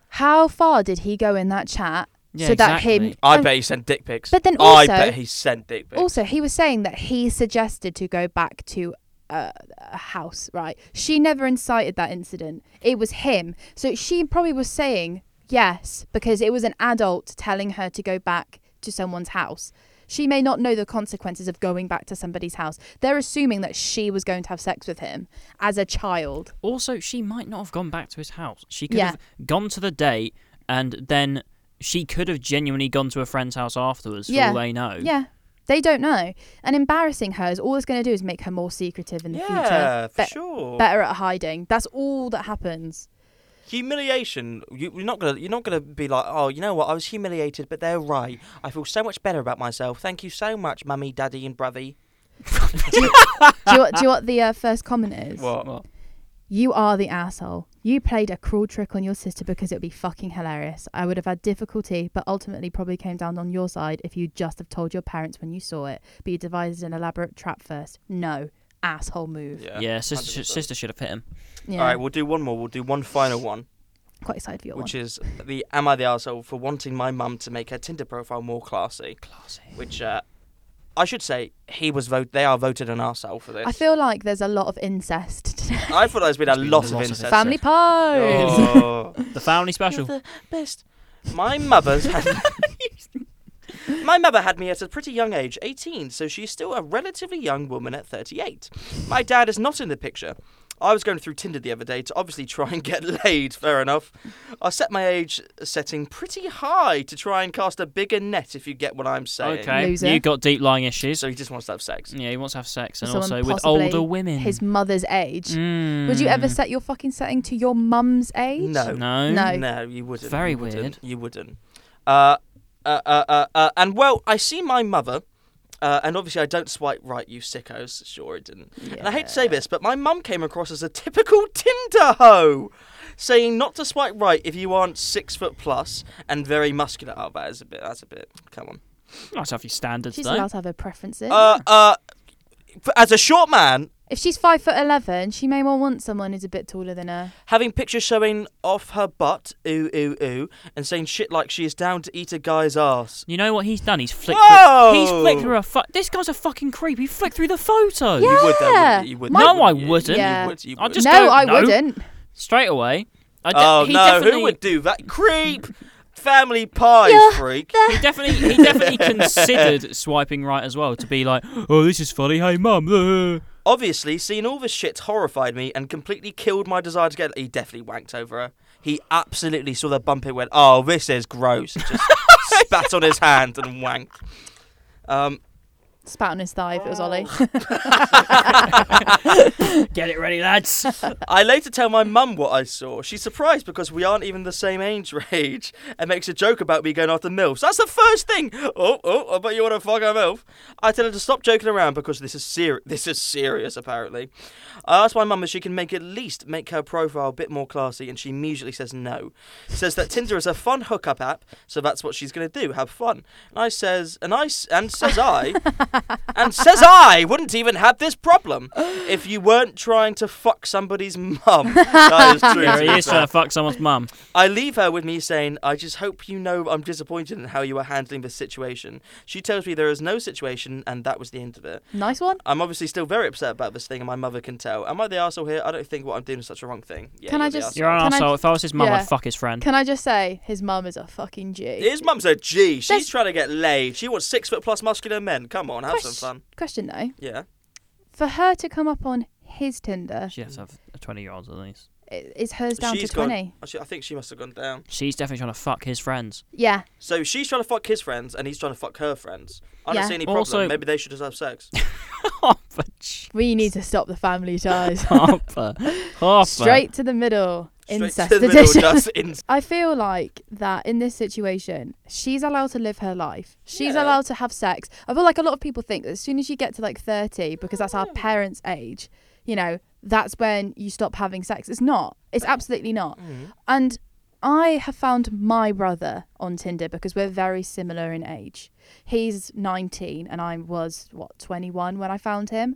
Speaker 3: How far did he go in that chat
Speaker 2: Yeah,
Speaker 3: so that him
Speaker 2: exactly.
Speaker 1: I
Speaker 3: and
Speaker 1: bet he sent dick pics.
Speaker 3: but then
Speaker 1: I
Speaker 3: also-
Speaker 1: bet he sent dick pics.
Speaker 3: also he was saying that he suggested to go back to a, a house, right? She never incited that incident. It was him. So she probably was saying yes because it was an adult telling her to go back to someone's house. She may not know the consequences of going back to somebody's house. They're assuming that she was going to have sex with him as a child.
Speaker 2: Also, she might not have gone back to his house. She could
Speaker 3: Yeah.
Speaker 2: have gone to the date and then she could have genuinely gone to a friend's house afterwards for
Speaker 3: Yeah.
Speaker 2: all they
Speaker 1: Uh,
Speaker 2: know.
Speaker 3: Yeah. They don't know. And embarrassing her is all it's going to do is make her more secretive in the
Speaker 1: yeah,
Speaker 3: future. Be-
Speaker 1: for sure.
Speaker 3: Better at hiding. That's all that happens.
Speaker 1: Humiliation. You, you're not gonna. You're not gonna be like, oh, you know what? I was humiliated, but they're right. I feel so much better about myself. Thank you so much, mummy, daddy, and brother.
Speaker 3: Do you, do you know what the uh, first comment is?
Speaker 2: Well,
Speaker 3: You are the asshole. You played a cruel trick on your sister because it would be fucking hilarious. I would have had difficulty, but ultimately probably came down on your side if you just have told your parents when you saw it. But you devised an elaborate trap first. No. Asshole move.
Speaker 1: Yeah.
Speaker 2: yeah, sister,
Speaker 1: 100%.
Speaker 2: sister should have hit him.
Speaker 3: Yeah.
Speaker 1: All right, we'll do one more. We'll do one final one,
Speaker 3: Quite excited for your
Speaker 1: which
Speaker 3: one.
Speaker 1: is the am I the asshole for wanting my mum to make her Tinder profile more classy?
Speaker 2: Classy.
Speaker 1: Which uh, I should say he was vote. They are voted an asshole for this.
Speaker 3: I feel like there's a lot of incest today.
Speaker 1: I thought there's been a
Speaker 2: There's been
Speaker 1: lot of
Speaker 2: lots of
Speaker 1: incest.
Speaker 3: Family pies.
Speaker 1: Oh.
Speaker 2: The family
Speaker 4: You're
Speaker 2: special.
Speaker 4: the best.
Speaker 1: My mother's had My mother had me at a pretty young age, 18, so she's still a relatively young woman at 38. My dad is not in the picture. I was going through Tinder the other day to obviously try and get laid, fair enough. I set my age setting pretty high to try and cast a bigger net if you get what I'm saying.
Speaker 2: Okay,
Speaker 3: Loser.
Speaker 2: you got deep lying issues.
Speaker 1: So he just wants to have sex.
Speaker 2: yeah, he wants to have sex and
Speaker 3: Someone
Speaker 2: also with
Speaker 3: possibly
Speaker 2: older women.
Speaker 3: His mother's age.
Speaker 2: Mm.
Speaker 3: Would you ever set your fucking setting to your mum's age?
Speaker 1: No.
Speaker 2: No.
Speaker 3: No.
Speaker 1: No, you wouldn't.
Speaker 2: very
Speaker 1: you wouldn't,
Speaker 2: weird.
Speaker 1: You wouldn't. Uh, uh, uh, uh, uh, and well, I see my mother, uh, and obviously I don't swipe right, you sickos. Sure, it didn't. And I hate to say this, but my mum came across as a typical Tinder hoe, saying not to swipe right if you aren't six foot plus and very muscular. Oh, that is a bit. That's a bit. Come on.
Speaker 2: Nice to have your standards
Speaker 3: She's
Speaker 2: though.
Speaker 3: allowed to have her preferences.
Speaker 1: Uh, uh, f- as a short man,
Speaker 3: if she's five foot eleven, she may well want someone who's a bit taller than her.
Speaker 1: having pictures showing off her butt, ooh ooh ooh, and saying shit like she is down to eat a guy's ass.
Speaker 2: You know what he's done? He's flicked.
Speaker 1: Whoa!
Speaker 2: Through, he's flicked through a. Fu- this guy's a fucking creep. He flicked through the photo.
Speaker 3: Yeah.
Speaker 1: You would though, wouldn't you? You would.
Speaker 2: No,
Speaker 1: though,
Speaker 2: I
Speaker 1: you? You
Speaker 2: wouldn't.
Speaker 3: Yeah.
Speaker 1: would, you
Speaker 2: I'd
Speaker 1: would.
Speaker 2: just
Speaker 3: no,
Speaker 2: go,
Speaker 3: I
Speaker 2: "No."
Speaker 3: wouldn't.
Speaker 2: Straight away. I de-
Speaker 1: oh
Speaker 2: he
Speaker 1: no,
Speaker 2: definitely,
Speaker 1: who would do that? Creep, family pie
Speaker 3: You're
Speaker 1: freak.
Speaker 2: He definitely, he definitely considered swiping right as well to be like, oh, this is funny. Hey, mum. uh."
Speaker 1: Obviously, seeing all this shit horrified me and completely killed my desire to get. He definitely wanked over her. He absolutely saw the bump. It went. Oh, this is gross. and Just spat on his hand and wanked. Um,
Speaker 3: Spat on his thigh if it was Ollie.
Speaker 2: Get it ready, lads.
Speaker 1: I later tell my mum what I saw. She's surprised because we aren't even the same age range and makes a joke about me going after MILFs. That's the first thing! Oh, oh, I bet you want to fuck a MILF. I tell her to stop joking around because this is ser- this is serious, apparently. I ask my mum if she can make at least make her profile a bit more classy and she immediately says no. Says that Tinder is a fun hookup app, so that's what she's going to do, have fun. And I says, and I, s- and says I, and says I wouldn't even have this problem if you weren't trying to fuck somebody's mum. That is true.
Speaker 2: yeah,
Speaker 1: to
Speaker 2: he
Speaker 1: be
Speaker 2: is
Speaker 1: fair.
Speaker 2: trying to fuck someone's mum.
Speaker 1: I leave her with me saying, I just hope you know I'm disappointed in how you are handling this situation. She tells me there is no situation, and that was the end of it.
Speaker 3: nice one.
Speaker 1: I'm obviously still very upset about this thing, and my mother can tell. Am I the arsehole here? I don't think what I'm doing is such a wrong thing. Yeah,
Speaker 3: Can
Speaker 1: you're
Speaker 3: I
Speaker 1: the arsehole.
Speaker 3: just-
Speaker 2: You're an
Speaker 3: Can I
Speaker 2: asshole. If I was his mum,
Speaker 3: Yeah.
Speaker 2: I'd fuck his friend.
Speaker 3: Can I just say his mum is a fucking G.
Speaker 1: His mum's a G. She's
Speaker 3: That's-
Speaker 1: trying to get laid. She wants six foot plus muscular men. Come on, and have some
Speaker 3: Quest-
Speaker 1: fun.
Speaker 3: Question though,
Speaker 1: Yeah.
Speaker 3: for her to come up on his Tinder,
Speaker 2: She has to have a 20 year old at least.
Speaker 3: i- is hers down
Speaker 1: She's
Speaker 3: to
Speaker 1: gone-
Speaker 3: twenty?
Speaker 1: Actually, I think she must have gone down.
Speaker 2: She's definitely trying to fuck his friends.
Speaker 3: Yeah,
Speaker 1: So she's trying to fuck his friends and he's trying to fuck her friends. I don't
Speaker 3: Yeah.
Speaker 1: see any problem.
Speaker 2: Also-
Speaker 1: Maybe they should just have sex.
Speaker 2: Harper, j-
Speaker 3: we need to stop the family ties.
Speaker 2: Harper, Harper.
Speaker 3: Straight to the middle.
Speaker 1: Straight
Speaker 3: Incest
Speaker 1: to the middle,
Speaker 3: edition.
Speaker 1: just incest.
Speaker 3: I feel like that in this situation, she's allowed to live her life. She's
Speaker 1: Yeah.
Speaker 3: allowed to have sex. I feel like a lot of people think that as soon as you get to like 30, because that's our parents' age, you know, that's when you stop having sex. It's not. It's absolutely not. And I have found my brother on Tinder because we're very similar in age. He's 19 and I was, what, 21 when I found him.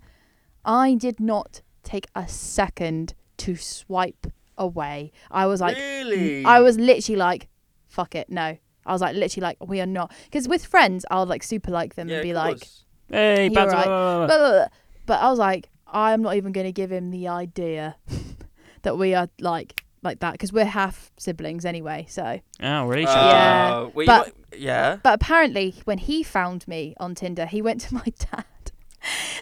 Speaker 3: I did not take a second to swipe away. I was like,
Speaker 1: really?
Speaker 3: I was literally like, fuck it, no. I was like, literally like, we are not. Because with friends, I'll like super like them
Speaker 1: Yeah,
Speaker 3: and
Speaker 1: of
Speaker 3: be like,
Speaker 1: course.
Speaker 2: Hey,
Speaker 3: You're
Speaker 2: bounce-
Speaker 3: right.
Speaker 2: blah, blah, blah.
Speaker 3: blah, blah, blah. but I was like, I'm not even going to give him the idea that we are like like that because we're half siblings anyway. So,
Speaker 2: Oh, really?
Speaker 1: Uh,
Speaker 2: Shut up.
Speaker 3: Yeah.
Speaker 1: well, you
Speaker 3: But-
Speaker 1: might- yeah.
Speaker 3: but apparently when he found me on Tinder, he went to my dad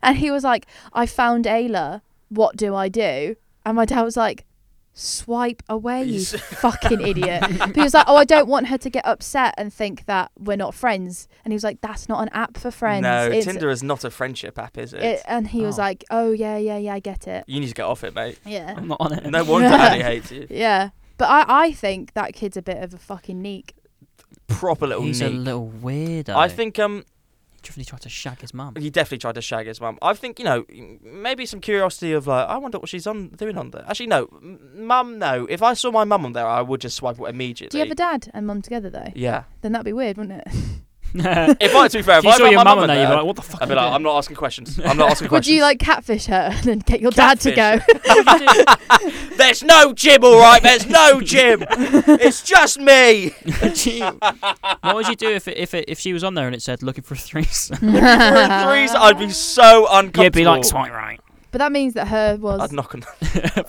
Speaker 3: and he was like, I found Ayla. What do I do? And my dad was like, swipe away, you
Speaker 1: Yes.
Speaker 3: fucking idiot. But he was like, oh, I don't want her to get upset and think that we're not friends. And he was like, that's not an app for friends.
Speaker 1: No,
Speaker 3: It's-
Speaker 1: Tinder is not a friendship app, is it?
Speaker 3: it- and he was
Speaker 2: Oh.
Speaker 3: like, oh, yeah, yeah, yeah, I get it.
Speaker 1: You need to get off it, mate.
Speaker 3: Yeah.
Speaker 2: I'm not on it.
Speaker 1: No wonder Annie hates you.
Speaker 3: Yeah. But I, I think that kid's a bit of a fucking neek.
Speaker 1: Proper little
Speaker 2: He's a
Speaker 1: neep.
Speaker 2: little weirdo.
Speaker 1: I think um
Speaker 2: he definitely tried to shag his mum.
Speaker 1: he definitely tried to shag his mum. I think you know maybe some curiosity of like I wonder what she's on doing on there. Actually, no, m- mum, no. If I saw my mum on there, I would just swipe it immediately.
Speaker 3: Do you have a dad and mum together, though?
Speaker 1: yeah.
Speaker 3: Then that'd be weird, wouldn't it?
Speaker 2: if
Speaker 1: If I to be fair, if
Speaker 2: you
Speaker 1: I
Speaker 2: saw
Speaker 1: found
Speaker 2: your
Speaker 1: my mum
Speaker 2: mum on there, you'd be like, what the fuck?
Speaker 1: I'd be like, I'm not asking questions. I'm not asking
Speaker 3: Would
Speaker 1: questions.
Speaker 3: you like catfish her and then get your dad to go?
Speaker 1: Catfish. There's no Jim, all right. There's no Jim. it's just me.
Speaker 2: what would you do if it, if it, if she was on there and it said looking for a threesome?
Speaker 1: For a threesome, I'd be so uncomfortable.
Speaker 2: You'd be like, swipe right.
Speaker 3: But that means that her was.
Speaker 1: I'd knock on.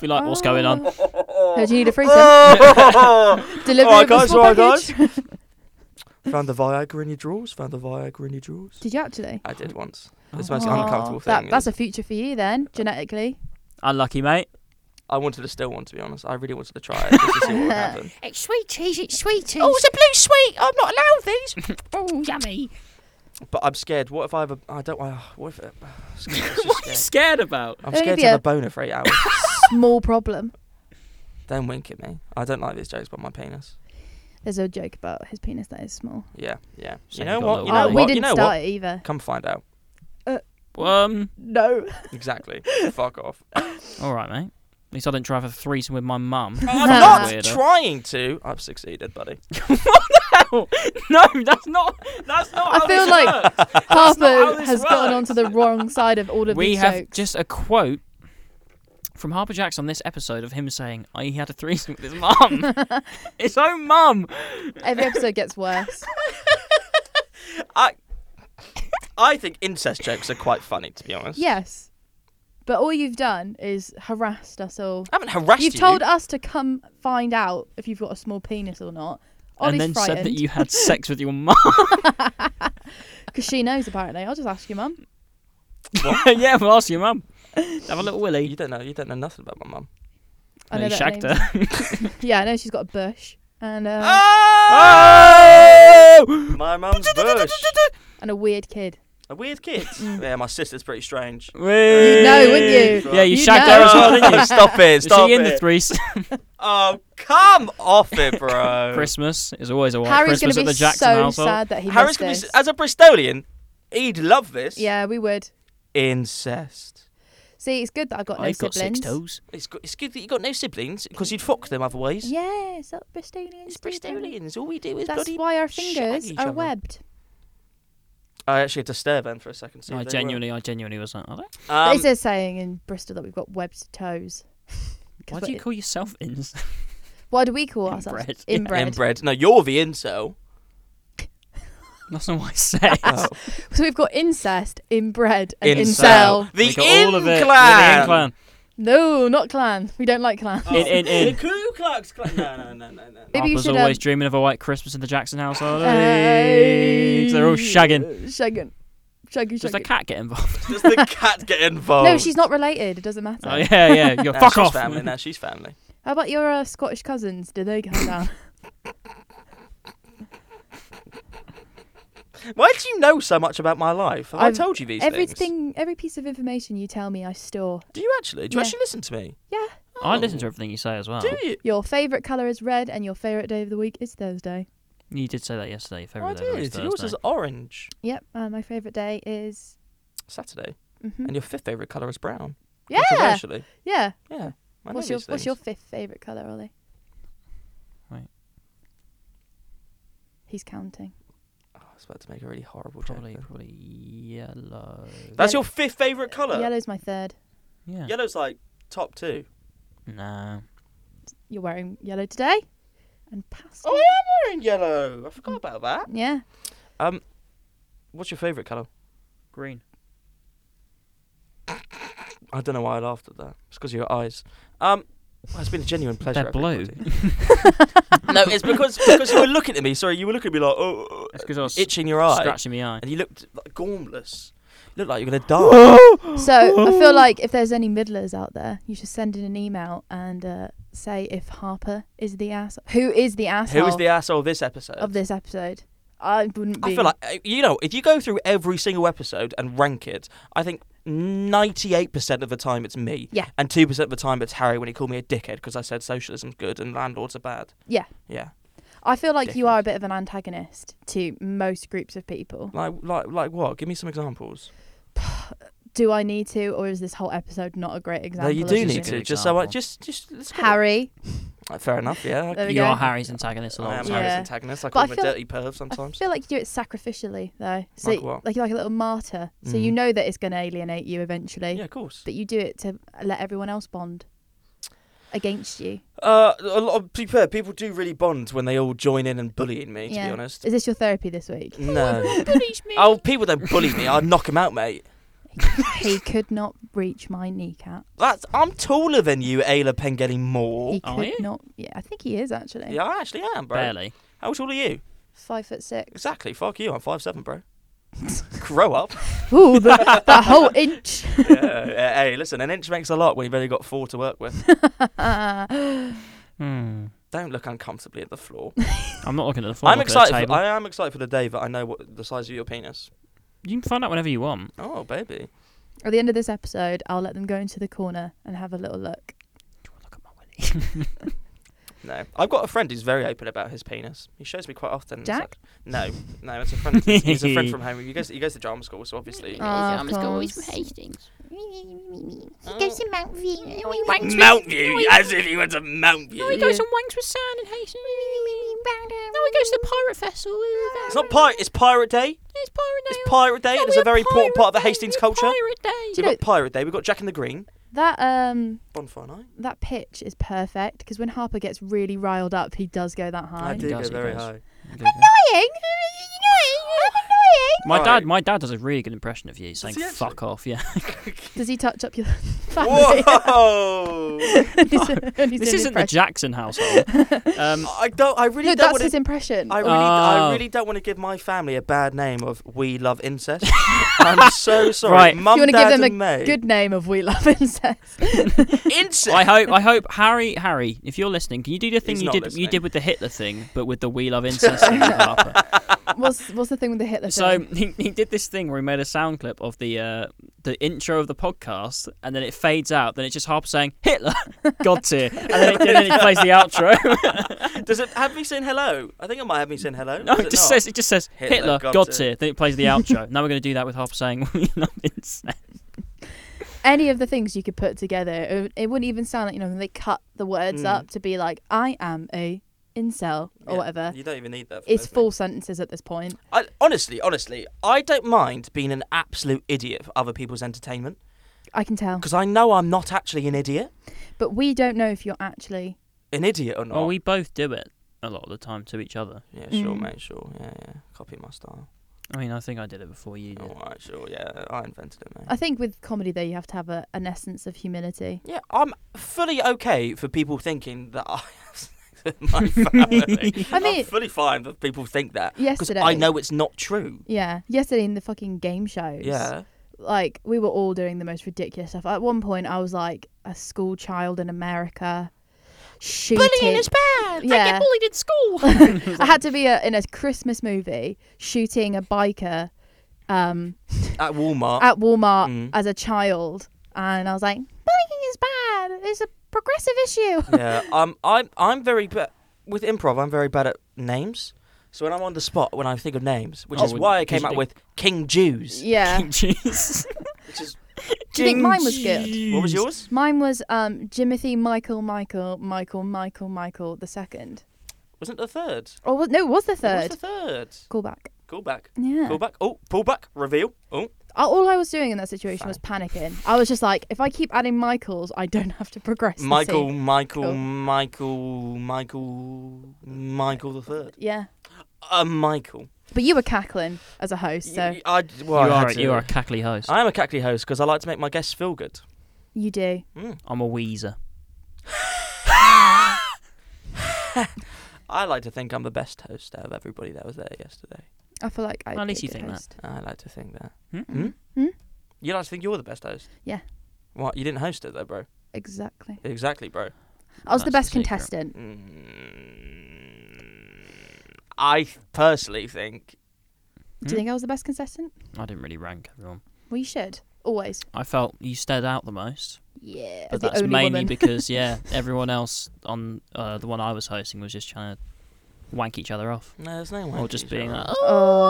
Speaker 2: be like, what's going on?
Speaker 3: Her, do you need a threesome?
Speaker 1: Oh!
Speaker 3: Delivery
Speaker 1: Alright,
Speaker 3: of the
Speaker 1: guys,
Speaker 3: small
Speaker 1: alright,
Speaker 3: package.
Speaker 1: Found the Viagra in your drawers. Found the Viagra in your drawers.
Speaker 3: Did you actually?
Speaker 1: I did once. It's the
Speaker 2: Oh.
Speaker 1: most
Speaker 3: Aw,
Speaker 1: uncomfortable
Speaker 3: that-
Speaker 1: thing.
Speaker 3: that's a future for you then, genetically.
Speaker 2: Unlucky, mate.
Speaker 1: I wanted to still one to be honest. I really wanted to try it just to see what would happen.
Speaker 4: It's sweet cheese, it's sweet cheese.
Speaker 1: Oh, it's a blue sweet. I'm not allowed these.
Speaker 4: oh, yummy.
Speaker 1: But I'm scared. What if I have a? I don't. Uh, what if? It, I'm scared. It's just scared.
Speaker 2: scared about?
Speaker 1: I'm
Speaker 3: Only
Speaker 1: scared
Speaker 3: be
Speaker 1: to have
Speaker 3: a-
Speaker 1: a boner for eight hours.
Speaker 3: Small problem.
Speaker 1: don't wink at me. I don't like these jokes about my penis.
Speaker 3: There's a joke about his penis that is small.
Speaker 1: Yeah, yeah.
Speaker 2: So
Speaker 1: you
Speaker 2: you
Speaker 1: know
Speaker 2: got
Speaker 1: what?
Speaker 2: little
Speaker 1: You know
Speaker 3: oh,
Speaker 2: eyes.
Speaker 1: what?
Speaker 3: we
Speaker 1: you
Speaker 3: didn't
Speaker 1: know
Speaker 3: start
Speaker 1: what?
Speaker 3: it either.
Speaker 1: Come find out.
Speaker 2: Um,
Speaker 3: No.
Speaker 1: Exactly. Fuck off.
Speaker 2: all right, mate. At least I didn't try to have a threesome with my mum.
Speaker 1: I'm
Speaker 3: Nah.
Speaker 1: not
Speaker 2: Weirdo.
Speaker 1: trying to. I've succeeded, buddy.
Speaker 2: no, that's not. That's not.
Speaker 3: I
Speaker 2: how
Speaker 3: feel
Speaker 2: this
Speaker 3: like
Speaker 2: works. how
Speaker 3: Harper
Speaker 2: this
Speaker 3: has gotten
Speaker 2: works.
Speaker 3: onto the wrong side of all of
Speaker 2: we
Speaker 3: these
Speaker 2: have
Speaker 3: jokes.
Speaker 2: just a quote from Harper Jackson on this episode of him saying "I- he had a threesome with his mum, his own mum.
Speaker 3: Every episode gets worse.
Speaker 1: I I think incest jokes are quite funny, to be honest.
Speaker 3: yes. But all you've done is harassed us all.
Speaker 1: I haven't harassed
Speaker 3: You've
Speaker 1: you.
Speaker 3: told us to come find out if you've got a small penis or not.
Speaker 2: and
Speaker 3: Ollie's
Speaker 2: then
Speaker 3: frightened
Speaker 2: said that you had sex with your mum.
Speaker 3: because she knows apparently. I'll just ask your mum.
Speaker 2: yeah, well, ask your mum. Have a little willy.
Speaker 1: You don't know. You don't know nothing about my mum.
Speaker 3: I
Speaker 2: And
Speaker 3: know
Speaker 2: then
Speaker 3: that
Speaker 2: shagged
Speaker 3: name.
Speaker 2: her. Ah!
Speaker 3: Yeah, I know she's got a bush and uh,
Speaker 1: Oh! My mum's bush.
Speaker 3: and a weird kid.
Speaker 1: A weird kid. yeah, my sister's pretty strange.
Speaker 2: Whee!
Speaker 3: know, wouldn't you?
Speaker 2: Yeah, you,
Speaker 3: You'd
Speaker 2: shagged
Speaker 3: know.
Speaker 2: her as well, didn't you?
Speaker 1: stop it!
Speaker 2: Is
Speaker 1: Stop
Speaker 2: she in
Speaker 1: it!
Speaker 2: the threes?
Speaker 1: oh, come off it, bro.
Speaker 2: Christmas is always a white
Speaker 3: Harry's going
Speaker 2: Christmas
Speaker 3: to
Speaker 2: at
Speaker 3: be
Speaker 2: the Jackson
Speaker 3: so
Speaker 2: household.
Speaker 3: sad that he
Speaker 1: Harry's
Speaker 3: missed
Speaker 1: gonna be,
Speaker 3: this.
Speaker 1: s- as a Bristolian, he'd love this.
Speaker 3: yeah, we would.
Speaker 1: Incest.
Speaker 3: See, it's good that I've got no
Speaker 2: I've got
Speaker 3: siblings.
Speaker 2: six toes.
Speaker 1: It's good, it's good that you got no siblings because you'd fuck them otherwise.
Speaker 3: Yeah, it's not Bristolian.
Speaker 1: It's Bristolians. All we do is
Speaker 3: That's
Speaker 1: bloody.
Speaker 3: why our
Speaker 1: shag
Speaker 3: fingers
Speaker 1: each
Speaker 3: are
Speaker 1: other.
Speaker 3: webbed.
Speaker 1: I actually had to stare then for a second. see
Speaker 2: I
Speaker 1: if they were.
Speaker 2: genuinely, I genuinely was like, are they?
Speaker 1: Um,
Speaker 3: it's a saying in Bristol that we've got webbed toes. 'Cause
Speaker 2: Why
Speaker 3: we're-
Speaker 2: do you call yourself ins?
Speaker 3: why do we call ourselves
Speaker 2: Inbred. Yeah.
Speaker 3: inbred?
Speaker 1: inbred. No, you're the incel.
Speaker 2: That's not what I said.
Speaker 3: Oh. So we've got incest, inbred, and
Speaker 1: Incel.
Speaker 3: incel.
Speaker 1: The
Speaker 2: we got all of it. We're the
Speaker 1: in-clan.
Speaker 2: in clan.
Speaker 3: No, not clan. We don't like clan.
Speaker 2: In, in, in.
Speaker 1: Oh. Ku Klux Klan. No, no, no, no, no.
Speaker 3: Maybe you
Speaker 2: Harper's
Speaker 3: should,
Speaker 2: always
Speaker 3: um,
Speaker 2: dreaming of a white Christmas in the Jackson household. Hey, 'cause they're all shagging.
Speaker 3: Shagging. Shaggy,
Speaker 2: Does the
Speaker 3: shaggy.
Speaker 2: cat get involved?
Speaker 1: Does the cat get involved?
Speaker 3: No, she's not related. It doesn't matter.
Speaker 2: Oh yeah, yeah. You're
Speaker 1: Nah,
Speaker 2: fuck
Speaker 1: she's
Speaker 2: off.
Speaker 1: family. Now she's family.
Speaker 3: How about your uh, Scottish cousins? Did they come down?
Speaker 1: Why do you know so much about my life? Have i
Speaker 3: I've-
Speaker 1: told you these things.
Speaker 3: Everything, every piece of information you tell me, I store.
Speaker 1: Do you actually? Do you
Speaker 3: Yeah.
Speaker 1: actually listen to me?
Speaker 3: Yeah.
Speaker 2: I listen to everything you say as well.
Speaker 1: Do you?
Speaker 3: Your favourite colour is red, and your favourite day of the week is Thursday.
Speaker 2: You did say that
Speaker 3: Oh,
Speaker 2: yesterday.
Speaker 1: I
Speaker 2: Your favorite day of the week
Speaker 1: did.
Speaker 2: is
Speaker 1: Yours is
Speaker 2: Thursday.
Speaker 1: orange.
Speaker 3: Yep. Uh, my favourite day is.
Speaker 1: Saturday.
Speaker 3: hmm
Speaker 1: And your fifth favourite colour is brown.
Speaker 3: Yeah.
Speaker 1: Controversially.
Speaker 3: Yeah.
Speaker 1: Yeah. I know
Speaker 3: What's your
Speaker 1: these
Speaker 3: What's
Speaker 1: things.
Speaker 3: your fifth favourite colour, Ollie?
Speaker 2: Wait.
Speaker 3: He's counting.
Speaker 1: Oh, I was about to make a really horrible
Speaker 2: probably
Speaker 1: joke.
Speaker 2: probably yellow.
Speaker 1: then. That's
Speaker 3: Yellow-
Speaker 1: your fifth favourite colour.
Speaker 3: Yellow's my third.
Speaker 2: Yeah.
Speaker 1: Yellow's like top two.
Speaker 2: No.
Speaker 3: You're wearing yellow today, and past.
Speaker 1: Oh, I am wearing yellow. I forgot about that.
Speaker 3: Yeah.
Speaker 1: Um, Mm. what's your favourite colour?
Speaker 2: Green.
Speaker 1: I don't know why I laughed at that. It's because of your eyes. Um, well, it's been a genuine pleasure.
Speaker 2: They're blue.
Speaker 1: everybody. no, it's because because you were looking at me. Sorry, you were looking at me like oh, oh,
Speaker 2: That's because I was
Speaker 1: itching your eye,
Speaker 2: scratching my eye.
Speaker 1: and you looked like gormless. You looked like you were gonna die.
Speaker 3: So I feel like if there's any middlers out there, you should send in an email and uh, say if Harper is the ass. Who is the asshole
Speaker 1: Who was the asshole this episode?
Speaker 3: of this episode? I wouldn't be.
Speaker 1: I feel like uh, you know if you go through every single episode and rank it, I think ninety-eight percent of the time it's me.
Speaker 3: Yeah.
Speaker 1: And two percent of the time it's Harry when he called me a dickhead because I said socialism's good and landlords are bad.
Speaker 3: Yeah.
Speaker 1: Yeah.
Speaker 3: I feel like you
Speaker 1: Dickhead.
Speaker 3: are a bit of an antagonist to most groups of people.
Speaker 1: Like like like what? Give me some examples.
Speaker 3: Do I need to, or is this whole episode not a great example?
Speaker 1: no, you
Speaker 3: of
Speaker 1: do
Speaker 3: you
Speaker 2: Just a
Speaker 1: need
Speaker 2: good
Speaker 1: to. Just so I
Speaker 2: example.
Speaker 1: just just let's go-
Speaker 3: Harry.
Speaker 1: Uh, Fair enough. Yeah. I-
Speaker 3: There we
Speaker 2: You
Speaker 3: go.
Speaker 2: are Harry's antagonist a
Speaker 1: I
Speaker 2: lot
Speaker 1: am
Speaker 2: of
Speaker 3: Yeah.
Speaker 1: Harry's
Speaker 2: times.
Speaker 1: antagonist. I
Speaker 3: But
Speaker 1: call
Speaker 3: I
Speaker 1: him a
Speaker 3: feel-
Speaker 1: dirty perv
Speaker 3: I
Speaker 1: sometimes.
Speaker 3: feel like you do it sacrificially though. So
Speaker 1: Like
Speaker 3: like,
Speaker 1: what?
Speaker 3: you're like a little martyr. So you
Speaker 1: Mhm.
Speaker 3: know that it's going to alienate you eventually,
Speaker 1: Yeah, of course.
Speaker 3: but you do it to let everyone else bond against you.
Speaker 1: Uh, a lot of people, people do really bond when they all join in and bullying me. To be
Speaker 3: Yeah.
Speaker 1: honest. Mm.
Speaker 3: Is this your therapy this week?
Speaker 1: No. Oh, people don't bully me. I'd knock him out, mate.
Speaker 3: he could not reach my kneecap.
Speaker 1: That's I'm taller than you, Ayla Pengelly Moore.
Speaker 3: He
Speaker 2: Are
Speaker 3: could
Speaker 2: you?
Speaker 3: not. Yeah, I think he is actually.
Speaker 1: Oh, Yeah, I actually am, bro.
Speaker 2: Barely.
Speaker 1: How tall are you?
Speaker 3: Five foot six.
Speaker 1: Exactly. Fuck you. I'm five seven, bro. Grow up.
Speaker 3: Ooh, that, that whole inch.
Speaker 1: yeah, uh, hey, listen. An inch makes a lot when you've only got four to work with.
Speaker 2: Hmm.
Speaker 1: Don't look uncomfortably at the floor.
Speaker 2: I'm not looking at the floor.
Speaker 1: I'm
Speaker 2: I'm at the
Speaker 1: excited. For,
Speaker 2: table.
Speaker 1: I am excited for the day that I know what the size of your penis.
Speaker 2: You can find out whenever you want.
Speaker 1: Oh, baby.
Speaker 3: At the end of this episode, I'll let them go into the corner and have a little look.
Speaker 2: Look at my willy.
Speaker 1: No, I've got a friend who's very open about his penis. He shows me quite often. It's
Speaker 3: Jack?
Speaker 1: like- no, no, it's a friend. it's- He's a friend from home. He goes, he goes to drama school, so obviously.
Speaker 3: Ah.
Speaker 4: Yeah,
Speaker 3: of
Speaker 4: I'm just going always from
Speaker 3: course.
Speaker 4: Hastings. He
Speaker 1: Oh.
Speaker 4: goes to Mount View. Oh, he wanks
Speaker 1: Mount
Speaker 4: with-
Speaker 1: View,
Speaker 4: oh, he-
Speaker 1: as if he went to Mount
Speaker 4: Oh, he
Speaker 1: View.
Speaker 4: goes and wanks with Sam and Hastings. No, he goes to the Pirate Festival.
Speaker 1: It's not pirate. It's Pirate Day.
Speaker 4: It's Pirate Day.
Speaker 1: It's Pirate Day.
Speaker 4: No,
Speaker 1: It is a
Speaker 4: we're
Speaker 1: very important
Speaker 4: Pirate
Speaker 1: part of the
Speaker 4: Day,
Speaker 1: Hastings
Speaker 4: we're
Speaker 1: culture.
Speaker 4: Pirate Day.
Speaker 1: So we've got Pirate Day. We've got Jack and the Green.
Speaker 3: That um
Speaker 1: Bonfire night.
Speaker 3: that pitch is perfect because when Harper gets really riled up, he does go that high.
Speaker 1: I do go
Speaker 2: does, he
Speaker 1: very
Speaker 2: does.
Speaker 1: high.
Speaker 3: Annoying. Annoying.
Speaker 2: My
Speaker 1: Alright.
Speaker 2: dad, my dad does a really good impression of you, saying
Speaker 1: he actually?
Speaker 2: "fuck off." Yeah,
Speaker 3: Does he touch up your family?
Speaker 1: Whoa!
Speaker 2: this isn't the Jackson household. um,
Speaker 1: I don't. I really
Speaker 3: No,
Speaker 1: don't
Speaker 3: that's
Speaker 1: want
Speaker 3: his
Speaker 1: to.
Speaker 3: impression.
Speaker 1: I really, I
Speaker 2: Oh.
Speaker 1: really don't want to give my family a bad name of we love incest. I'm so sorry,
Speaker 2: Right.
Speaker 1: Mum,
Speaker 3: You wanna give
Speaker 1: Dad,
Speaker 3: them a
Speaker 1: and May.
Speaker 3: Good name of We Love Incest.
Speaker 1: incest.
Speaker 2: I hope, I hope Harry, Harry, if you're listening, can you do the thing
Speaker 1: He's
Speaker 2: you
Speaker 1: not
Speaker 2: did, you
Speaker 1: listening.
Speaker 2: did with the Hitler thing, but with the we love incest thing with Harper?
Speaker 3: what's what's the thing with the Hitler
Speaker 2: So
Speaker 3: thing?
Speaker 2: he, he did this thing where he made a sound clip of the uh, the intro of the podcast, and then it fades out. Then it's just Harper saying Hitler, God tier, and then, it, and then he plays the outro.
Speaker 1: Does it have me saying hello? I think it might have me saying hello.
Speaker 2: no,
Speaker 1: Does
Speaker 2: it just
Speaker 1: not?
Speaker 2: says it just says
Speaker 1: Hitler,
Speaker 2: Hitler,
Speaker 1: God
Speaker 2: God,
Speaker 1: tier.
Speaker 2: tier. Then it plays the outro. now we're going to do that with Harper saying we love incest.
Speaker 3: Any of the things you could put together, it, it wouldn't even sound like you know they cut the words
Speaker 1: Mm.
Speaker 3: up to be like I am a incel or
Speaker 1: Yeah,
Speaker 3: whatever.
Speaker 1: You don't even need that. for
Speaker 3: It's
Speaker 1: those
Speaker 3: full sentences at this point.
Speaker 1: I, honestly, honestly, I don't mind being an absolute idiot for other people's entertainment
Speaker 3: I can tell,
Speaker 1: because I know I'm not actually an idiot,
Speaker 3: but we don't know if you're actually.
Speaker 1: an idiot or not.
Speaker 2: Well, Oh, we both do it a lot of the time to each other.
Speaker 1: Yeah, sure,
Speaker 3: Mm.
Speaker 1: mate, sure. Yeah, yeah. Copy my style.
Speaker 2: I mean, I think I did it before you did.
Speaker 1: All right, sure. Yeah, I invented it, mate.
Speaker 3: I think with comedy though, you have to have a, an essence of humility.
Speaker 1: yeah, I'm fully okay for people thinking that I have my family.
Speaker 3: I mean-
Speaker 1: I'm fully fine that people think that because
Speaker 3: Yesterday.
Speaker 1: I know it's not true.
Speaker 3: Yeah. Yesterday in the fucking game shows.
Speaker 1: Yeah.
Speaker 3: Like we were all doing the most ridiculous stuff. At one point, I was like a school child in America. Shooting.
Speaker 2: bad.
Speaker 3: I get Yeah.
Speaker 2: bullied in school.
Speaker 3: I had to be a, in a Christmas movie shooting a biker um,
Speaker 1: At Walmart.
Speaker 3: at Walmart
Speaker 1: Mm.
Speaker 3: as a child, and I was like, bullying is bad. It's a progressive issue.
Speaker 1: yeah. Um. I'm. I'm very bad with improv. I'm very bad at names. So when I'm on the spot, when I think of names, which
Speaker 2: Oh,
Speaker 1: is
Speaker 2: well,
Speaker 1: why I
Speaker 2: because
Speaker 1: came up
Speaker 2: you
Speaker 1: with King Jews,
Speaker 3: yeah.
Speaker 2: Jeez.
Speaker 1: which is
Speaker 3: Do you think mine was good?
Speaker 1: what was yours?
Speaker 3: Mine was um, Jimothy Michael Michael Michael Michael Michael the second.
Speaker 1: Wasn't the third?
Speaker 3: Or was, no, it was the
Speaker 1: What's
Speaker 3: third.
Speaker 1: the third?
Speaker 3: Callback.
Speaker 1: Callback.
Speaker 3: Yeah.
Speaker 1: Callback. Oh, pullback. Reveal. Oh.
Speaker 3: I- All I was doing in that situation was panicking. I was just like, if I keep adding Michaels, I don't have to progress. the
Speaker 1: Michael,
Speaker 3: scene.
Speaker 1: Michael,
Speaker 3: Cool.
Speaker 1: Michael, Michael, Michael the third.
Speaker 3: Yeah.
Speaker 1: Uh, Michael.
Speaker 3: But you were cackling as a host, so
Speaker 1: Y- I, well,
Speaker 2: you
Speaker 1: I had
Speaker 2: are a,
Speaker 1: to.
Speaker 2: you are a cackly host.
Speaker 1: I am a cackly host because I like to make my guests feel good.
Speaker 3: you do.
Speaker 1: Mm.
Speaker 2: I'm a wheezer.
Speaker 1: I like to think I'm the best host out of everybody that was there yesterday.
Speaker 3: I feel like I.
Speaker 2: Well, at least you think that.
Speaker 1: I like to think that.
Speaker 2: Hmm?
Speaker 1: Hmm?
Speaker 3: Hmm?
Speaker 1: You like to think you're the best host?
Speaker 3: Yeah.
Speaker 1: What? You didn't host it though, bro.
Speaker 3: Exactly.
Speaker 1: Exactly, bro.
Speaker 3: I was the
Speaker 2: That's
Speaker 3: best
Speaker 2: the secret.
Speaker 3: contestant.
Speaker 1: Mm. I th- personally think
Speaker 2: Hmm?
Speaker 3: Do you think I was the best contestant?
Speaker 2: I didn't really rank everyone.
Speaker 3: Well, you should always.
Speaker 2: I felt you stared out the most,
Speaker 3: Yeah.
Speaker 2: but
Speaker 3: as
Speaker 2: that's
Speaker 3: the only
Speaker 2: mainly
Speaker 3: woman.
Speaker 2: because yeah, everyone else on uh, the one I was hosting was just trying to wank each other off,
Speaker 1: no, there's no way.
Speaker 2: or just being like,
Speaker 3: Oh.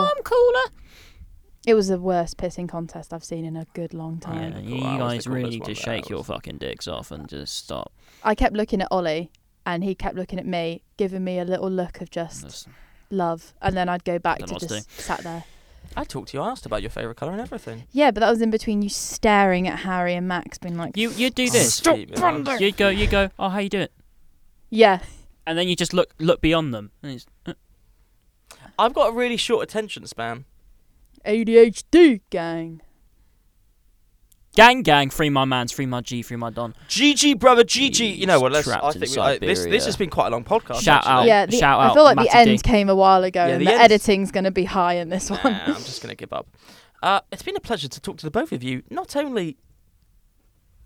Speaker 2: "Oh, I'm cooler."
Speaker 3: It was the worst pissing contest I've seen in a good long time.
Speaker 2: Yeah,
Speaker 1: Oh, cool. I
Speaker 2: you,
Speaker 1: was the
Speaker 2: you guys really
Speaker 1: coolest
Speaker 2: need
Speaker 1: one
Speaker 2: to
Speaker 1: there,
Speaker 2: shake
Speaker 1: I
Speaker 2: your
Speaker 1: was.
Speaker 2: fucking dicks off and just stop.
Speaker 3: I kept looking at Ollie, and he kept looking at me, giving me a little look of just
Speaker 2: That's-
Speaker 3: love, and then I'd go back
Speaker 2: Don't
Speaker 3: to
Speaker 2: know what to
Speaker 3: just sat there.
Speaker 1: I talked to you. I asked about your favorite color and everything.
Speaker 3: Yeah, but that was in between you staring at Harry and Max, being like,
Speaker 2: You you do this.
Speaker 1: Stop Brandon.
Speaker 2: You go you go. Oh, how you doing?
Speaker 3: yeah,
Speaker 2: And then you just look look beyond them. And it's,
Speaker 1: I've got a really short attention span.
Speaker 3: ADHD gang.
Speaker 2: gang gang, free my man's, free my G, free my Don.
Speaker 1: GG, brother, GG. You know
Speaker 2: He's
Speaker 1: what? Let's.
Speaker 2: trapped
Speaker 1: I
Speaker 2: in
Speaker 1: think we, I, this
Speaker 2: Siberia.
Speaker 1: this has been quite a long podcast.
Speaker 2: Shout
Speaker 1: actually.
Speaker 2: out.
Speaker 3: yeah, the,
Speaker 2: shout
Speaker 3: I feel
Speaker 2: out
Speaker 3: like the
Speaker 2: Matty D.
Speaker 3: end came a while ago,
Speaker 1: Yeah,
Speaker 3: and
Speaker 1: the
Speaker 3: the,
Speaker 1: end's-
Speaker 3: editing's gonna be high in this one.
Speaker 1: Nah, I'm just gonna give up. Uh, it's been a pleasure to talk to the both of you. Not only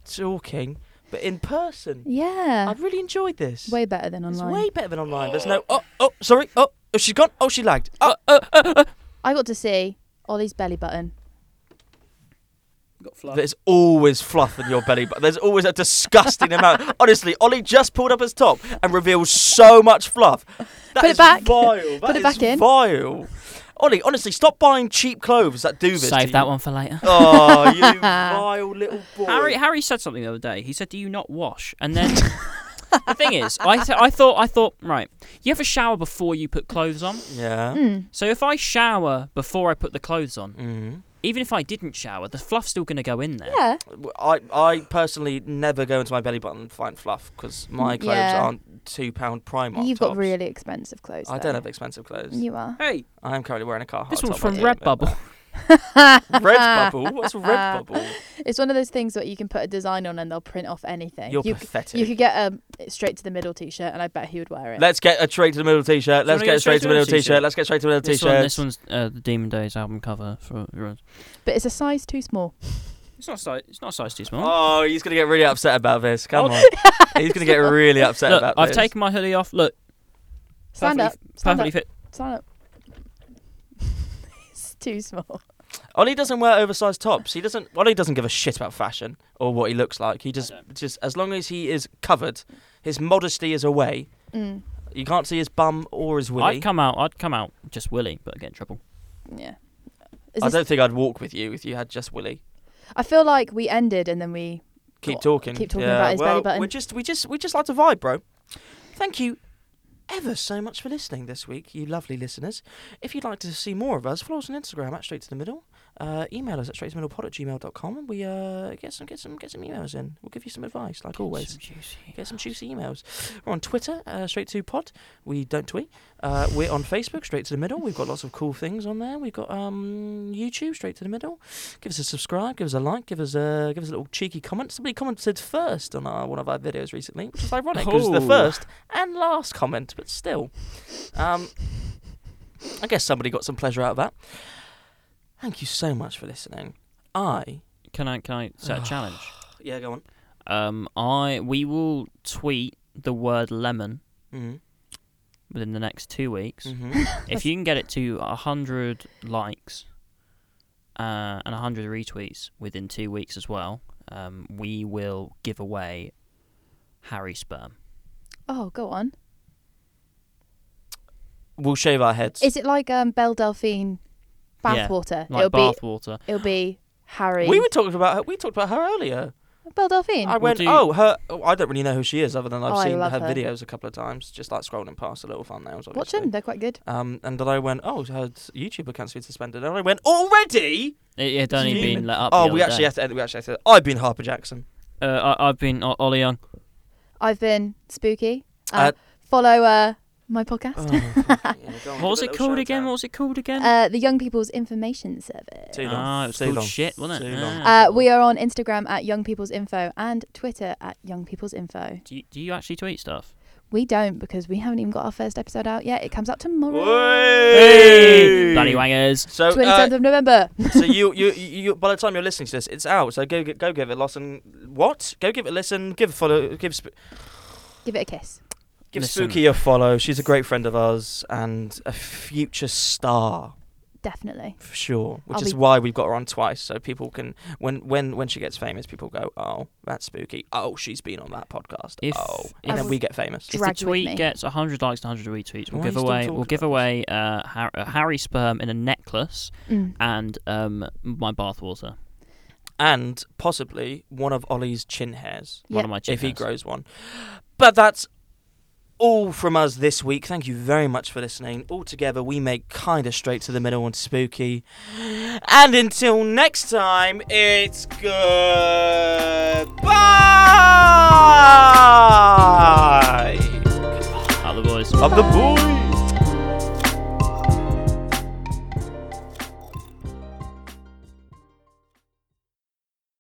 Speaker 1: talking, but in person.
Speaker 3: yeah,
Speaker 1: I've really enjoyed this.
Speaker 3: way better than
Speaker 1: it's
Speaker 3: online.
Speaker 1: way better than online. There's no. Oh, oh, sorry. Oh, oh, she's gone. Oh, she lagged. Oh, oh, oh, oh.
Speaker 3: I got to see Ollie's belly button.
Speaker 2: Got fluff.
Speaker 1: There's always fluff in your belly, but there's always a disgusting amount. Honestly, Ollie just pulled up his top and revealed so much fluff. That
Speaker 3: Put it
Speaker 1: is
Speaker 3: back.
Speaker 1: Vile. That
Speaker 3: Put it
Speaker 1: is
Speaker 3: back in.
Speaker 1: Vile. Ollie, honestly, stop buying cheap clothes that do this. to
Speaker 2: Save that
Speaker 1: you.
Speaker 2: one for later.
Speaker 1: Oh, you vile little boy.
Speaker 2: Harry Harry said something the other day. He said, "Do you not wash?" And then the thing is, I th- I thought I thought right. You have a shower before you put clothes on.
Speaker 1: Yeah.
Speaker 3: Mm.
Speaker 2: So if I shower before I put the clothes
Speaker 3: Hmm.
Speaker 2: on,
Speaker 1: Mhm.
Speaker 2: even if I didn't shower, the fluff's still going to go in there.
Speaker 3: Yeah,
Speaker 1: I I personally never go into my belly button and find fluff because my clothes
Speaker 3: Mm, Yeah.
Speaker 1: aren't two pound Primark.
Speaker 3: you've
Speaker 1: tops.
Speaker 3: got really expensive clothes.
Speaker 1: I
Speaker 3: though.
Speaker 1: don't have expensive clothes.
Speaker 3: You are.
Speaker 2: Hey,
Speaker 1: I am currently wearing a car.
Speaker 2: this one's
Speaker 1: top,
Speaker 2: from
Speaker 1: I didn't admit
Speaker 2: Redbubble.
Speaker 1: that. Redbubble. What's Redbubble?
Speaker 3: Uh, It's one of those things that you can put a design on and they'll print off anything.
Speaker 1: You're
Speaker 3: you, c-
Speaker 1: pathetic.
Speaker 3: you could get a straight to the middle t-shirt, and I bet he would wear it.
Speaker 1: Let's get a straight to the middle t-shirt. Let's
Speaker 2: wanna
Speaker 1: get a straight to the middle t-shirt. Let's get straight to the middle
Speaker 2: This, one,
Speaker 1: t-shirt.
Speaker 2: this one's uh, the Demon Days album cover. For
Speaker 3: but it's a size too small.
Speaker 2: it's not size. It's not size too small.
Speaker 1: Oh, he's gonna get really upset about this. Come
Speaker 2: Oh.
Speaker 1: on. He's gonna get really upset
Speaker 2: Look,
Speaker 1: about
Speaker 2: I've
Speaker 1: this.
Speaker 2: taken my hoodie off. Look,
Speaker 3: Stand
Speaker 2: perfectly,
Speaker 3: up. Stand
Speaker 2: perfectly
Speaker 3: up.
Speaker 2: fit.
Speaker 3: Stand up. it's too small.
Speaker 1: Ollie doesn't wear oversized tops. He doesn't. Ollie doesn't give a shit about fashion or what he looks like. He just, just as long as he is covered, his modesty is away.
Speaker 3: Mm.
Speaker 1: You can't see his bum or his willy.
Speaker 2: I'd come out. I'd come out just willy, but I'd get in trouble.
Speaker 3: Yeah. Is
Speaker 1: I
Speaker 3: this-
Speaker 1: don't think I'd walk with you if you had just willy.
Speaker 3: I feel like we ended and then we.
Speaker 1: Keep
Speaker 3: Well,
Speaker 1: talking.
Speaker 3: keep talking
Speaker 1: yeah,
Speaker 3: about his
Speaker 1: well,
Speaker 3: belly button.
Speaker 1: We just, we just, we just like to vibe, bro. Thank you ever so much for listening this week, you lovely listeners. If you'd like to see more of us, follow us on Instagram at Straight to the Middle. Uh, email us at straight to the middle pod at gmail.com and we uh, get some get some get some emails in. We'll give you some advice, like always.
Speaker 2: Some juicy-
Speaker 1: Get some juicy emails. We're on Twitter, uh, straight to pod. We don't tweet. Uh, we're on Facebook, straight to the middle. We've got lots of cool things on there. We've got um, YouTube, straight to the middle. Give us a subscribe, give us a like, give us a give us a little cheeky comment. Somebody commented first on our, one of our videos recently, which is ironic because the
Speaker 2: Oh.
Speaker 1: first and last comment, but still, um, I guess somebody got some pleasure out of that. Thank you so much for listening. I
Speaker 2: Can I can I set a challenge?
Speaker 1: yeah, go on.
Speaker 2: Um, I we will tweet the word lemon
Speaker 1: Mhm.
Speaker 2: within the next two weeks.
Speaker 1: Mhm.
Speaker 2: If you can get it to hundred likes uh, and hundred retweets within two weeks as well, um, we will give away Harry sperm.
Speaker 3: Oh, go on.
Speaker 1: we'll shave our heads.
Speaker 3: Is it like um, Belle Delphine
Speaker 2: Yeah,
Speaker 3: bathwater?
Speaker 2: Like
Speaker 3: it'll be
Speaker 2: bathwater.
Speaker 3: it'll be Harry.
Speaker 1: we were talking about her. We talked about her earlier.
Speaker 3: Belle Delphine.
Speaker 1: I went,
Speaker 2: do-
Speaker 1: oh, her. Oh, I don't really know who she is, other than I've
Speaker 3: Oh, I
Speaker 1: seen her,
Speaker 3: love her.
Speaker 1: videos a couple of times, just like scrolling past a little thumbnails.
Speaker 3: Watch
Speaker 1: obviously.
Speaker 3: them; they're quite good.
Speaker 1: Um, and then I went, oh, her YouTube account's been suspended. And I went, already?
Speaker 2: It, it only
Speaker 1: Human.
Speaker 2: been let up.
Speaker 1: oh,
Speaker 2: the
Speaker 1: we
Speaker 2: other
Speaker 1: actually
Speaker 2: day.
Speaker 1: have to. We actually have to. I've been Harper Jackson.
Speaker 2: Uh, I, I've been O- Ollie Young.
Speaker 1: Oh,
Speaker 3: I've been spooky. Uh,
Speaker 1: Uh,
Speaker 3: follow uh, my
Speaker 1: Oh,
Speaker 3: podcast,
Speaker 2: What was it called again? What was it called again?
Speaker 3: uh, the Young People's Information Service.
Speaker 1: Too long.
Speaker 2: Ah, it was
Speaker 1: Too
Speaker 2: called
Speaker 1: long.
Speaker 2: shit, wasn't it?
Speaker 1: Too long.
Speaker 2: Ah.
Speaker 3: Uh, we are on Instagram at Young People's Info and Twitter at Young People's Info.
Speaker 2: do, you, do you actually tweet stuff?
Speaker 3: We don't because we haven't even got our first episode out yet. It comes out tomorrow,
Speaker 1: Hey!
Speaker 2: Bloody wangers.
Speaker 1: So,
Speaker 3: twenty
Speaker 1: uh,
Speaker 3: seventh of November.
Speaker 1: so you, you, you, by the time you're listening to this, it's out. So go, gi- go give it a listen. What? Go give it a listen. Give a follow. Give, sp-
Speaker 3: Give it a kiss.
Speaker 1: give
Speaker 2: Listen.
Speaker 1: Spooky a follow. She's a great friend of ours and a future star.
Speaker 3: Definitely.
Speaker 1: for sure. Which
Speaker 3: I'll
Speaker 1: is
Speaker 3: be-
Speaker 1: why we've got her on twice, so people can when when when she gets famous, people go, "Oh, that's spooky. Oh, she's been on that podcast.
Speaker 2: If-
Speaker 1: oh,"
Speaker 2: if-
Speaker 1: and then we get famous.
Speaker 3: Dr-
Speaker 2: If the
Speaker 3: Drag with
Speaker 2: tweet
Speaker 3: me.
Speaker 2: gets 100 likes and 100 retweets, we'll
Speaker 1: Why
Speaker 2: give
Speaker 1: you still
Speaker 2: away
Speaker 1: talking
Speaker 2: we'll give
Speaker 1: about
Speaker 2: away uh, Har- a Harry sperm in a necklace
Speaker 3: Mm.
Speaker 2: and um, my bathwater.
Speaker 1: And possibly one of Ollie's chin hairs
Speaker 2: One
Speaker 3: Yeah.
Speaker 2: of my
Speaker 1: if he
Speaker 2: chickens.
Speaker 1: grows one. But that's all from us this week. Thank you very much for listening. All together, we make kind of straight to the middle and spooky. And until next time, it's goodbye.